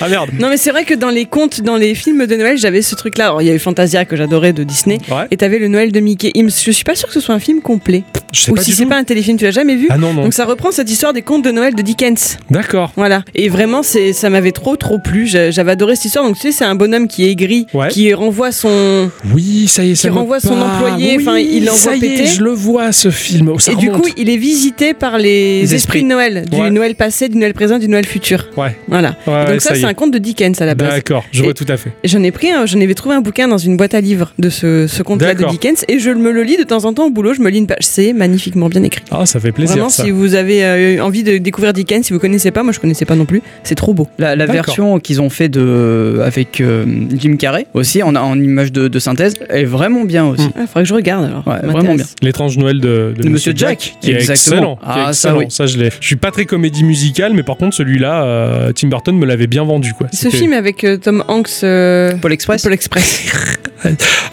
ah merde.
non mais c'est vrai que dans les contes dans les films de Noël j'avais ce truc là alors il y avait Fantasia que j'adorais de Disney et t'avais le Noël de Mickey Il me- je suis pas sûr que ce soit un film complet
Je sais
ou
pas
si
du
c'est
tout.
pas un téléfilm tu l'as jamais vu
Ah non, non.
donc ça reprend cette histoire des contes de Noël de Dickens
D'accord.
Voilà. Et vraiment, c'est, ça m'avait trop, trop plu. J'a- J'avais adoré cette histoire. Donc, tu sais, c'est un bonhomme qui est aigri, qui renvoie son.
Oui, ça y est, ça
Qui
me
renvoie son
parle.
employé,
Oui,
enfin, il l'envoie
ça y est,
péter.
je le vois ce film. Oh, ça
et du
remonte.
coup, il est visité par les,
Les
esprits
esprits.
de Noël, du
Ouais.
Noël passé, du Noël présent, du Noël futur.
Ouais.
Voilà.
Ouais,
Et
ouais,
donc, ça,
ça y
c'est
est.
un conte de Dickens à la base.
D'accord, je
Et-
vois tout à fait.
J'en ai pris, un- j'en avais trouvé un bouquin dans une boîte à livres de ce, ce conte-là de
D'accord.
Dickens, et je me le lis de temps en temps au boulot. Je me lis une page. C'est magnifiquement bien écrit.
Ah, ça fait plaisir.
Vraiment,
ça.
si vous avez euh, envie de découvrir Dickens, si vous connaissez pas, moi je connaissais pas non plus. C'est trop beau.
La, la version qu'ils ont fait de avec euh, Jim Carrey aussi en, en image de, de synthèse est vraiment bien aussi.
Mm.
Il Ah, faudrait que je regarde alors.
Ouais, vraiment bien.
L'étrange Noël de, de
De
Monsieur
Monsieur
Jack,
Jack,
qui est
exactement.
excellent. qui est
Ah, ça,
excellent.
oui.
je l'ai. Je suis pas très comédie musicale, mais par contre celui-là, euh, Tim Burton me l'avait bien vendu quoi.
Ce
C'était-
film avec euh, Tom Hanks.
Paul Express.
Paul Express.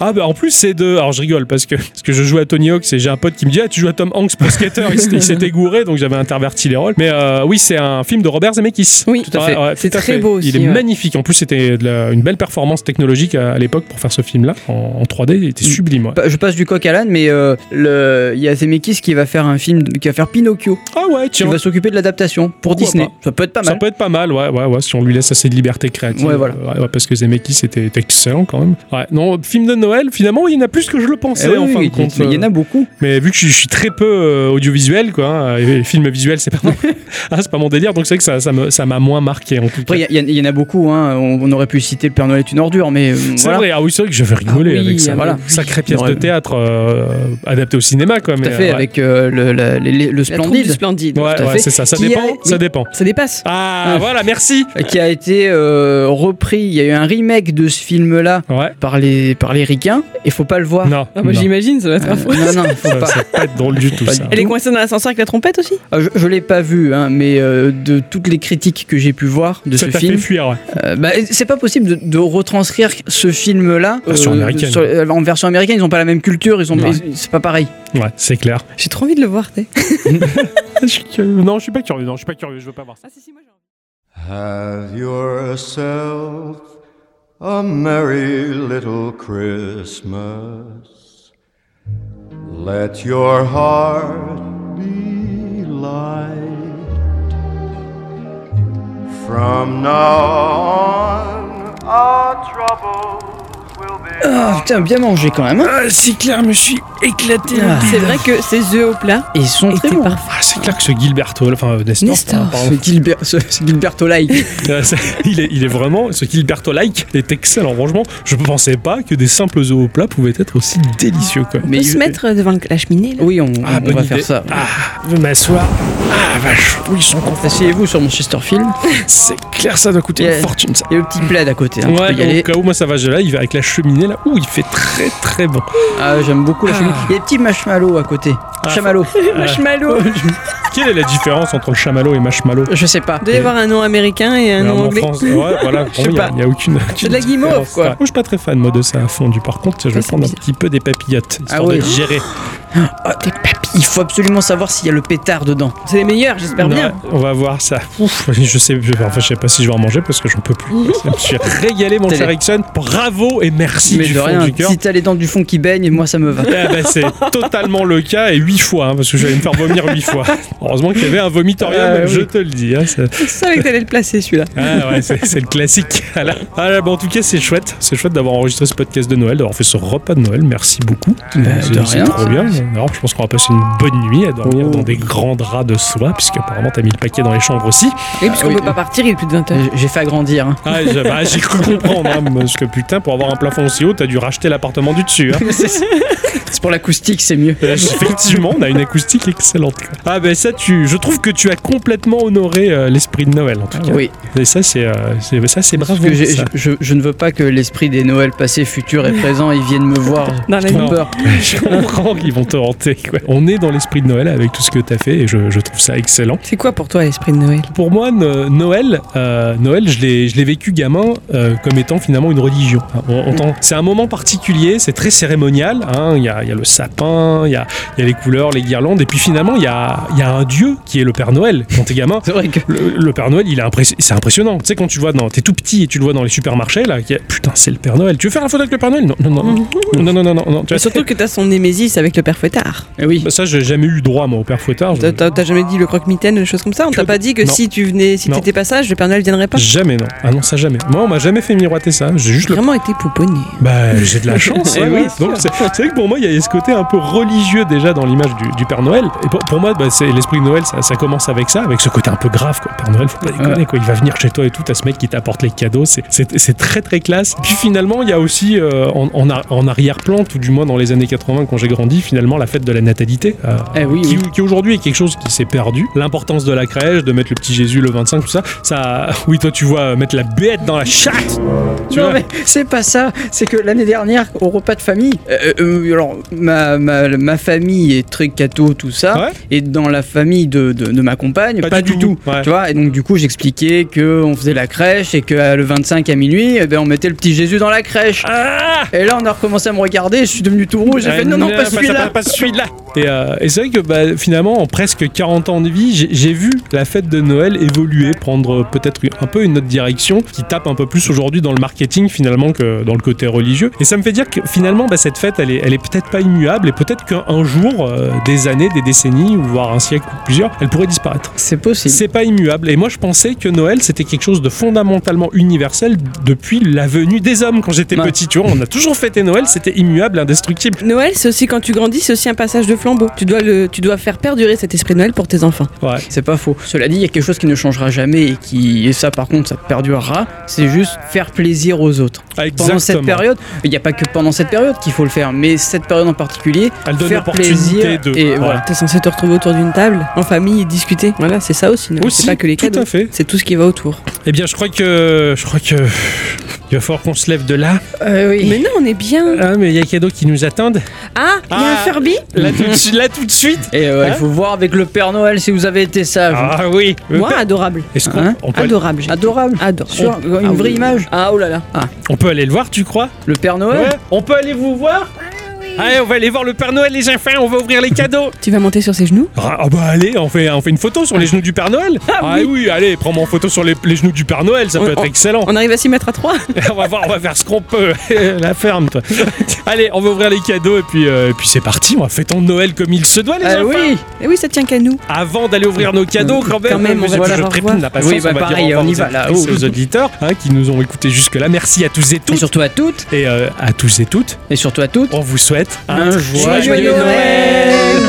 Ah bah en plus c'est de. Alors je rigole parce que parce que je joue à Tony Hawk et j'ai un pote qui me dit ah tu joues à Tom Hanks pour Skater il s'était- il s'était gouré donc j'avais interverti les rôles. Mais euh, oui c'est un film de Robert Zemeckis.
Oui
tout
à fait. C'est très beau aussi,
Il est
ouais.
magnifique. En plus c'était de la- une belle performance technologique à, à l'époque pour faire ce film là en, en 3D. Il
Mm.
était sublime. ouais.
Bah, Je passe du coq à l'âne, mais euh, le- il y a Zemeckis qui va faire un film, qui va faire Pinocchio.
Ah ouais,
tiens. Il va s'occuper de l'adaptation pour Disney. Ça peut être pas
Ça
mal.
peut être pas mal, ouais, ouais, ouais, si on lui laisse assez de liberté créative.
Ouais, voilà.
ouais, parce que Zemeckis était était excellent quand même. Ouais, non, film de Noël, finalement, il y en a plus que je le pensais
Eh oui,
en
oui,
fin
oui,
de compte. Euh,
mais il y en a beaucoup.
Mais vu que je, je suis très peu euh, audiovisuel, quoi, hein, et les films visuels, c'est pas, mon- hein, c'est pas mon délire, donc c'est vrai que ça ça me- ça m'a moins marqué en tout cas.
Après, il y, a- il y en a beaucoup. hein. On, on aurait pu citer Le Père Noël est une ordure, mais euh,
C'est
voilà.
vrai, ah oui, c'est vrai que je vais rigoler
Ah oui,
avec ça.
ah
Voilà,
oui.
sacrée pièce
Ouais.
de théâtre euh, adaptée au cinéma, quoi.
Tout à fait, avec euh, le, la- les- les- le splendide.
du Splendide.
Ouais,
Tout à
ouais,
fait.
c'est ça, ça
Qui
dépend,
a-
ça
oui.
dépend.
Ça dépasse.
Ah, voilà, merci.
Qui a été euh, repris. Il y a eu un remake de ce film-là par les par les ricains. Et faut pas le voir.
Non.
Ah bah, J'imagine, ça va être
Euh,
affreux.
non, non, faut
Ça,
pas.
ça va pas être drôle du tout,
Pas
ça.
Elle est coincée dans l'ascenseur avec la trompette aussi
Ah, Je, je l'ai pas vu, hein, mais euh, de toutes les critiques que j'ai pu voir de
Ça
ce
t'a
film,
fait fuir, ouais.
euh, bah, c'est pas possible de, de retranscrire ce film-là
Version Ah, américaine.
sur- euh, en version américaine. Ils ont pas la même culture, ils ont,
Ouais.
ils- c'est pas pareil.
Ouais, c'est clair.
J'ai trop envie de le voir, t'es.
Ah, Je suis curieux. Non, je suis pas curieux, non, je suis pas curieux, je veux pas voir ça.
Have yourself a merry little Christmas. Let your heart be light. From now on,
Ah putain, bien mangé quand même. hein.
c'est clair, Ah, me suis éclaté.
Ah.
C'est vrai que ces œufs au plat.
Ils sont très bons.
Ah, c'est clair que ce Gilberto, enfin euh, Nestor,
Nestor.
pardon.
Ce Gilbert, ce, ce Gilberto like.
Euh, c'est- il, est, il est vraiment, ce Gilberto like est excellent. Franchement, je ne pensais pas que des simples œufs au plat pouvaient être aussi délicieux. Quoi.
On peut se mettre devant la cheminée là.
Oui, on,
Ah,
on
bonne
va
idée.
faire ça.
Ah, je vais m'asseoir. Ah vache, oui, ils sont contents.
Asseyez-vous sur mon Chesterfield.
C'est clair, ça doit coûter une fortune ça.
Et le petit plaid à côté. hein, tu peux y
Ouais,
aller.
au cas où, moi ça va, je là, il va avec la cheminée là. Ouh, il fait très très bon.
Ah, j'aime beaucoup la cheminée. Il y a des petits marshmallows à côté. Chamallow. Euh,
Marshmallow.
Quelle est la différence entre le chamallow et marshmallow
Je sais pas.
Il doit y avoir un nom américain et un
Mais
nom
en
anglais.
France, ouais, voilà,
Je sais
il n'y
pas.
a, y a aucune.
C'est de la guimauve, quoi.
Moi, je suis pas très fan, moi, de ça à fondu. Par contre, je vais prendre un petit peu des papillotes, histoire
ouais.
de digérer.
Ah, des papilles. Il faut absolument savoir s'il y a le pétard dedans.
C'est les meilleurs, j'espère
Ouais,
Bah, bien.
on va voir ça. Ouf, je sais, je, enfin, je sais pas si je vais en manger parce que j'en peux plus. Je me suis régalé, mon
T'es
cher
les-
Ericsson. Bravo et merci
Mais
du
de
fond
rien,
du cœur.
si t'as les dents du fond qui baignent, moi ça me va.
Eh ben, c'est totalement le cas et huit fois hein, parce que j'allais me faire vomir huit fois. Heureusement qu'il y avait un vomitorium,
Ah, oui.
je te le dis. hein, ça-
Je savais que t'allais le placer celui-là.
Ah ouais, c'est c'est le classique. Ah là. Ah là, bah, en tout cas, c'est chouette. C'est chouette d'avoir enregistré ce podcast de Noël, d'avoir fait ce repas de Noël. Merci beaucoup.
Euh, de
C'est- c'est
rien. Oh.
trop bien. Alors, je pense qu'on va passer une bonne nuit à dormir dans des grands draps de soie, puisque apparemment, t'as mis le paquet dans les chambres aussi.
Et puisqu'on
oui.
peut pas partir, il est plus de 20h.
J'ai fait agrandir. hein.
Ah, j'ai bah, j'ai cru comprendre, hein, parce que putain, pour avoir un plafond aussi haut, t'as dû racheter l'appartement du dessus. hein.
C'est c'est pour l'acoustique, c'est mieux.
Euh, Effectivement, on a une acoustique excellente. Ah ben ça, tu, je trouve que tu as complètement honoré euh, l'esprit de Noël en tout cas.
Ah Oui.
Et ça, c'est, euh, c'est- ça, c'est
Parce
bravo.
que j'ai-
ça.
je, je ne veux pas que l'esprit des Noëls passés, futurs et présents, ils viennent me voir.
Dans la
J'ai trop
nuit.
peur.
Je comprends qu'ils vont te hanter. quoi. On est dans l'esprit de Noël avec tout ce que t'as fait et je, je trouve ça excellent.
C'est quoi pour toi l'esprit de Noël
Pour moi, no- Noël, euh, Noël, je l'ai, je l'ai vécu gamin euh, comme étant finalement une religion. Hein, On- on t'en- c'est un moment particulier, c'est très cérémonial. hein. Il y, a, il y a le sapin, il y a, il y a les couleurs, les guirlandes, et puis finalement, il y a, il y a un dieu qui est le Père Noël. Quand t'es gamin,
C'est vrai que
le, le Père Noël, il est impré- c'est impressionnant. Tu sais, quand tu le vois, dans, t'es tout petit et tu le vois dans les supermarchés, là, qu'il y a- putain, c'est le Père Noël. Tu veux faire la photo avec le Père Noël Non, non, non, non, non, non, non, non, non. Tu vois,
Surtout que t'as son Némésis avec le père Fouettard.
Eh oui.
bah, ça, j'ai jamais eu droit, moi, au Père Fouettard. Je-
T'as- T'as t'as jamais dit le croque-mitaine, des choses comme ça On t'a pas dit que
Mm. Non.
si tu venais, si
Non.
t'étais pas sage, le Père Noël viendrait pas
Jamais, non. Ah non, ça, jamais. Moi, on m'a jamais fait miroiter ça. hein. J'ai juste
J'ai
le
vraiment été pouponné.
Bah, j'ai de la chance.
Eh
ouais,
oui,
ouais. Donc, c'est c'est vrai que pour moi, il y a ce côté un peu religieux déjà dans l'image du, du Père Noël. Et pour, pour moi, bah, c'est l'esprit de Noël, ça, ça commence avec ça, avec ce côté un peu grave. Quoi. Père Noël, faut pas déconner.
Ouais.
Quoi. Il va venir chez toi et tout, t'as ce mec qui t'apporte les cadeaux. C'est- C'est c'est très très classe. Puis finalement, il y a aussi euh, en, en ar- en arrière-plan, tout du moins dans les années 80 quand j'ai grandi, finalement la fête de la natalité. euh,
Eh oui,
qui,
oui.
qui aujourd'hui est quelque chose qui s'est perdu. L'importance de la crèche, de mettre le petit Jésus le 25, tout ça. Ça, oui, toi tu vois euh, mettre la bête dans la chatte. Tu
non
vois
mais c'est pas ça, c'est que l'année dernière au repas de famille, euh, euh, alors ma, ma, ma famille est très catho tout ça,
Ouais.
et dans la famille de, de, de ma compagne pas, du tout,
ouais.
tu vois, et donc du coup j'expliquais que on faisait la crèche et que euh, le 25 à minuit, eh ben, on mettait le petit Jésus dans la crèche,
Ah
et là on a recommencé à me regarder, je suis devenu tout rouge, j'ai
Euh,
fait non non pas
ça,
celui-là,
pas, pas celui-là. Et, euh, et c'est vrai que bah, finalement, en presque 40 ans de vie, j'ai- j'ai vu la fête de Noël évoluer, prendre euh, peut-être un peu une autre direction qui tape un peu plus aujourd'hui dans le marketing finalement que dans le côté religieux. Et ça me fait dire que finalement, bah, cette fête, elle est, elle est peut-être pas immuable et peut-être qu'un un jour, euh, des années, des décennies, ou voire un siècle ou plusieurs, elle pourrait disparaître.
c'est possible.
C'est pas immuable. Et moi, je pensais que Noël, c'était quelque chose de fondamentalement universel depuis la venue des hommes. Quand j'étais
Ouais.
petit, tu vois, on a toujours fêté Noël, c'était immuable, indestructible.
Noël, c'est aussi quand tu grandis, c'est aussi un passage de flambeau. Tu dois, le, tu dois faire perdurer cet esprit de Noël pour tes enfants.
Ouais.
C'est pas faux. Cela dit, il y a quelque chose qui ne changera jamais et qui, et ça par contre, ça perdurera. C'est juste faire plaisir aux autres.
Ah,
Pendant cette
exactement.
période, il n'y a pas que pendant cette période qu'il faut le faire, mais cette période en particulier,
Elle donne
faire
l'opportunité
plaisir
de-
et
Ouais.
voilà.
T'es censé te retrouver autour d'une table, en famille, et discuter. Voilà, c'est ça aussi. Noël.
Aussi,
C'est pas que les
tout
cadeaux.
à fait.
C'est tout ce qui va autour.
Eh bien, je crois que. Je crois que. Il va falloir qu'on se lève de là.
Mais non, on est bien.
Ah, mais il y a cadeaux qui nous attendent.
Ah, il y a un
Ah.
Furby
Là tout de, su- là, tout de suite.
Et euh,
Hein
il faut voir avec le Père Noël si vous avez été sage.
Ah oui.
Moi, adorable.
Est-ce qu'on
Hein
on peut, aller,
Adorable. j'ai-
Adorable.
Adorable.
Sur une
Ah,
vraie
oui.
image.
Ah, oh là là.
on peut aller le voir, tu crois
Le Père Noël.
On peut aller vous voir Allez, on va aller voir le Père Noël, les enfants, on va ouvrir les cadeaux.
Tu vas monter sur ses genoux
Ah ah bah allez, on fait, on fait une photo sur les genoux du Père Noël. Ah, oui. allez, prends-moi en photo sur les, les genoux du Père Noël, ça
On-
peut être excellent.
On arrive à s'y mettre à trois
on va voir, on va faire ce qu'on peut. La ferme, toi. allez, on va ouvrir les cadeaux et puis, euh, et puis c'est parti, on va fêter Noël comme il se doit, les
Ah
enfants.
oui.
Et oui, ça tient qu'à nous.
Avant d'aller ouvrir nos cadeaux, quand même,
Quand même, on
je,
va devoir
je
voir.
trépigne la patience.
Oui, bah,
on va dire
pareil,
au revoir
on y
aux
va, là,
auditrices et
oh.
aux auditeurs hein, qui nous ont écoutés jusque-là. Merci à tous et
Et
toutes.
surtout à toutes.
Et euh, à tous et toutes,
Et surtout à toutes.
on vous souhaite
Un joyeux
Noël.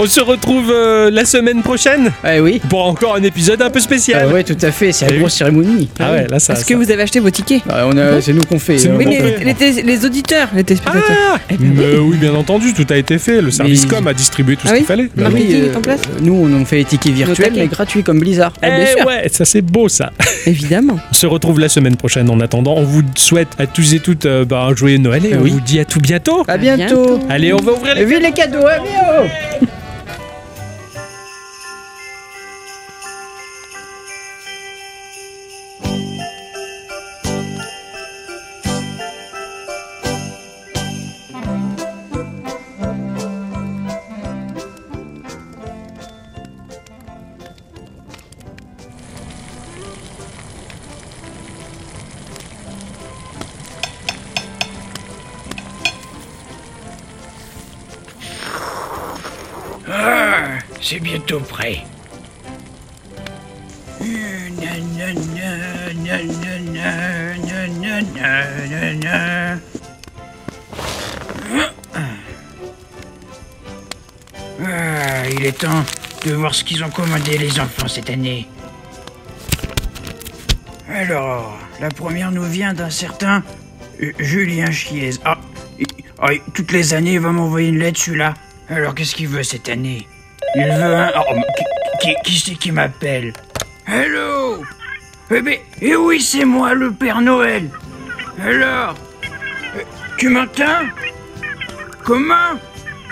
On se retrouve euh, la semaine prochaine.
Eh oui.
Pour encore un épisode un peu spécial.
Ah ouais, tout à fait, c'est la grosse cérémonie.
Eh
Bah,
Ah ouais, là ça.
Est-ce que vous avez acheté vos tickets
on a- c'est nous qu'on fait. euh,
C'est nous
Oui,
qu'on
mais
fait.
les, les télé- les auditeurs, les téléspectateurs.
Ah Mais oui, bien entendu, tout a été fait. Le service com a distribué
Eh
tout
ben Ah
ce
oui
qu'il fallait. Bah
Le marketing est en place
euh, Nous, on en fait les tickets virtuels,
taquets.
mais gratuits comme Blizzard.
Eh ouais, ça c'est beau ça.
Évidemment.
On se retrouve la semaine prochaine. En attendant, on vous souhaite à tous et toutes euh, bah, un joyeux Noël
Eh
et on vous dit à tout bientôt.
Ah.
À bientôt.
Allez, on va ouvrir les
Vive les cadeaux, hein, miaou.
Ah, c'est bientôt prêt. Ah, il est temps de voir ce qu'ils ont commandé les enfants cette année. Alors, la première nous vient d'un certain euh, Julien Chiez. Ah, il- ah, il- toutes les années, il va m'envoyer une lettre, celui-là. Alors, qu'est-ce qu'il veut cette année Il veut un... oh, mais qui, qui, qui c'est qui m'appelle Hello Eh ben, eh oui, c'est moi, le Père Noël Alors euh, Tu m'entends Comment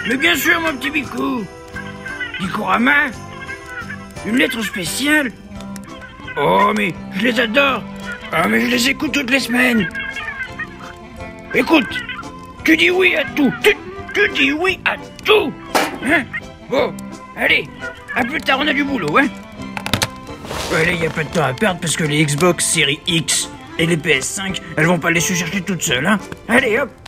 Mais bien sûr, mon petit bicou Dikorama Une lettre spéciale Oh, mais je les adore Ah, mais je les écoute toutes les semaines Écoute, tu dis oui à tout Tu, tu dis oui à tout Hein Bon, allez, à plus tard, on a du boulot, hein Ouais, là, y a pas de temps à perdre parce que les Xbox Series X et les PS5, elles vont pas les se chercher toutes seules, hein Allez, hop